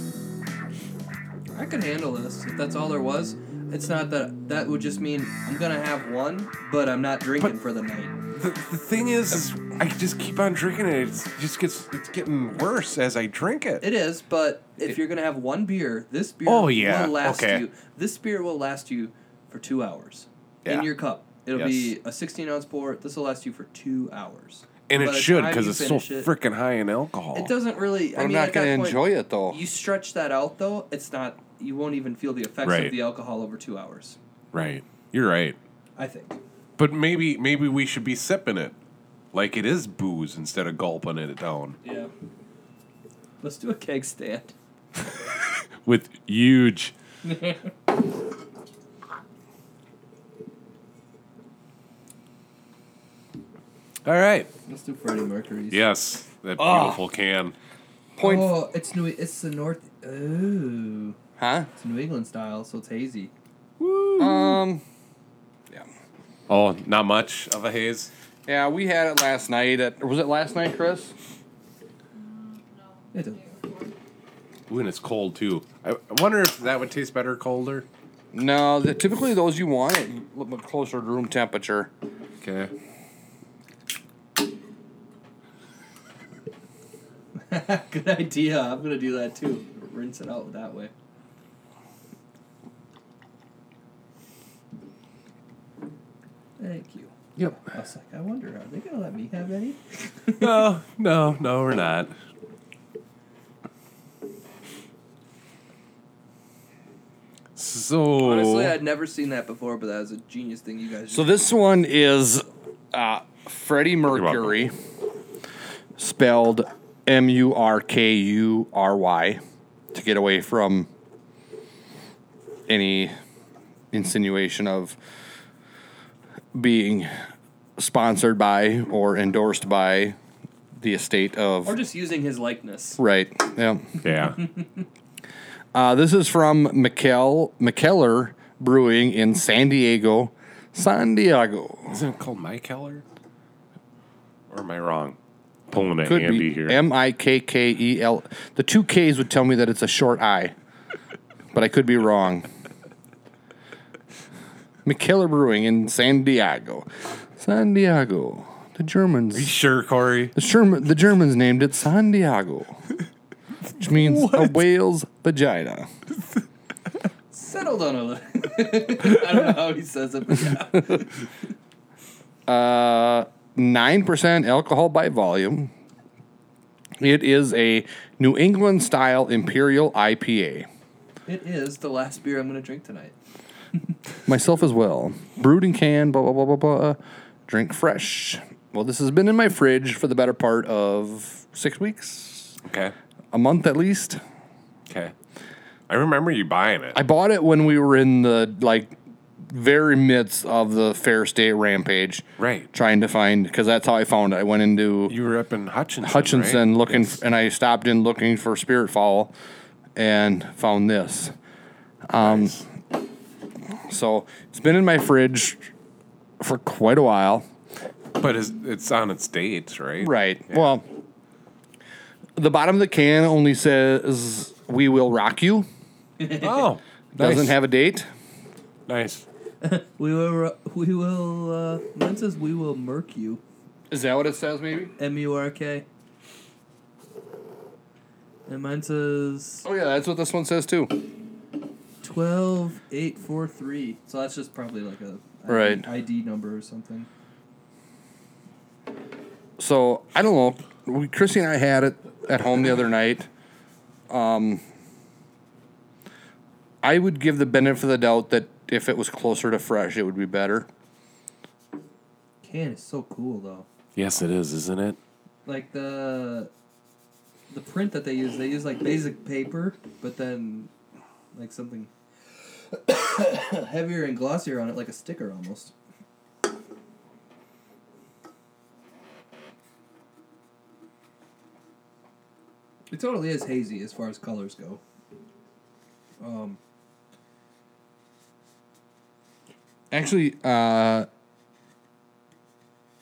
Speaker 5: I could handle this if that's all there was. It's not that that would just mean I'm gonna have one, but I'm not drinking for the night.
Speaker 3: The, the thing is, is I just keep on drinking it. It's, it just gets it's getting worse as I drink it.
Speaker 5: It is, but if you're gonna have one beer, this beer
Speaker 3: Oh, yeah,
Speaker 5: will last
Speaker 3: okay.
Speaker 5: you. This beer will last you for two hours
Speaker 3: Yeah.
Speaker 5: in your cup. It'll
Speaker 3: Yes.
Speaker 5: be a 16 ounce pour. This will last you for two hours.
Speaker 3: And
Speaker 5: By
Speaker 3: it
Speaker 5: the
Speaker 3: should
Speaker 5: time
Speaker 3: because
Speaker 5: you
Speaker 3: it's so
Speaker 5: finish it-
Speaker 3: freaking high in alcohol.
Speaker 5: It doesn't really. I
Speaker 1: I'm
Speaker 5: mean,
Speaker 1: not
Speaker 5: at that
Speaker 1: gonna
Speaker 5: point,
Speaker 1: enjoy it, though.
Speaker 5: You stretch that out though, it's not. You won't even feel the effects
Speaker 3: Right.
Speaker 5: of the alcohol over two hours.
Speaker 3: Right, you're right.
Speaker 5: I think.
Speaker 3: But maybe maybe we should be sipping it, like it is booze instead of gulping it down
Speaker 5: Yeah. Let's do a keg stand.
Speaker 3: with
Speaker 5: (laughs)
Speaker 3: huge. All right.
Speaker 5: Let's do Freddie Mercury's.
Speaker 3: Yes, that
Speaker 1: Ah.
Speaker 3: beautiful can.
Speaker 1: Point.
Speaker 5: Oh, it's New. It's the North. Ooh,
Speaker 1: Huh?
Speaker 5: it's New England style, so it's hazy.
Speaker 1: Um.
Speaker 3: Oh, not much of a haze.
Speaker 1: Yeah, we had it last night. At, was it last night, Chris?
Speaker 5: It does-
Speaker 3: Ooh, and it's cold too. I I wonder if that would taste better colder.
Speaker 1: No, the, typically those you want it a little bit closer to room temperature.
Speaker 3: (laughs) Okay.
Speaker 5: (laughs) Good idea. I'm gonna do that too. Rinse it out that way. Thank you.
Speaker 3: Yep.
Speaker 5: I was like, I wonder, are they gonna let me have any?
Speaker 3: No, no, no, we're not. So
Speaker 5: Honestly, I'd never seen that before, but that was a genius thing you guys.
Speaker 1: So this one is uh, Freddie Mercury, spelled M U R K U R Y, to get away from any insinuation of being sponsored by or endorsed by the estate of
Speaker 5: or just using his likeness.
Speaker 1: right. Yeah.
Speaker 3: (laughs) yeah,
Speaker 1: Uh, this is from McKell McKellar Brewing in San Diego, San Diego.
Speaker 3: isn't it called my Keller? Or am I wrong? pulling an
Speaker 1: Could
Speaker 3: Andy
Speaker 1: be
Speaker 3: here.
Speaker 1: M I K K E L. The two K's would tell me that it's a short I, but I could be wrong. McKellar Brewing in San Diego, San Diego. The Germans.
Speaker 8: Sure, Corey.
Speaker 1: The, Sherman, the Germans named it San Diego, which means a whale's vagina.
Speaker 5: Settled on a little. (laughs) I don't know how he says it, but yeah.
Speaker 1: nine percent alcohol by volume. It is a New England style imperial IPA.
Speaker 5: it is the last beer I'm going to drink tonight.
Speaker 1: Myself as well. Brewed and canned. Blah blah blah blah blah. Drink fresh. Well, this has been in my fridge for the better part of six weeks,
Speaker 8: Okay.
Speaker 1: a month at least.
Speaker 8: Okay.
Speaker 3: I remember you buying it.
Speaker 1: I bought it when we were in the like very midst of the Fair State rampage,
Speaker 3: right.
Speaker 1: trying to find because that's how I found it. I went into
Speaker 3: You were up in Hutchinson.
Speaker 1: Hutchinson
Speaker 3: right?
Speaker 1: looking, and I stopped in looking for Spiritfall, and found this. Um, so it's been in my fridge for quite a while.
Speaker 3: But it's, it's on its dates, right?
Speaker 1: Right. Well, the bottom of the can only says "We will rock you."
Speaker 3: Oh, nice.
Speaker 1: Doesn't have a date.
Speaker 3: nice.
Speaker 5: We will. uh, We will. Uh, mine says we will murk you.
Speaker 1: Is that what it says? Maybe.
Speaker 5: M U R K. And mine says
Speaker 1: Oh yeah, that's what this one says too.
Speaker 5: twelve eight four three. So that's just probably like a ID,
Speaker 1: Right.
Speaker 5: ID number or something.
Speaker 1: So I don't know. We, Chrissy and I had it at home the other night. Um, I would give the benefit of the doubt that if it was closer to fresh, it would be better.
Speaker 5: Can is so cool though.
Speaker 3: Yes, it is, isn't it?
Speaker 5: Like the the print that they use, they use like basic paper, but then like something (coughs) heavier and glossier on it, like a sticker almost. It totally is hazy as far as colors go. Um,
Speaker 1: Actually, uh,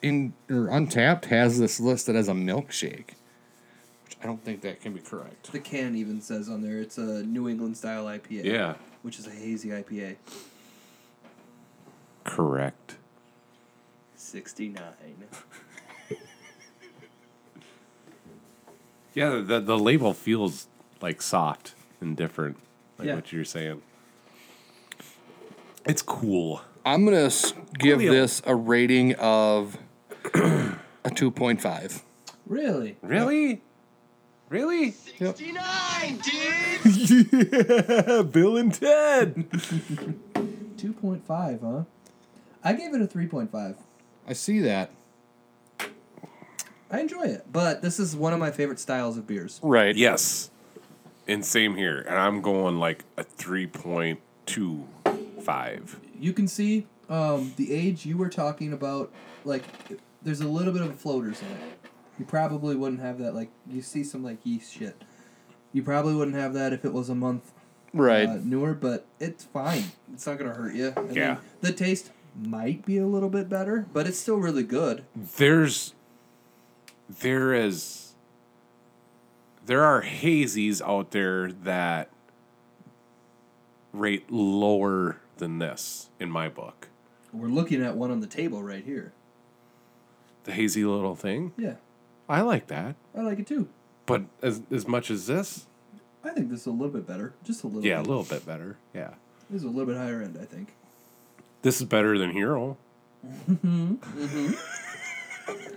Speaker 1: in or Untapped has this listed as a milkshake, which I don't think that can be correct.
Speaker 5: the can even says on there it's a New England style IPA.
Speaker 3: Yeah.
Speaker 5: Which is a hazy IPA.
Speaker 3: Correct.
Speaker 5: 69.
Speaker 3: Yeah, the, the label feels like soft and different, like
Speaker 5: Yeah.
Speaker 3: what you're saying. It's cool.
Speaker 1: I'm gonna s- give
Speaker 3: Coolio.
Speaker 1: this a rating of (clears throat) a two point five.
Speaker 5: Really?
Speaker 3: Really? Really?
Speaker 9: 69, dude!
Speaker 3: (laughs) yeah, Bill and Ted.
Speaker 5: 2.5, huh? I gave it a 3.5.
Speaker 1: I see that.
Speaker 5: I enjoy it, but this is one of my favorite styles of beers.
Speaker 1: Right.
Speaker 3: Yes. And same here. And I'm going like a 3.25.
Speaker 5: You can see um, the age you were talking about, like, there's a little bit of floaters in it. You probably wouldn't have that, like, you see some, like, yeast shit. You probably wouldn't have that if it was a month
Speaker 1: Right.
Speaker 5: uh, newer, but it's fine. It's not going to hurt you. And
Speaker 3: Yeah.
Speaker 5: then The taste might be a little bit better, but it's still really good.
Speaker 3: There's there is there are hazies out there that rate lower than this in my book.
Speaker 5: We're looking at one on the table right here.
Speaker 3: The hazy little thing.
Speaker 5: Yeah,
Speaker 3: I like that.
Speaker 5: I like it too.
Speaker 3: But as as much as this,
Speaker 5: I think this is a little bit better. Just a little
Speaker 3: yeah, a
Speaker 5: bit.
Speaker 3: little bit better. Yeah.
Speaker 5: This is a little bit higher end, I think.
Speaker 3: This is better than Hero.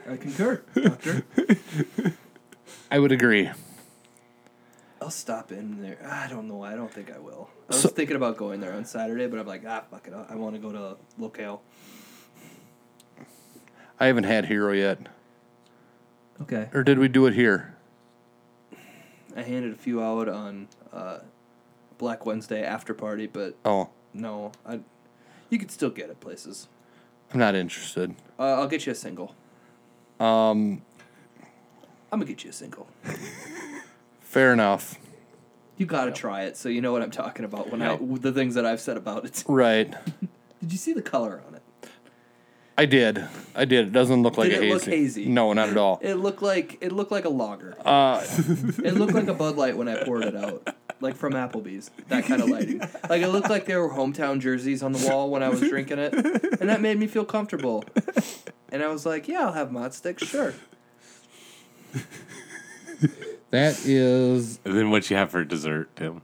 Speaker 5: I concur, Doctor.
Speaker 1: I would agree.
Speaker 5: (laughs) I'll stop in there. I don't know. I don't think I will. I was thinking about going there on Saturday, but I'm like, ah, fuck it. I want to go to locale.
Speaker 1: I haven't had Hero yet.
Speaker 5: Okay.
Speaker 1: Or did we do it here?
Speaker 5: I handed a few out on uh, Black Wednesday after party, but
Speaker 1: Oh,
Speaker 5: no, I. You could still get it places.
Speaker 1: I'm not interested.
Speaker 5: Uh, I'll get you a single. Um. I'm gonna get you a single.
Speaker 1: Fair enough.
Speaker 5: You gotta try it, so you know what I'm talking (laughs) about when I the things that I've said about it.
Speaker 1: Right.
Speaker 5: Did you see the color on it?
Speaker 1: I did. I did. It doesn't look like
Speaker 5: Did
Speaker 1: a
Speaker 5: it
Speaker 1: hazy.
Speaker 5: look hazy?
Speaker 1: No, not at all.
Speaker 5: It looked like it looked like a lager. (laughs) it looked like a Bud Light when I poured it out, like from Applebee's. That kind of lighting. Like it looked like there were hometown jerseys on the wall when I was drinking it, and that made me feel comfortable. And I was like, "Yeah, I'll have mod sticks, sure."
Speaker 1: That is
Speaker 3: And then what you have for dessert, Tim?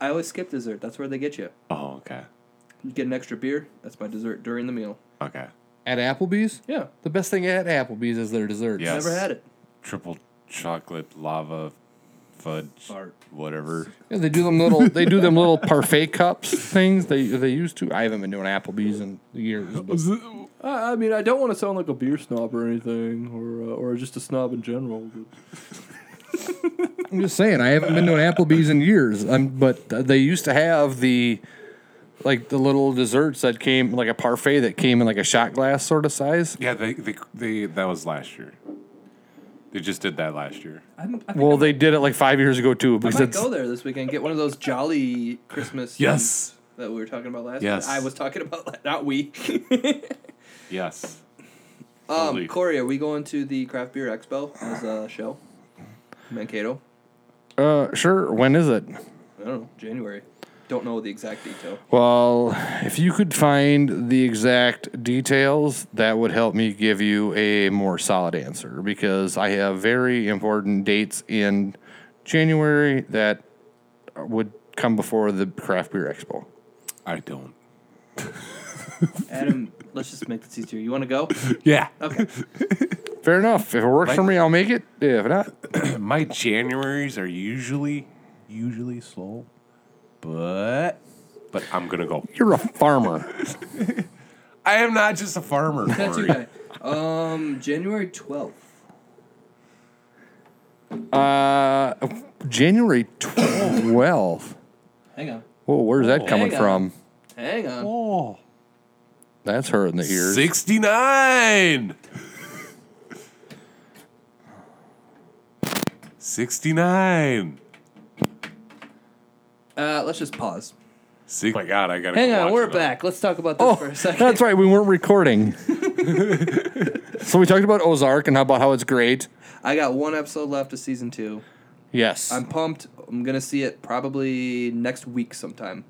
Speaker 5: I always skip dessert. That's where they get you.
Speaker 3: Oh, okay.
Speaker 5: You get an extra beer. That's my dessert during the meal.
Speaker 3: Okay.
Speaker 1: at Applebee's.
Speaker 5: Yeah,
Speaker 1: The best thing at Applebee's is their dessert.
Speaker 3: Yeah.
Speaker 5: never had it.
Speaker 3: Triple chocolate lava fudge
Speaker 5: Fart.
Speaker 3: whatever.
Speaker 1: Yeah, they do them little. They do them little parfait cups things. They they used to. I haven't been doing Applebee's in years. but-
Speaker 7: I, I mean, I don't want to sound like a beer snob or anything, or uh, or just a snob in general.
Speaker 1: I'm just saying I haven't been to an Applebee's in years. Um, but they used to have the like the little desserts that came like a parfait that came in like a shot glass sort of size.
Speaker 3: Yeah, they, they they that was last year. They just did that last year.
Speaker 5: I, don't- I think
Speaker 1: Well, they did it like five years ago too.
Speaker 5: I
Speaker 1: Because
Speaker 5: might
Speaker 1: it's,
Speaker 5: go there this weekend. Get one of those jolly Christmas.
Speaker 3: Yes.
Speaker 5: that we were talking about last.
Speaker 3: Yes.
Speaker 5: I was talking about la- not we.
Speaker 3: Yes.
Speaker 5: um,
Speaker 3: Totally.
Speaker 5: Corey, are we going to the craft beer expo as a show? Mankato.
Speaker 1: uh, sure. When is it?
Speaker 5: I don't know. January. Don't know the exact detail.
Speaker 1: Well, if you could find the exact details, that would help me give you a more solid answer because I have very important dates in January that would come before the craft beer expo.
Speaker 3: I don't.
Speaker 5: Adam, let's just make this easier. You want
Speaker 1: (laughs)
Speaker 5: to go?
Speaker 3: Yeah.
Speaker 5: Okay.
Speaker 1: Fair enough. If it works for me, I'll make it. If not,
Speaker 3: (laughs) My Januaries are usually usually slow. But but I'm gonna go.
Speaker 1: you're a farmer.
Speaker 3: I am not just a farmer.
Speaker 5: That's you
Speaker 3: Corey.
Speaker 5: guy. Um, January twelfth.
Speaker 1: (laughs) Uh, January 12th.
Speaker 5: Hang on.
Speaker 1: Whoa, where's that coming
Speaker 5: Oh, Hang on.
Speaker 1: from?
Speaker 5: Hang on.
Speaker 3: Oh.
Speaker 1: That's hurting the ears.
Speaker 3: 69. 69.
Speaker 5: Uh, let's just pause.
Speaker 3: Six- oh my God, I gotta
Speaker 5: Hang
Speaker 3: go
Speaker 5: on,
Speaker 3: watch
Speaker 5: we're
Speaker 3: it.
Speaker 5: back. Let's talk about this
Speaker 1: Oh,
Speaker 5: for a second.
Speaker 1: that's right. We weren't recording. (laughs) so we talked about Ozark and how about how it's great.
Speaker 5: I got one episode left of season two.
Speaker 1: Yes.
Speaker 5: I'm pumped. I'm gonna see it probably next week sometime.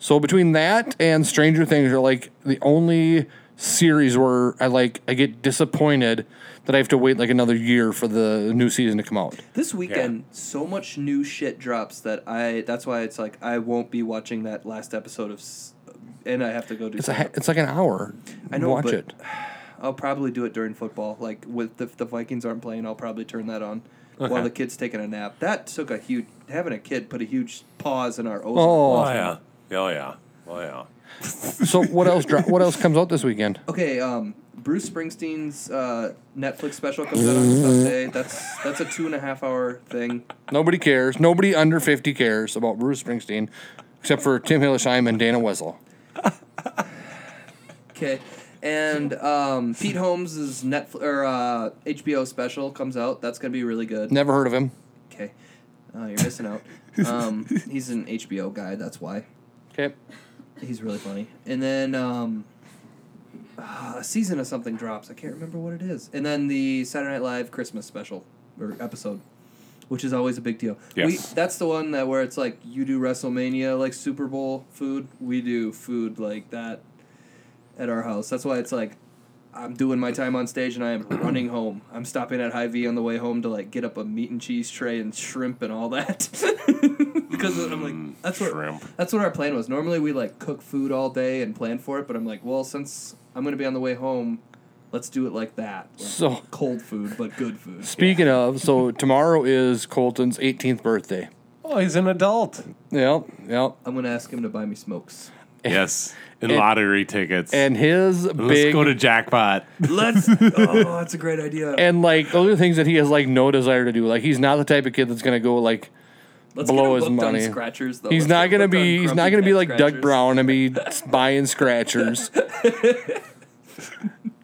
Speaker 1: so between that and Stranger Things are like the only series where I like I get disappointed that I have to wait like another year for the new season to come out.
Speaker 5: This weekend, so much new shit drops that I. That's why it's like I won't be watching that last episode of, s- and I have to go do.
Speaker 1: It's a,
Speaker 5: something.
Speaker 1: ha- it's like an hour.
Speaker 5: I know,
Speaker 1: Watch
Speaker 5: but-
Speaker 1: it.
Speaker 5: I'll probably do it during football. Like with the, if the Vikings aren't playing, I'll probably turn that on while the kid's taking a nap. That took a huge having a kid put a huge pause in our. Ozark.
Speaker 1: Oh,
Speaker 3: Oh, yeah. Oh, yeah. Oh, yeah.
Speaker 1: so what else? Dro- what else comes out this weekend?
Speaker 5: Okay. Um. Bruce Springsteen's uh, Netflix special comes out on Sunday. That's that's a two and a half hour thing.
Speaker 1: Nobody cares. Nobody under fifty cares about Bruce Springsteen, except for Tim Hillesheim and Dana Wessel.
Speaker 5: Okay. And um, Pete Holmes' Netflix or uh, HBO special comes out. That's gonna be really good.
Speaker 1: Never heard of him.
Speaker 5: Okay. Uh, you're missing out. Um, he's an HBO guy. That's why
Speaker 1: Okay.
Speaker 5: he's really funny. And then um, uh, a season of something drops. I can't remember what it is. And then the Saturday Night Live Christmas special or episode, which is always a big deal.
Speaker 3: Yes.
Speaker 5: We, that's the one that where it's like you do WrestleMania like Super Bowl food. We do food like that at our house. That's why it's like. I'm doing my time on stage and I am (clears throat) running home. I'm stopping at Hy-Vee on the way home to like get up a meat and cheese tray and shrimp and all that. (laughs) Because I'm
Speaker 1: Mm,
Speaker 5: like, that's what
Speaker 3: Shrimp.
Speaker 5: that's what our plan was. Normally we like cook food all day and plan for it, but I'm like, well, since I'm gonna be on the way home, let's do it like that. Like,
Speaker 1: So-
Speaker 5: cold food, but good food.
Speaker 1: Speaking of, so tomorrow is Colton's 18th birthday.
Speaker 3: Oh, he's an adult.
Speaker 1: Yep, yep.
Speaker 5: I'm gonna ask him to buy me smokes.
Speaker 10: (laughs)
Speaker 3: Yes. And,
Speaker 1: And-
Speaker 3: lottery tickets.
Speaker 1: And his
Speaker 3: Let's
Speaker 1: big
Speaker 3: go to jackpot.
Speaker 5: Let's. (laughs) oh, that's a
Speaker 1: (laughs)
Speaker 5: great idea.
Speaker 1: and like those are things that he has like no desire to do. Like he's not the type of kid that's gonna go like
Speaker 5: Let's
Speaker 1: blow his
Speaker 5: booked on
Speaker 1: money.
Speaker 5: Scratchers, though.
Speaker 1: He's
Speaker 5: Let's
Speaker 1: not
Speaker 5: get
Speaker 1: gonna
Speaker 5: booked on
Speaker 1: be he's not
Speaker 5: Grumpy
Speaker 1: gonna be
Speaker 5: Cat
Speaker 1: like Doug
Speaker 5: Scratchers.
Speaker 1: Brown and be buying scratchers.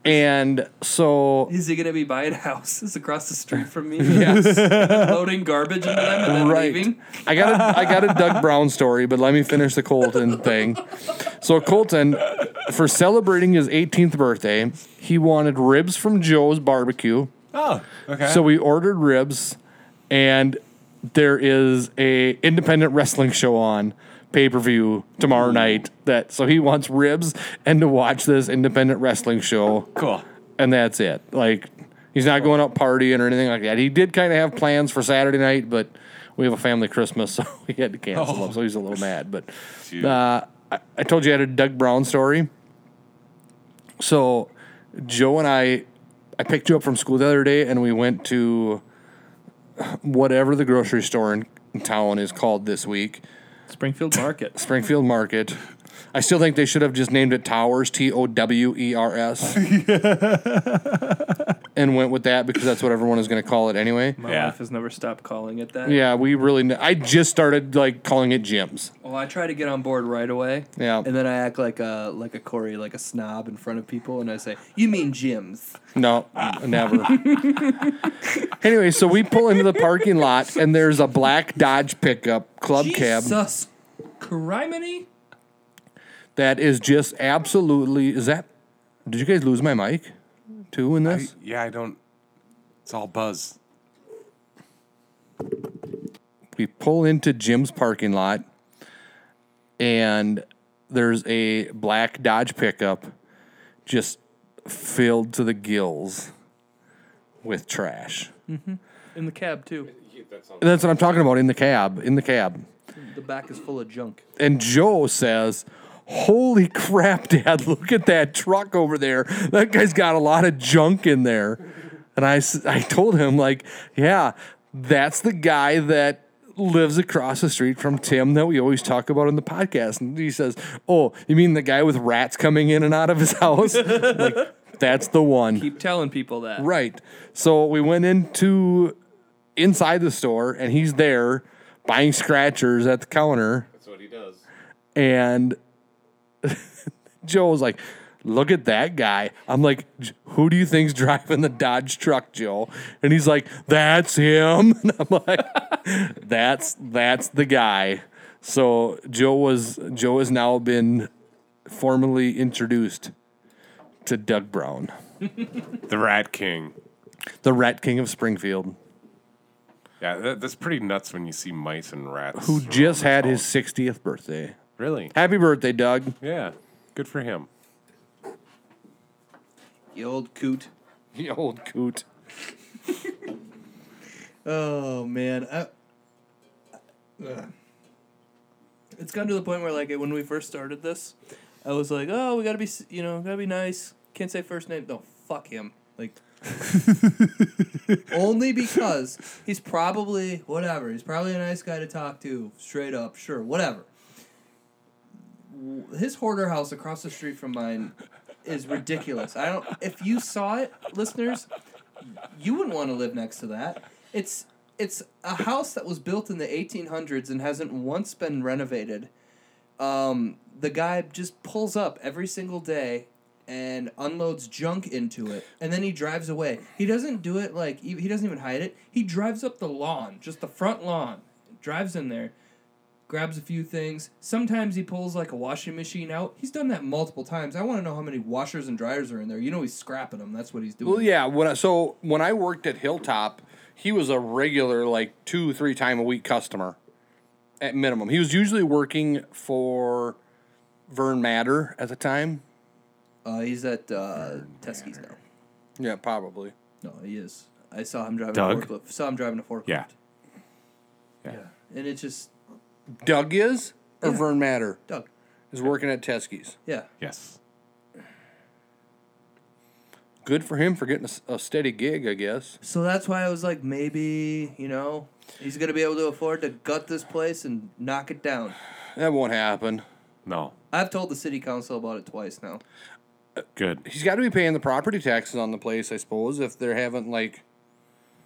Speaker 1: And so
Speaker 7: Is he gonna be buying (laughs) houses across the street from me,
Speaker 1: (laughs) yes,
Speaker 7: (laughs) loading garbage into them and then
Speaker 1: right.
Speaker 7: leaving?
Speaker 1: I got a, I got a Doug Brown story, but let me finish the Colton thing. So Colton, for celebrating his 18th birthday, he wanted ribs from Joe's Barbecue.
Speaker 3: Oh, okay.
Speaker 1: So we ordered ribs, and there is a independent wrestling show on pay per view tomorrow night. That so he wants ribs and to watch this independent wrestling show,
Speaker 3: cool.
Speaker 1: and that's it. Like he's not going out partying or anything like that. He did kind of have plans for Saturday night, but we have a family Christmas, (laughs) so we had to cancel them. So he's a little mad, but uh, I, I told you I had a Doug Brown story. So Joe and I, I picked you up from school the other day, and we went to whatever the grocery store in town is called this week,
Speaker 10: (laughs)
Speaker 7: Springfield Market.
Speaker 1: Springfield Market. I still think they should have just named it Towers, T O W E R S, and went with that because that's what everyone is going to call it anyway.
Speaker 7: My
Speaker 3: Yeah.
Speaker 7: wife has never stopped calling it that.
Speaker 1: Yeah, we really. kn- I just started like calling it gyms.
Speaker 7: Oh, I try to get on board right away.
Speaker 1: Yeah,
Speaker 5: And then I act like a like a Corey, like a snob in front of people, and I say, "You mean gyms?"
Speaker 1: No, never. anyway, so we pull into the parking lot and there's a black Dodge pickup club cab
Speaker 7: Jesus, criminy!
Speaker 1: that is just absolutely. Is that? Did you guys lose my mic? Too in
Speaker 3: I,
Speaker 1: this?
Speaker 3: yeah, I don't. It's all buzz.
Speaker 1: we pull into Jim's parking lot, and there's a black Dodge pickup just filled to the gills with trash.
Speaker 7: In the cab too.
Speaker 1: That's what I'm talking about in the cab. In the cab.
Speaker 5: The back is full of junk.
Speaker 1: And Joe says, Holy crap, Dad, (laughs) look at that truck over there. That guy's got a lot of junk in there. And I, s- I told him, like, yeah, that's the guy that lives across the street from Tim that we always talk about on the podcast. And he says, Oh, you mean the guy with rats coming in and out of his (laughs) house? like, that's the one.
Speaker 7: Keep telling people that.
Speaker 1: Right. So we went into inside the store and he's there buying scratchers at the counter. That's what he does. And (laughs) Joe was like, Look at that guy. I'm like, "J- Who do you think's driving the Dodge truck, Joe? And he's like, That's him. (laughs) And I'm like, (laughs) That's that's the guy. So Joe was Joe has now been formally introduced to Doug Brown
Speaker 3: The Rat King.
Speaker 1: the Rat King of Springfield,
Speaker 3: Yeah, that, that's pretty nuts when you see mice and rats.
Speaker 1: who just had his 60th birthday.
Speaker 3: Really?
Speaker 1: Happy birthday, Doug.
Speaker 3: Yeah. Good for him.
Speaker 5: You old coot.
Speaker 1: (laughs) You old coot.
Speaker 5: Oh man, I,
Speaker 7: It's gotten to the point where, like, when we first started this, I was like, "Oh, we gotta be, s- you know, gotta be nice. Can't say first name. No, fuck him.
Speaker 5: like only because he's probably whatever. He's probably a nice guy to talk to, straight up, sure, whatever. W- His hoarder house across the street from mine is ridiculous. I don't if you saw it, listeners, you wouldn't want to live next to that. It's it's a house that was built in the 1800s and hasn't once been renovated. Um, the guy just pulls up every single day and unloads junk into it, and then he drives away. He doesn't do it like e, he he doesn't even hide it. He drives up the lawn, just the front lawn, drives in there, grabs a few things. Sometimes he pulls like a washing machine out. He's done that multiple times. I want to know how many washers and dryers are in there. You know he's scrapping them. That's what he's doing.
Speaker 1: Well, yeah. When I, so when I worked at Hilltop, he was a regular, like two, three time a week customer at minimum. He was usually working for Vern Matter at the time.
Speaker 5: Uh, he's at uh, Teskey's now.
Speaker 1: Yeah, probably.
Speaker 5: No, he is. I saw him driving a
Speaker 3: Doug?
Speaker 5: forklift. Saw him driving a forklift.
Speaker 3: Yeah.
Speaker 5: Yeah. And it's just
Speaker 1: Doug is or
Speaker 5: Yeah.
Speaker 1: Vern Matter
Speaker 5: Doug.
Speaker 1: is working at Teskey's.
Speaker 5: Yeah.
Speaker 3: Yes.
Speaker 1: Good for him for getting a s a a steady gig, I guess.
Speaker 5: So that's why I was like, maybe, you know, he's going to be able to afford to gut this place and knock it down.
Speaker 1: That won't happen.
Speaker 3: No.
Speaker 5: I've told the city council about it twice now.
Speaker 3: Good.
Speaker 1: he's got to be paying the property taxes on the place, I suppose, if they haven't like.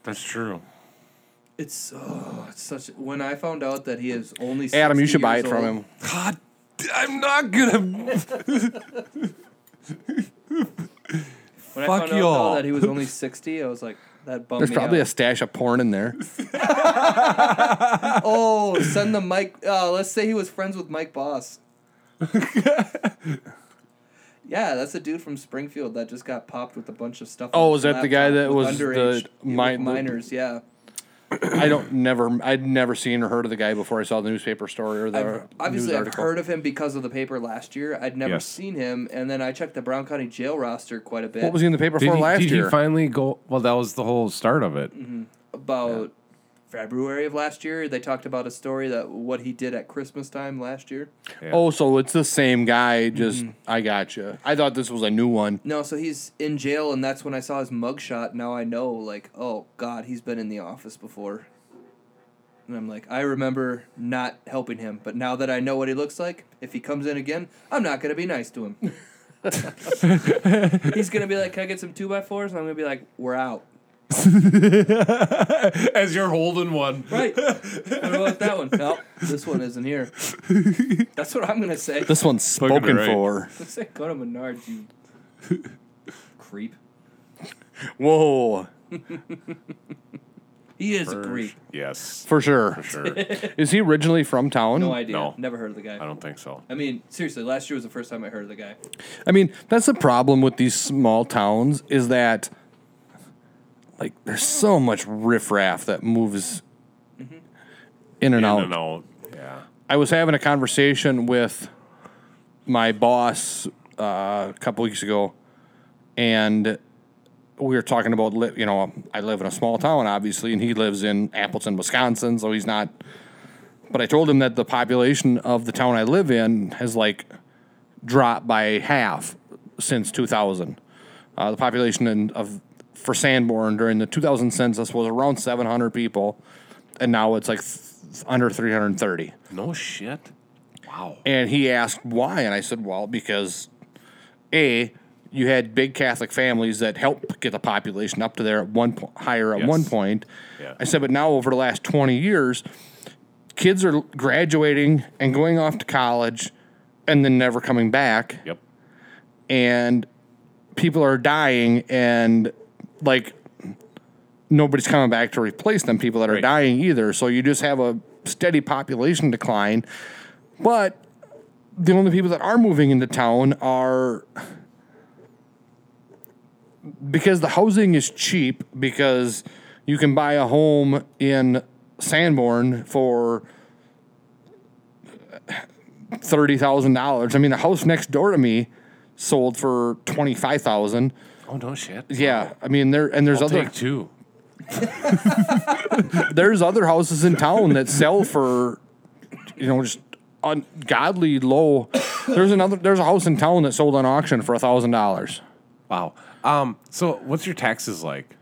Speaker 3: That's true.
Speaker 5: It's, oh, it's such. When I found out that he is only.
Speaker 1: Adam, you
Speaker 5: 60
Speaker 1: should buy
Speaker 5: years
Speaker 1: it from
Speaker 5: old-
Speaker 1: him.
Speaker 3: God,
Speaker 10: (laughs)
Speaker 3: I'm not gonna.
Speaker 5: When
Speaker 3: Fuck
Speaker 5: I found out
Speaker 3: y'all.
Speaker 5: though that he was only 60, I was like, that
Speaker 1: Oh.
Speaker 5: bummed
Speaker 1: There's
Speaker 5: me
Speaker 1: probably a
Speaker 5: out.
Speaker 1: stash of porn in there.
Speaker 5: Oh, send the Mike. Uh, let's say he was friends with Mike
Speaker 1: (laughs)
Speaker 5: Boss. yeah, that's a dude from Springfield that just got popped with a bunch of stuff. on
Speaker 1: Oh,
Speaker 5: his
Speaker 1: is that the guy
Speaker 5: laptop
Speaker 1: that
Speaker 5: with
Speaker 1: was the
Speaker 5: underage with
Speaker 1: mine-
Speaker 5: minors? Yeah,
Speaker 1: I don't never. I'd never seen or heard of the guy before I saw the newspaper story or the
Speaker 5: I've, obviously
Speaker 1: news
Speaker 5: I've
Speaker 1: article.
Speaker 5: heard of him because of the paper last year. I'd never
Speaker 10: Yes.
Speaker 5: seen him, and then I checked the Brown County jail roster quite a bit.
Speaker 1: What was he in the paper for
Speaker 10: he,
Speaker 1: last
Speaker 10: did he
Speaker 1: year?
Speaker 10: finally go? Well, that was the whole start of it.
Speaker 3: Mm-hmm.
Speaker 5: about February of last year? They talked about a story that what he did at Christmas time last year.
Speaker 1: Oh, so it's the same guy. Just
Speaker 5: Mm-hmm.
Speaker 1: I gotcha. I thought this was a new one.
Speaker 5: No, so he's in jail, and that's when I saw his mugshot. Now I know, like, oh God, he's been in the office before. And I'm like, I remember not helping him, but now that I know what he looks like, if he comes in again, I'm not gonna be nice to him. he's gonna be like, "Can I get some two by fours? And I'm gonna be like, "We're out."
Speaker 3: As you're holding one.
Speaker 5: Right? what about that one? No, this one isn't here. That's what I'm gonna say.
Speaker 1: This one's spoken
Speaker 10: right.
Speaker 1: for.
Speaker 5: Let's say go to Menards, you creep.
Speaker 1: Whoa,
Speaker 5: He is a creep.
Speaker 10: Yes,
Speaker 1: for sure.
Speaker 10: for
Speaker 1: (laughs)
Speaker 10: sure. I
Speaker 1: Is he originally from town?
Speaker 5: No idea.
Speaker 10: No.
Speaker 5: Never heard of the guy.
Speaker 10: don't think so.
Speaker 5: I mean, seriously, last year was the first time I heard of the guy.
Speaker 1: I mean, that's the problem with these small towns is that like there's so much riffraff that moves
Speaker 5: Mm-hmm.
Speaker 1: in, and,
Speaker 10: No, no,
Speaker 1: out.
Speaker 10: no. Yeah.
Speaker 1: I was having a conversation with my boss uh, a couple weeks ago, and we were talking about li- you know I live in a small town obviously, and he lives in Appleton, Wisconsin, so he's not. But I told him that the population of the town I live in has like dropped by half since 2000. Uh, the population in, of for Sanborn during the 2000 census was around 700 people, and now it's like th- under 330.
Speaker 10: No shit. Wow.
Speaker 1: And he asked why, and I said, "Well, because a you had big Catholic families that helped get the population up to there at one po- higher at
Speaker 10: Yes.
Speaker 1: one point."
Speaker 10: Yeah.
Speaker 1: I said, "But now over the last twenty years, kids are graduating and going off to college, and then never coming back,
Speaker 10: Yep.
Speaker 1: and people are dying, and like." Nobody's coming back to replace them, people that are
Speaker 10: Right.
Speaker 1: dying either. So you just have a steady population decline. But the only people that are moving into town are because the housing is cheap because you can buy a home in Sanborn for thirty thousand dollars. I mean, the house next door to me sold for twenty five thousand.
Speaker 10: Oh no shit.
Speaker 1: Yeah, I mean there and there's
Speaker 10: I'll
Speaker 1: other
Speaker 10: take two.
Speaker 1: there's other houses in town that sell for you know just ungodly low there's another there's a house in town that sold on auction for a thousand dollars
Speaker 10: Wow. Um. So what's your taxes like?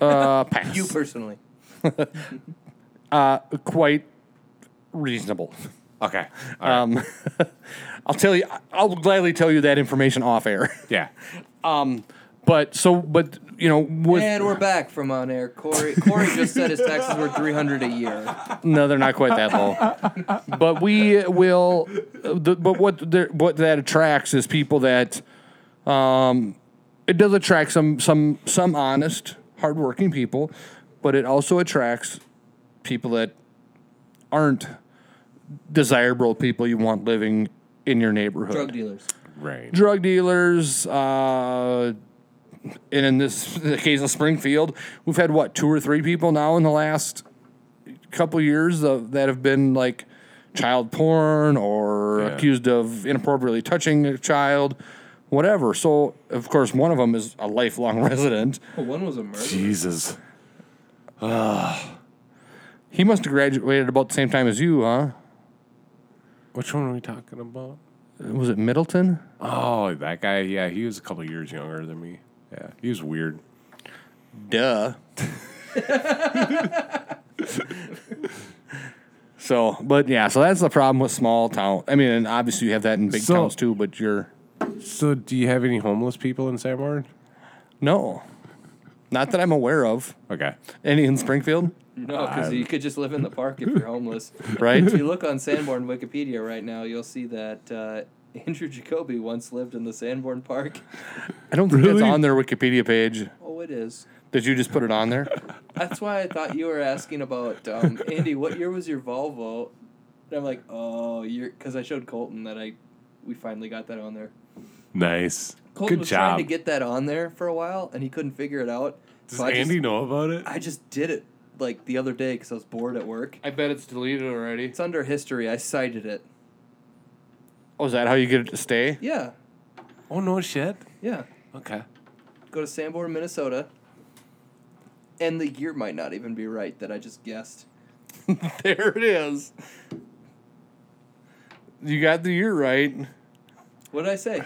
Speaker 1: uh pass.
Speaker 5: You personally.
Speaker 1: quite reasonable
Speaker 10: Okay. All right.
Speaker 1: um i'll tell you i'll gladly tell you that information off air
Speaker 10: yeah.
Speaker 1: but so but you know with
Speaker 5: And we're back from on air. Corey, Corey just said his taxes were three hundred a year.
Speaker 1: No, they're not quite that low. but we will. The, but what the, what that attracts is people that, um, it does attract some some some honest, hardworking people, but it also attracts people that aren't desirable people you want living in your neighborhood
Speaker 5: Drug dealers.
Speaker 10: Right.
Speaker 1: drug dealers, uh, and in this the case of Springfield, we've had what two or three people now in the last couple years of, that have been like child porn or
Speaker 10: Yeah.
Speaker 1: accused of inappropriately touching a child, whatever. So of course, one of them is a lifelong (laughs) resident.
Speaker 5: Well, Oh, one was a murder.
Speaker 10: Jesus.
Speaker 1: He must have graduated about the same time as you, huh?
Speaker 10: Which one are we talking about?
Speaker 1: Was it Middleton?
Speaker 10: Oh, that guy. Yeah, he was a couple years younger than me. Yeah, he was weird.
Speaker 1: Duh. so, but yeah, so that's the problem with small town. I mean, and obviously you have that in big
Speaker 10: So-
Speaker 1: towns too, but you're
Speaker 10: So, do you have any homeless people in San Juan?
Speaker 1: no, not that I'm aware of.
Speaker 10: Okay.
Speaker 1: Any in Springfield,
Speaker 5: No, because you could just live in the park if you're homeless.
Speaker 1: right?
Speaker 5: If you look on Sanborn Wikipedia right now, you'll see that uh, Andrew Jacoby once lived in the Sanborn Park.
Speaker 1: I don't think it's on their Wikipedia page.
Speaker 5: Oh, it is.
Speaker 1: Did you just put it on there?
Speaker 5: That's why I thought you were asking about um, Andy. What year was your Volvo? And I'm like, oh, you're because I showed Colton that I we finally got that on there.
Speaker 10: Nice.
Speaker 5: Colton
Speaker 10: Good
Speaker 5: was trying to
Speaker 10: job.
Speaker 5: get that on there for a while, and he couldn't figure it out.
Speaker 10: Does
Speaker 5: so I
Speaker 10: Andy
Speaker 5: Just,
Speaker 10: know about it?
Speaker 5: I just did it like the other day because I was bored at work.
Speaker 7: I bet it's deleted already.
Speaker 5: It's under history. I cited it.
Speaker 1: Oh, is that how you get it to stay? (laughs)
Speaker 5: Yeah,
Speaker 10: Oh no shit.
Speaker 5: yeah.
Speaker 10: Okay.
Speaker 5: Go to Sanborn, Minnesota. And the year might not even be right that I just guessed.
Speaker 1: There it is. You got the year right.
Speaker 5: What did
Speaker 10: (laughs)
Speaker 5: I say?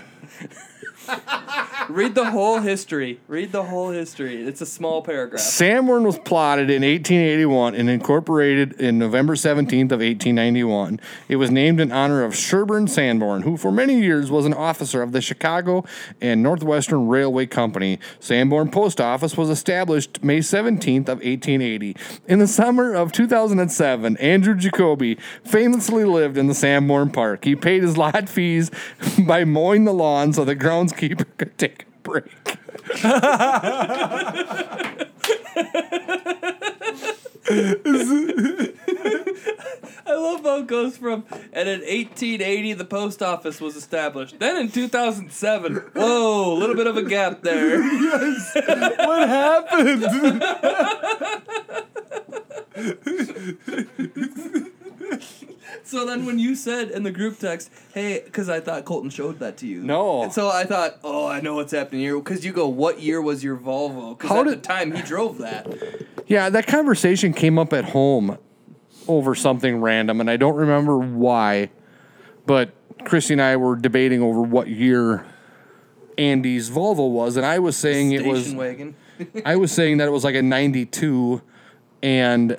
Speaker 5: Read the whole history. Read the whole history. It's a small paragraph.
Speaker 1: Sanborn was plotted in 1881 and incorporated in November 17th of 1891. It was named in honor of Sherburne Sanborn, who for many years was an officer of the Chicago and Northwestern Railway Company. Sanborn Post Office was established May 17th of 1880. In the summer of 2007, Andrew Jacoby famously lived in the Sanborn Park. He paid his lot fees (laughs) by mowing the lawn so the groundskeeper could take a break.
Speaker 5: I love how it goes from, and in 1880, the post office was established. Then in 2007, whoa, a little bit of a
Speaker 10: (laughs)
Speaker 5: gap there.
Speaker 10: What happened?
Speaker 5: So then when you said in the group text, hey, because I thought Colton showed that to you.
Speaker 1: No.
Speaker 5: And so I thought, oh, I know what's happening here. Because you go, what year was your Volvo? Because
Speaker 1: How
Speaker 5: at
Speaker 1: did-
Speaker 5: the time he drove that.
Speaker 1: Yeah, that conversation came up at home over something random, and I don't remember why, but Christy and I were debating over what year Andy's Volvo was, and I was saying it
Speaker 5: Station
Speaker 1: was
Speaker 5: wagon.
Speaker 1: I was saying that it was like a '92, and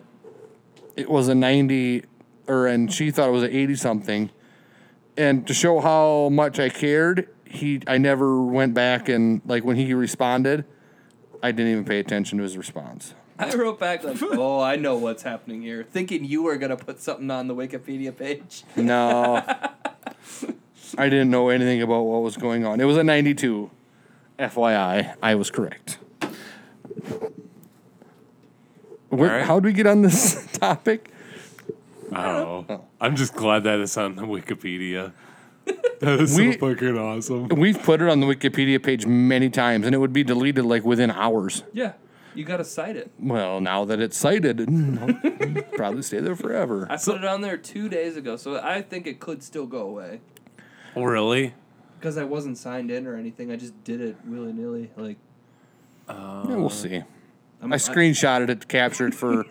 Speaker 1: it was a '90, or and she thought it was an '80 something, and to show how much I cared, he I never went back and like when he responded, I didn't even pay attention to his response.
Speaker 5: (laughs) I wrote back like, oh, I know what's happening here. Thinking you were going to put something on the Wikipedia page.
Speaker 1: No. I didn't know anything about what was going on. It was a 92. FYI, I was correct. Where,
Speaker 10: All right.
Speaker 1: How do we get on this (laughs) topic?
Speaker 10: I don't know. Oh. I'm just glad that it's on the
Speaker 5: (laughs)
Speaker 10: Wikipedia. That is so
Speaker 1: We-
Speaker 10: fucking awesome.
Speaker 1: We've put it on the Wikipedia page many times, and it would be deleted like within hours.
Speaker 5: Yeah. You got to cite it.
Speaker 1: Well, now that it's cited, (laughs) it'll probably stay there forever.
Speaker 5: I put it on there two days ago, so I think it could still go away.
Speaker 10: Really?
Speaker 5: Because I wasn't signed in or anything. I just did it willy nilly. Like,
Speaker 1: Yeah,
Speaker 10: Uh,
Speaker 1: we'll see.
Speaker 5: I'm,
Speaker 1: I screenshotted it, captured it for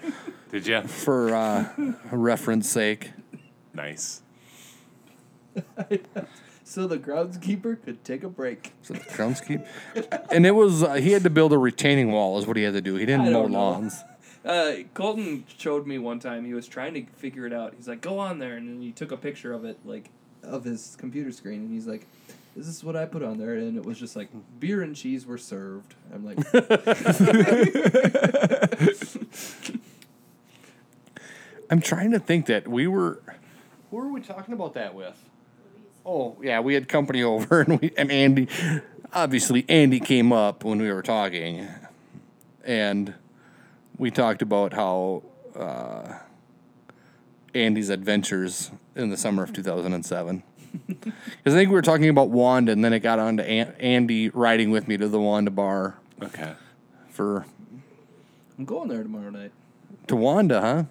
Speaker 10: Did you?
Speaker 1: for uh, reference sake.
Speaker 10: Nice.
Speaker 5: so the groundskeeper could take a break.
Speaker 1: So the drums keep- and it was uh, he had to build a retaining wall is what he had to do. He didn't
Speaker 5: I
Speaker 1: mow
Speaker 5: don't know.
Speaker 1: lawns.
Speaker 5: Uh, Colton showed me one time. He was trying to figure it out. He's like, "Go on there," and then he took a picture of it, like, of his computer screen, and he's like, "This is what I put on there," and it was just like, "Beer and cheese were served." I'm (laughs) like,
Speaker 1: I'm trying to think that we were. Who were we talking about that with? Oh yeah, we had company (laughs) over and we and Andy. Obviously, Andy came up when we were talking, and we talked about how uh, Andy's adventures in the summer of (laughs) 2007. Because I think we were talking about Wanda, and then it got on to An- Andy riding with me to the Wanda bar
Speaker 10: Okay.
Speaker 1: for
Speaker 5: "I'm going there tomorrow night."
Speaker 1: To Wanda, huh?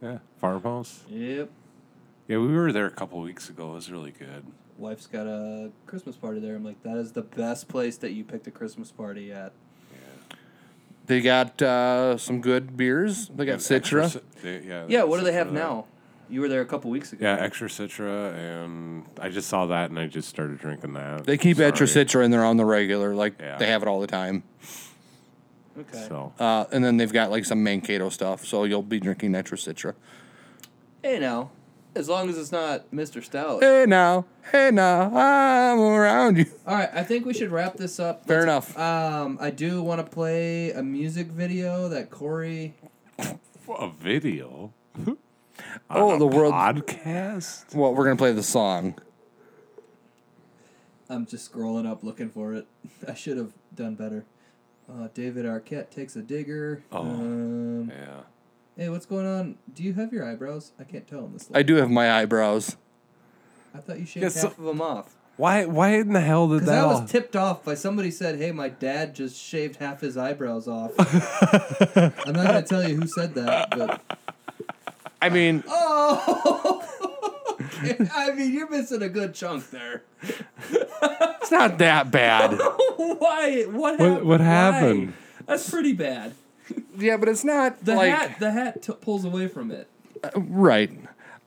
Speaker 10: Yeah. Farmhouse.
Speaker 5: Yep.
Speaker 10: Yeah, we were there a couple weeks ago. It was really good.
Speaker 5: Wife's got a Christmas party there. I'm like, "That is the best place that you picked a Christmas party at."
Speaker 1: They got uh, some good beers. They got Citra.
Speaker 10: Extra ci- they- yeah.
Speaker 5: Yeah. What do they have
Speaker 10: Citra.
Speaker 5: now? You were there a couple weeks ago.
Speaker 10: Yeah, extra Citra, and I just saw that, and I just started drinking that.
Speaker 1: they keep extra
Speaker 10: Sorry.
Speaker 1: Citra in there on the regular. Like
Speaker 10: Yeah.
Speaker 1: they have it all the time.
Speaker 5: Okay.
Speaker 10: So
Speaker 1: Uh, and then they've got like some Mankato stuff. So you'll be drinking extra Citra.
Speaker 5: Hey now, as long as it's not Mr. Stout.
Speaker 1: Hey now, hey now, I'm around you.
Speaker 5: All right, I think we should wrap this up.
Speaker 1: Fair
Speaker 5: Let's-
Speaker 1: enough.
Speaker 5: Um, I do want to play a music video that Corey.
Speaker 10: a video.
Speaker 1: oh, the world.
Speaker 10: podcast.
Speaker 1: Well, we're gonna play the song.
Speaker 5: I'm just scrolling up looking for it. (laughs) I should have done better. Uh, David Arquette takes a digger.
Speaker 10: Oh.
Speaker 5: Um,
Speaker 10: Yeah.
Speaker 5: hey, what's going on? Do you have your eyebrows? I can't tell on this.
Speaker 1: I
Speaker 5: Light.
Speaker 1: do have my eyebrows.
Speaker 5: I, thought you shaved
Speaker 10: Yes, so-
Speaker 5: half of them off.
Speaker 10: Why? Why in the hell did
Speaker 5: Because
Speaker 10: that?
Speaker 5: I
Speaker 10: all-
Speaker 5: was tipped off by somebody said, "Hey, my dad just shaved half his eyebrows
Speaker 10: (laughs)
Speaker 5: off." I'm not gonna tell you who said that, but
Speaker 1: I mean,
Speaker 5: oh, okay. (laughs) I mean, you're missing a good chunk there.
Speaker 1: it's not that bad.
Speaker 5: Why?
Speaker 10: what,
Speaker 5: What? happened?
Speaker 10: what
Speaker 5: Why?
Speaker 10: happened?
Speaker 5: That's pretty bad.
Speaker 1: yeah, but it's not
Speaker 5: The
Speaker 1: like
Speaker 5: hat, the hat t- pulls away from it.
Speaker 1: right.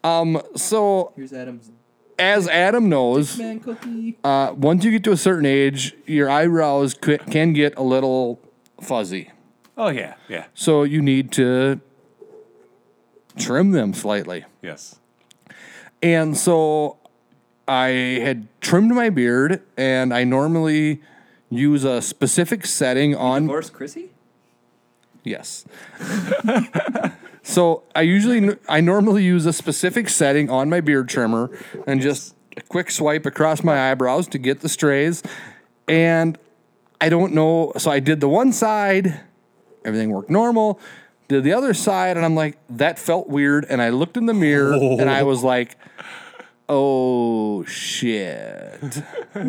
Speaker 1: Um, so
Speaker 5: Here's Adam's
Speaker 1: as Adam knows,
Speaker 5: man cookie.
Speaker 1: uh, once you get to a certain age, your eyebrows c- can get a little fuzzy.
Speaker 10: Oh yeah, yeah,
Speaker 1: So you need to trim them slightly.
Speaker 10: yes.
Speaker 1: And so I had trimmed my beard, and I normally use a specific setting on.
Speaker 5: Horse Chrissy?
Speaker 1: Yes. so I usually, I normally use a specific setting on my beard trimmer and just a quick swipe across my eyebrows to get the strays. And I don't know. So I did the one side, everything worked normal. Did the other side, and I'm like, that felt weird. And I looked in the mirror and I was like, oh shit. (laughs)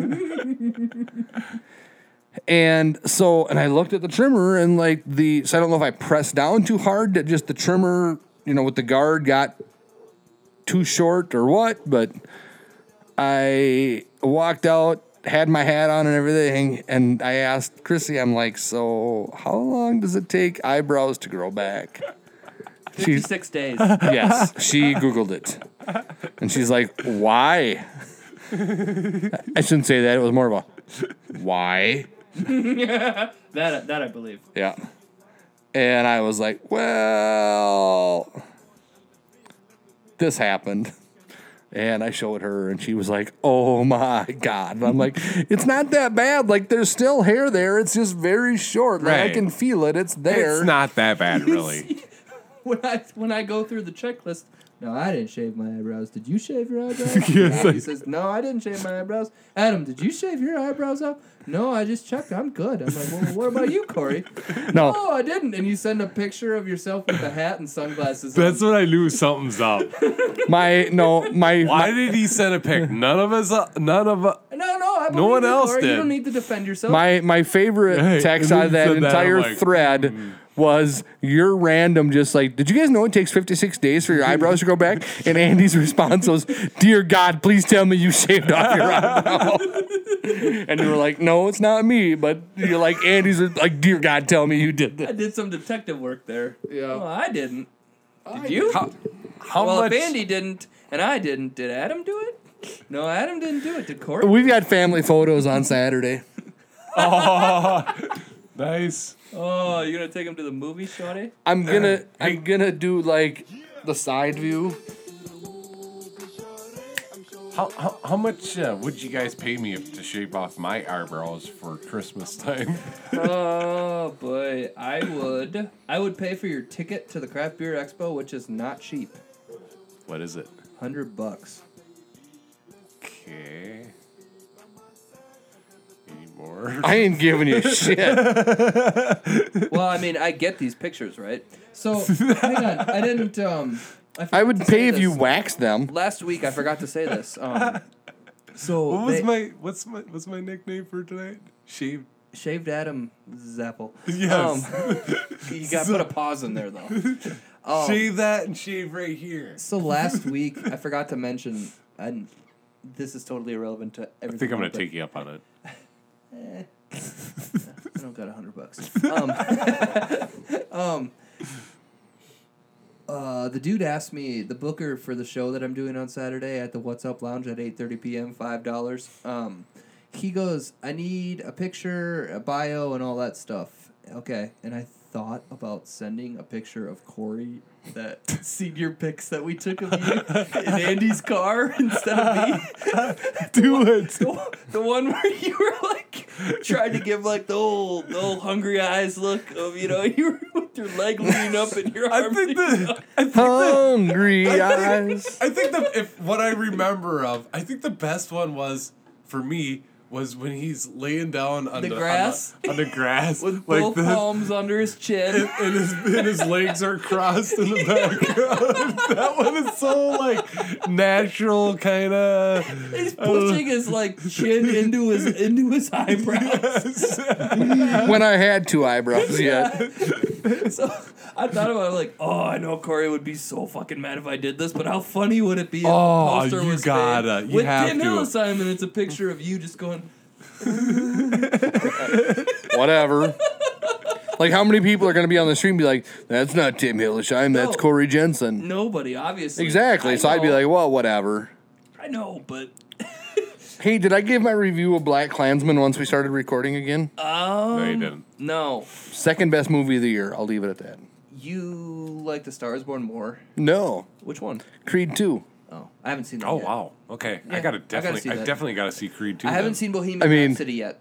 Speaker 1: and so, and I looked at the trimmer and like the, so I don't know if I pressed down too hard that just the trimmer, you know, with the guard got too short or what, but I walked out, had my hat on and everything, and I asked Chrissy, I'm like, so how long does it take eyebrows to grow back? She's
Speaker 7: Six
Speaker 10: (laughs)
Speaker 7: days.
Speaker 1: Yes, she Googled it. And she's like, why? I shouldn't say that. It was more of a why?
Speaker 7: that that I believe.
Speaker 1: Yeah. And I was like, well, this happened. And I showed her, and she was like, oh my God. And I'm like, it's not that bad. Like, there's still hair there. It's just very short. Like, I
Speaker 10: Right.
Speaker 1: can feel it. It's there.
Speaker 10: It's not that
Speaker 5: (laughs)
Speaker 10: bad, really.
Speaker 5: When I when I go through the checklist, no, I didn't shave my eyebrows. Did you shave
Speaker 10: (laughs)
Speaker 5: your eyebrows?
Speaker 10: Yes,
Speaker 5: He
Speaker 10: I-
Speaker 5: says, no, I didn't shave my eyebrows. Adam, did you shave your eyebrows up? No, I just checked. I'm good. I'm like, well, what about you,
Speaker 10: (laughs)
Speaker 5: Corey?
Speaker 10: Oh.
Speaker 1: no.
Speaker 5: No, I didn't. And you send a picture of yourself with a hat and sunglasses. on.
Speaker 10: That's when I knew something's up.
Speaker 5: (laughs)
Speaker 1: My, no, my,
Speaker 10: Why
Speaker 1: my
Speaker 10: did he send a pic? None of us. uh, none of us.
Speaker 5: no, no, I believe
Speaker 10: one
Speaker 5: you,
Speaker 10: else
Speaker 5: Corey. You
Speaker 10: did.
Speaker 5: don't need to defend yourself.
Speaker 1: My my favorite
Speaker 10: Hey,
Speaker 1: text
Speaker 10: and then
Speaker 1: out of
Speaker 10: you
Speaker 1: that
Speaker 10: said that,
Speaker 1: entire
Speaker 10: I'm like, hmm.
Speaker 1: thread was your random just like, did you guys know it takes 56 days for your eyebrows to grow back? And Andy's response was, Dear God, please tell me you shaved off your eyebrow. (laughs) and you were like, No, it's not me. But you're like, Andy's like, Dear God, tell me you did
Speaker 5: I
Speaker 1: that.
Speaker 5: did some detective work there.
Speaker 1: Yeah.
Speaker 5: Well, I didn't. Did you?
Speaker 10: How
Speaker 5: well,
Speaker 10: much?
Speaker 5: if Andy didn't and I didn't, did Adam do it? No, Adam didn't do it. Did Corey?
Speaker 1: We've got family photos on Saturday.
Speaker 10: nice.
Speaker 5: Oh, you're gonna take him to the movie, Shawty?
Speaker 1: I'm gonna I'm gonna do like the side view.
Speaker 10: How, how, how much uh, would you guys pay me if to shave off my eyebrows for Christmas time? (laughs)
Speaker 5: Oh boy, I would. I would pay for your ticket to the craft beer expo, which is not cheap.
Speaker 10: What is it?
Speaker 5: Hundred bucks.
Speaker 10: Okay. Any (laughs) more?
Speaker 1: I ain't giving you shit.
Speaker 5: Well, I mean, I get these pictures, right?
Speaker 10: (laughs)
Speaker 5: So hang on, I didn't. Um,
Speaker 1: I would
Speaker 5: forgot to
Speaker 1: pay
Speaker 5: say
Speaker 1: if you
Speaker 5: this.
Speaker 1: waxed them.
Speaker 5: Last week, I forgot to say this. Um, so
Speaker 10: What was
Speaker 5: they-
Speaker 10: my what's my what's my nickname for tonight? Shaved.
Speaker 5: shaved Adam Zapple.
Speaker 10: Yes. (laughs)
Speaker 5: you got to put a pause in there though. Um,
Speaker 10: shave that and shave right here.
Speaker 5: So last week, I forgot to mention, and this is totally irrelevant to everything.
Speaker 10: I think I'm gonna
Speaker 5: but
Speaker 10: take you up on it.
Speaker 5: I don't got a hundred bucks. Um, um, (laughs) uh, the dude asked me the booker for the show that I'm doing on Saturday at the What's Up Lounge at 8:30 p.m. Five dollars. Um, he goes, I need a picture, a bio, and all that stuff. Okay, and I thought about sending a picture of Corey, that (laughs) senior pics that we took of you in Andy's car instead of me.
Speaker 10: (laughs) Do it.
Speaker 5: the, the one where (laughs) you were like trying to give like the old the old hungry eyes look of you know (laughs) you were with your leg leaning up and your
Speaker 10: I
Speaker 5: arm
Speaker 10: think
Speaker 5: leaning
Speaker 10: the
Speaker 5: up.
Speaker 10: I think the
Speaker 1: (laughs) Hungry eyes.
Speaker 10: I think the if what I remember of I think the best one was for me was when he's laying down on
Speaker 5: The
Speaker 10: the, on
Speaker 5: grass?
Speaker 10: on the, (laughs) grass
Speaker 5: with
Speaker 10: like
Speaker 5: both
Speaker 10: this,
Speaker 5: palms under
Speaker 10: (laughs)
Speaker 5: his chin.
Speaker 10: and his and his legs are crossed in the background. (laughs) that one is so like natural, kind (laughs) of.
Speaker 5: He's pushing his like chin into his into his
Speaker 10: (laughs)
Speaker 5: eyebrows.
Speaker 1: when I had two eyebrows yet.
Speaker 5: So (laughs) I thought about it like, oh, I know Corey would be so fucking mad if I did this, but how funny would it be? If the
Speaker 10: Oh,
Speaker 5: poster
Speaker 10: you
Speaker 5: was
Speaker 10: gotta-
Speaker 5: made
Speaker 10: you
Speaker 5: with
Speaker 10: have
Speaker 5: Tim
Speaker 10: to.
Speaker 5: Ellisheim, and it's a picture of you just going.
Speaker 1: Whatever. Like, how many people are going to be on the stream and be like, that's not Tim Hillesheim, that's
Speaker 5: No.
Speaker 1: Corey Jensen?
Speaker 5: Nobody, obviously.
Speaker 1: Exactly.
Speaker 5: I
Speaker 1: so I'd be
Speaker 5: know,
Speaker 1: like, well, whatever.
Speaker 5: I know, but
Speaker 1: Hey, did I give my review of Black Klansman once we started recording again?
Speaker 5: Uh.
Speaker 10: no, he didn't.
Speaker 5: um, no.
Speaker 1: Second best movie of the year. I'll leave it at that.
Speaker 5: You like The Star Is Born more?
Speaker 1: No.
Speaker 5: Which one?
Speaker 1: Creed 2.
Speaker 5: Oh, I haven't seen. That
Speaker 10: Oh
Speaker 5: yet.
Speaker 10: wow. Okay,
Speaker 5: Yeah,
Speaker 10: I
Speaker 5: I gotta
Speaker 10: gotta definitely,
Speaker 5: see
Speaker 10: I,
Speaker 5: that.
Speaker 10: definitely gotta see Creed too.
Speaker 5: I haven't
Speaker 10: then.
Speaker 5: seen Bohemian
Speaker 1: I mean-
Speaker 5: Rhapsody yet.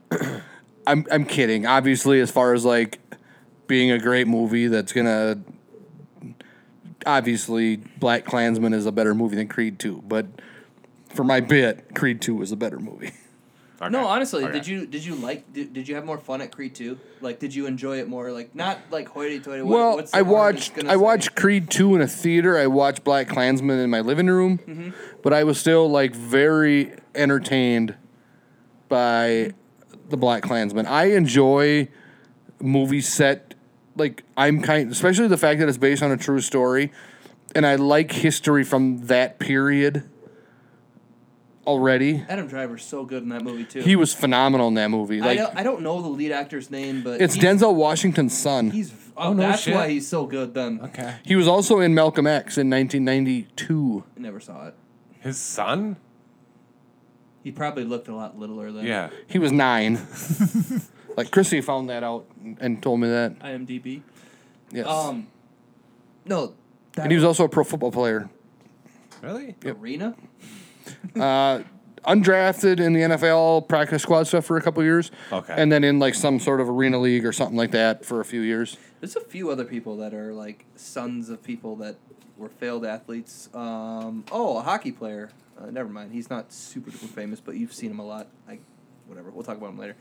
Speaker 1: I'm I'm kidding. Obviously, as far as like being a great movie that's gonna obviously Black Klansman is a better movie than Creed Two, but for my bit, Creed Two is a better movie.
Speaker 10: Okay,
Speaker 1: (clears throat)
Speaker 5: No, honestly,
Speaker 10: okay.
Speaker 5: did you did you like did, did you have more fun at Creed 2? Like did you enjoy it more like not like hoity toity what,
Speaker 1: well,
Speaker 5: what's the
Speaker 1: I
Speaker 5: word I'm just
Speaker 1: watched
Speaker 5: gonna
Speaker 1: I
Speaker 5: say?
Speaker 1: watched Creed Two in a theater. I watched Black Klansman in my living room,
Speaker 5: Mm-hmm.
Speaker 1: but I was still like very entertained by the Black Klansman. I enjoy movie set like I'm kind, especially the fact that it's based on a true story, and I like history from that period already.
Speaker 5: Adam Driver's so good in that movie too.
Speaker 1: He was phenomenal in that movie.
Speaker 5: I
Speaker 1: Like
Speaker 5: don't I don't know the lead actor's name but
Speaker 1: it's
Speaker 5: he's,
Speaker 1: Denzel Washington's son.
Speaker 5: He's oh, that's
Speaker 10: shit.
Speaker 5: why he's so good then.
Speaker 10: Okay,
Speaker 1: He was also in Malcolm X in 1992.
Speaker 5: I never saw it.
Speaker 10: his son.
Speaker 5: He probably looked a lot littler then.
Speaker 10: Yeah,
Speaker 1: He was nine. (laughs) like Chrissy found that out and told me that.
Speaker 5: IMDb.
Speaker 1: Yes.
Speaker 5: Um no, that
Speaker 1: and he was also a pro football player,
Speaker 10: really?
Speaker 5: Arena?
Speaker 1: undrafted in the NFL practice squad stuff for a couple years.
Speaker 10: Okay.
Speaker 1: And then in like some sort of arena league or something like that for a few years.
Speaker 5: There's a few other people that are like sons of people that were failed athletes. Um, oh, a hockey player. Uh, never mind. He's not super duper famous, but you've seen him a lot. Like, whatever. We'll talk about him later.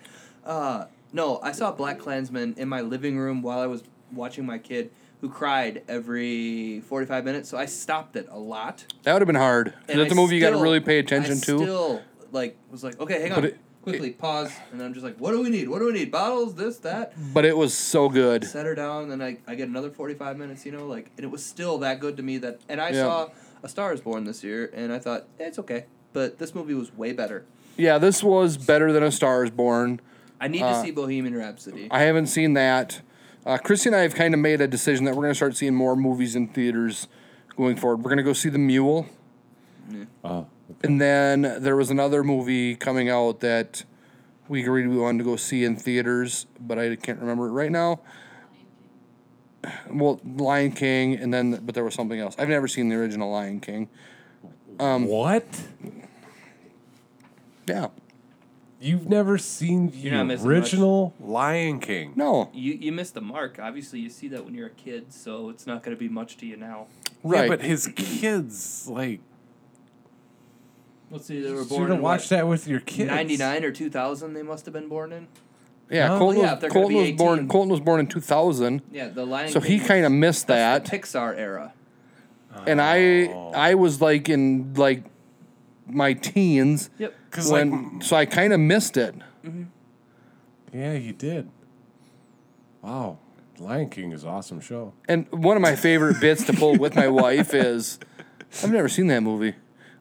Speaker 5: Uh, no, I saw Black Klansman in my living room while I was watching my kid, who cried every 45 minutes. So I stopped it a lot.
Speaker 1: That would have been hard. 'Cause
Speaker 5: And
Speaker 1: That's
Speaker 5: I
Speaker 1: a movie you got to
Speaker 5: still-
Speaker 1: really pay
Speaker 5: I
Speaker 1: attention to.
Speaker 5: Still, like, was like, okay, hang
Speaker 1: But
Speaker 5: on,
Speaker 1: it-
Speaker 5: quickly pause, and I'm just like, what do we need? What do we need? Bottles, this, that
Speaker 1: But it was so good.
Speaker 5: set her down, and I, I get another 45 minutes, you know, like, and it was still that good to me that, and I
Speaker 1: Yeah.
Speaker 5: saw A Star is Born this year, and I thought, eh, it's okay, but this movie was way better.
Speaker 1: Yeah, this was better than A Star is Born.
Speaker 5: I need to see Bohemian Rhapsody.
Speaker 1: I haven't seen that. Uh, Christy and I have kind of made a decision that we're going to start seeing more movies in theaters going forward. We're going to go see The Mule.
Speaker 5: Ah,
Speaker 10: Oh,
Speaker 1: And then there was another movie coming out that we agreed we wanted to go see in theaters, but I can't remember it right now. Well, Lion King, and then but there was something else. I've never seen the original Lion King.
Speaker 5: Um,
Speaker 10: what?
Speaker 1: Yeah,
Speaker 10: You've never seen the
Speaker 7: not missing much.
Speaker 10: original Lion King?
Speaker 1: no,
Speaker 7: You you missed the mark. Obviously, you see that when you're a kid, so it's not going to be much to you now.
Speaker 1: right?
Speaker 10: Yeah, but his kids like
Speaker 5: Let's see, they were
Speaker 10: you should
Speaker 5: born
Speaker 10: have
Speaker 5: in
Speaker 10: watched that with your kids.
Speaker 5: 99 or 2000 they must have been born in.
Speaker 1: yeah,
Speaker 10: Oh,
Speaker 1: Colton,
Speaker 5: yeah, if
Speaker 1: was,
Speaker 5: they're gonna
Speaker 1: Colton
Speaker 5: be
Speaker 1: was born.
Speaker 5: 18.
Speaker 1: Colton was born in two thousand,
Speaker 5: Yeah, the Lion
Speaker 1: so he
Speaker 5: King
Speaker 1: kind of missed
Speaker 5: was
Speaker 1: that.
Speaker 5: the Pixar era.
Speaker 1: And I, I was like in like my teens
Speaker 7: Yep.
Speaker 10: Cause like,
Speaker 1: when, so I kind of missed it.
Speaker 10: yeah, you did. Wow, Lion King is an awesome show.
Speaker 1: And one of my favorite bits to pull with my wife is, I've never seen that movie.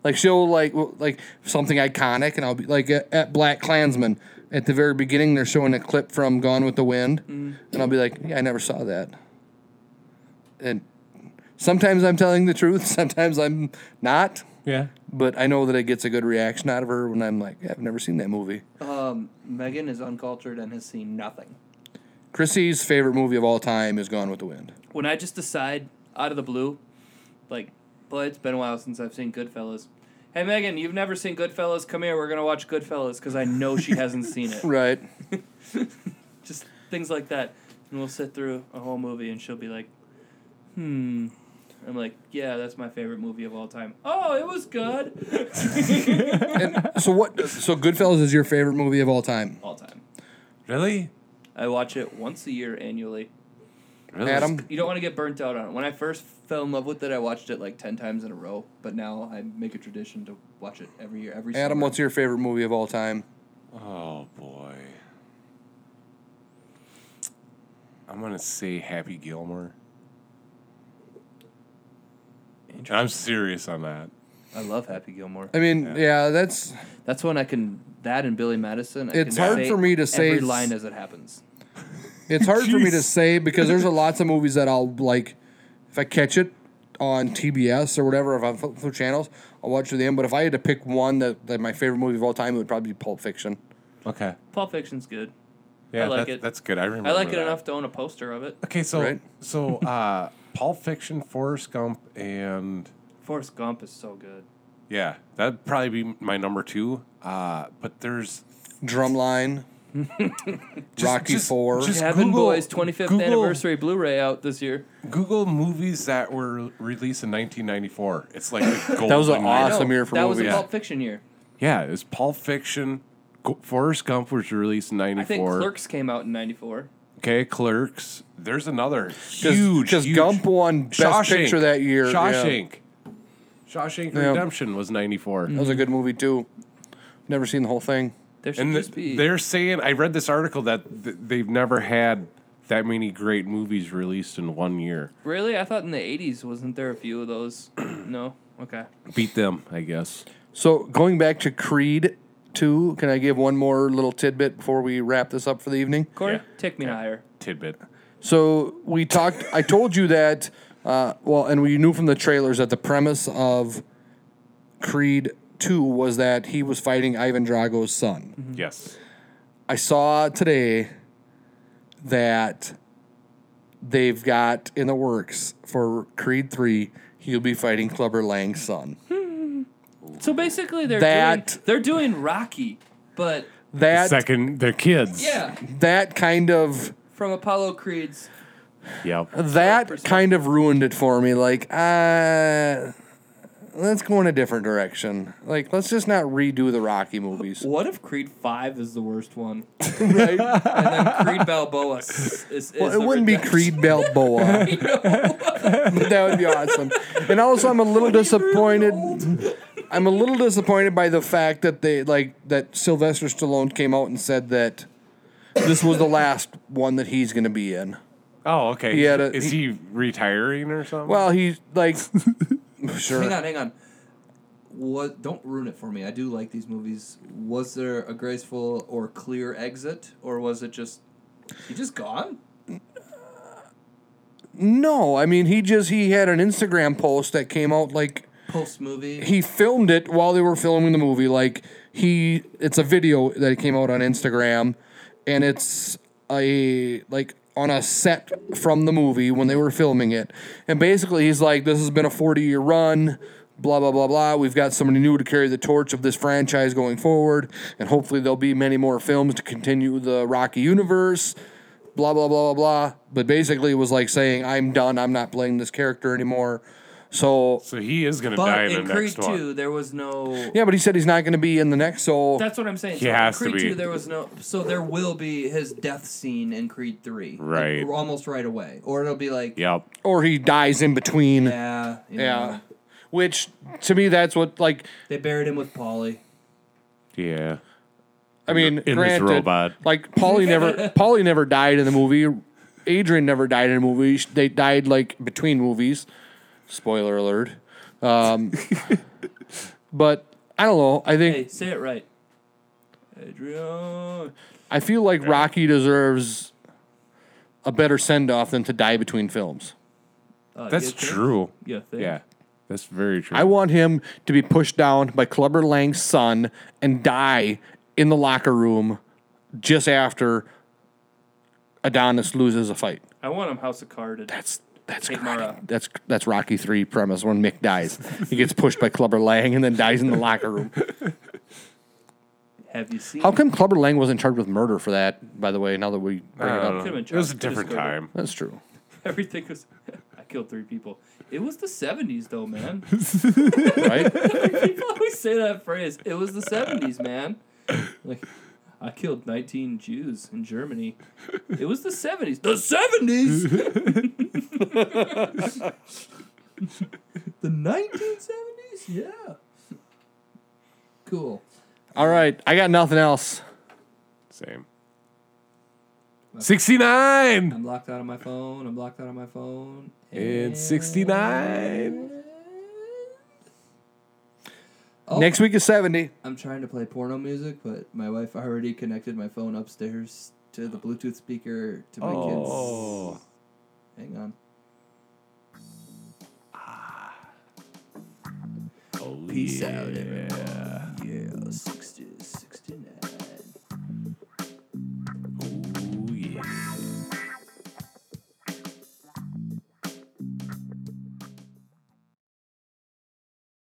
Speaker 1: Like she'll like w- like something iconic, and I'll be like at, at Black Klansman at the very beginning. They're showing a clip from Gone with the Wind, and I'll be like, Yeah, I never saw that. And sometimes I'm telling the truth, (laughs) sometimes I'm not.
Speaker 10: Yeah,
Speaker 1: But I know that it gets a good reaction out of her when I'm like, yeah, I've never seen that movie.
Speaker 5: Um, Megan is uncultured and has seen nothing.
Speaker 1: Chrissy's favorite movie of all time is Gone with the Wind.
Speaker 7: When I just decide out of the blue, like, boy, it's been a while since I've seen Goodfellas. Hey Megan, you've never seen Goodfellas? Come here, we're gonna watch Goodfellas because I know she hasn't seen it.
Speaker 1: Right.
Speaker 7: Just things like that, and we'll sit through a whole movie, and she'll be like, "Hmm, I'm like, yeah, that's my favorite movie of all time. Oh, it was good.
Speaker 1: So what? So Goodfellas is your favorite movie of all time,
Speaker 7: All time.
Speaker 3: Really?
Speaker 7: I watch it once a year annually.
Speaker 3: Really?
Speaker 1: Adam?
Speaker 7: You don't want to get burnt out on it. When I first fell in love with it, I watched it like 10 times in a row, but now I make a tradition to watch it every year, every
Speaker 1: Adam,
Speaker 7: summer.
Speaker 1: what's your favorite movie of all time?
Speaker 3: Oh boy. I'm gonna say Happy Gilmore. And I'm serious on that.
Speaker 7: I love Happy Gilmore.
Speaker 1: I mean, yeah, that's
Speaker 7: That's when I can that and Billy Madison. I
Speaker 1: It's
Speaker 7: can
Speaker 1: hard
Speaker 7: say
Speaker 1: for me to say
Speaker 7: every
Speaker 1: it's-
Speaker 7: line as it happens.
Speaker 1: it's hard for me to
Speaker 3: Jeez.
Speaker 1: say because
Speaker 3: (laughs)
Speaker 1: there's a lots of movies that I'll like if I catch it on TBS or whatever if I'm fl- through channels, I'll watch it to the end. But if I had to pick one that, that my favorite movie of all time, it would probably be Pulp Fiction.
Speaker 3: Okay.
Speaker 7: Pulp Fiction's good.
Speaker 3: Yeah,
Speaker 7: I like
Speaker 3: that-
Speaker 7: it.
Speaker 3: that's good. I remember.
Speaker 7: I like it
Speaker 3: that.
Speaker 7: enough to own a poster of it.
Speaker 3: Okay, so
Speaker 1: Right.
Speaker 7: (laughs)
Speaker 3: so uh Pulp Fiction, Forrest Gump, and
Speaker 7: Forrest Gump is so good.
Speaker 3: yeah, that'd probably be my number two. Uh but there's (laughs)
Speaker 1: Drumline, Rocky
Speaker 3: just-
Speaker 1: Four.
Speaker 3: just-
Speaker 7: Cabin
Speaker 3: Google-
Speaker 7: Boys 25th
Speaker 3: Google-
Speaker 7: anniversary Blu-ray out this year.
Speaker 3: Google movies that were released in 1994. It's like the
Speaker 1: (laughs) that was an
Speaker 3: golden era.
Speaker 1: awesome year for
Speaker 7: that was
Speaker 1: movies.
Speaker 7: a Pulp Fiction year.
Speaker 3: Yeah, it's Pulp Fiction. Go- Forrest Gump was released in '94.
Speaker 7: I think Clerks came out in '94.
Speaker 3: Okay, Clerks. There's another
Speaker 1: Cause,
Speaker 3: huge.
Speaker 1: Because
Speaker 3: huge-
Speaker 1: Gump won Best Picture that year. yeah.
Speaker 3: Shawshank. Shawshank
Speaker 1: Yeah. Mm-hmm.
Speaker 3: Redemption was '94.
Speaker 1: That was a good movie too. Never seen the whole thing.
Speaker 7: There should
Speaker 3: And
Speaker 7: just be.
Speaker 3: th- they're saying I read this article that th- they've never had that many great movies released in one year.
Speaker 7: Really, I thought in the '80s wasn't there a few of those? (clears throat) no. Okay.
Speaker 3: Beat them, I guess.
Speaker 1: So going back to Creed two, can I give one more little tidbit before we wrap this up for the evening?
Speaker 7: Corey,
Speaker 3: Yeah.
Speaker 7: take me higher.
Speaker 3: Tidbit.
Speaker 1: Mm-hmm. So we talked. I told you that. Uh, well, and we knew from the trailers that the premise of Creed two was that he was fighting Ivan Drago's son.
Speaker 3: Mm-hmm. Yes.
Speaker 1: I saw today that they've got in the works for Creed 3, he'll be fighting Clubber Lang's son.
Speaker 7: So basically, they're
Speaker 1: That-
Speaker 7: doing, they're doing Rocky, but
Speaker 1: That
Speaker 3: Second, they're kids.
Speaker 7: yeah,
Speaker 1: that kind of
Speaker 7: from Apollo Creed's.
Speaker 3: Yep.
Speaker 1: that kind of ruined it for me. Like, uh let's go in a different direction. Like, let's just not redo the Rocky movies.
Speaker 5: What if Creed Five is the
Speaker 1: (laughs)
Speaker 5: worst one?
Speaker 7: And then Creed Balboa is, is
Speaker 1: Well, it wouldn't be Creed
Speaker 5: (laughs)
Speaker 1: Balboa. (laughs) but that would be awesome. And also, I'm a little disappointed. I'm a little disappointed by the fact that they like that Sylvester Stallone came out and said that this was the last one that he's going to be in.
Speaker 3: Oh, okay.
Speaker 1: He had a-
Speaker 3: Is he retiring or something?
Speaker 1: Well, he's
Speaker 5: (laughs)
Speaker 1: like,
Speaker 5: Hang
Speaker 1: sure.
Speaker 5: on, hang on. What? Don't ruin it for me. I do like these movies. Was there a graceful or clear exit, or was it just he just gone?
Speaker 1: No, I mean he just he had an Instagram post that came out like
Speaker 5: Post movie.
Speaker 1: he filmed it while they were filming the movie. Like he, it's a video that came out on Instagram, and it's a like on a set from the movie when they were filming it. And basically, he's like, "This has been a forty-year run." Blah blah blah blah. We've got somebody new to carry the torch of this franchise going forward, and hopefully there'll be many more films to continue the Rocky universe. Blah blah blah blah blah. But basically, it was like saying, "I'm done. I'm not playing this character anymore." So
Speaker 3: so he is going to die
Speaker 7: But
Speaker 3: in,
Speaker 7: in
Speaker 3: the
Speaker 7: Creed
Speaker 3: next one.
Speaker 7: Two, there was no.
Speaker 1: Yeah, but he said he's not going to be in the next. So
Speaker 7: That's what I'm saying.
Speaker 3: He
Speaker 7: so in
Speaker 3: has to
Speaker 7: Creed
Speaker 3: be.
Speaker 7: Two, there was no.
Speaker 5: So there will be his death scene in Creed Three.
Speaker 3: Right.
Speaker 5: Like, almost right away, or it'll be like
Speaker 3: Yep.
Speaker 1: or he dies in between. Yeah.
Speaker 5: yeah, you know,
Speaker 1: Which to me, that's what like.
Speaker 5: They buried him with Polly.
Speaker 3: Yeah.
Speaker 1: I mean,
Speaker 3: his
Speaker 1: granted,
Speaker 3: robot.
Speaker 1: like Paulie never,
Speaker 7: (laughs)
Speaker 1: Paulie never died in the movie. Adrian never died in a movie. Sh- They died like between movies. Spoiler alert. Um,
Speaker 7: (laughs)
Speaker 1: but I don't know. I think
Speaker 7: Hey, say it right. Adrian.
Speaker 1: I feel like Rocky deserves a better send off than to die between films.
Speaker 7: Uh,
Speaker 3: That's
Speaker 7: you think?
Speaker 3: true.
Speaker 7: You think?
Speaker 3: Yeah. That's very true.
Speaker 1: I want him to be pushed down by Clubber Lang's son and die in the locker room just after Adonis loses a fight.
Speaker 7: I want him House of Carded.
Speaker 1: That's that's
Speaker 7: Take
Speaker 1: Karate-
Speaker 7: Mara.
Speaker 1: that's that's Rocky Three premise when Mick dies. he gets pushed by Clubber Lang and then dies in the locker room.
Speaker 7: Have you seen?
Speaker 1: How
Speaker 5: (laughs)
Speaker 1: come Clubber Lang wasn't charged with murder for that? By the way, now that we bring it
Speaker 3: I
Speaker 1: up,
Speaker 3: don't know.
Speaker 7: Could've been
Speaker 3: It was a
Speaker 7: Chuck.
Speaker 3: different
Speaker 7: Could've been
Speaker 3: time.
Speaker 5: (laughs)
Speaker 1: that's true.
Speaker 7: Everything was. I
Speaker 5: killed three people. It was the 70s, though, man.
Speaker 1: right? (laughs)
Speaker 5: People always say that phrase. It was the 70s, man. Like, I killed 19 Jews in Germany. It was the 70s. The 70s? the 1970s? Yeah. Cool.
Speaker 1: All right, I got nothing else.
Speaker 10: Same. 69
Speaker 5: I'm locked out of my phone. I'm locked out of my phone.
Speaker 10: and 69.
Speaker 5: Oh,
Speaker 1: Next week is 70.
Speaker 5: I'm trying to play porno music, but my wife already connected my phone upstairs to the Bluetooth speaker to my
Speaker 10: Oh.
Speaker 5: kids. Hang on.
Speaker 10: Oh,
Speaker 5: Peace
Speaker 10: yeah.
Speaker 5: out, everyone. Yeah, 60.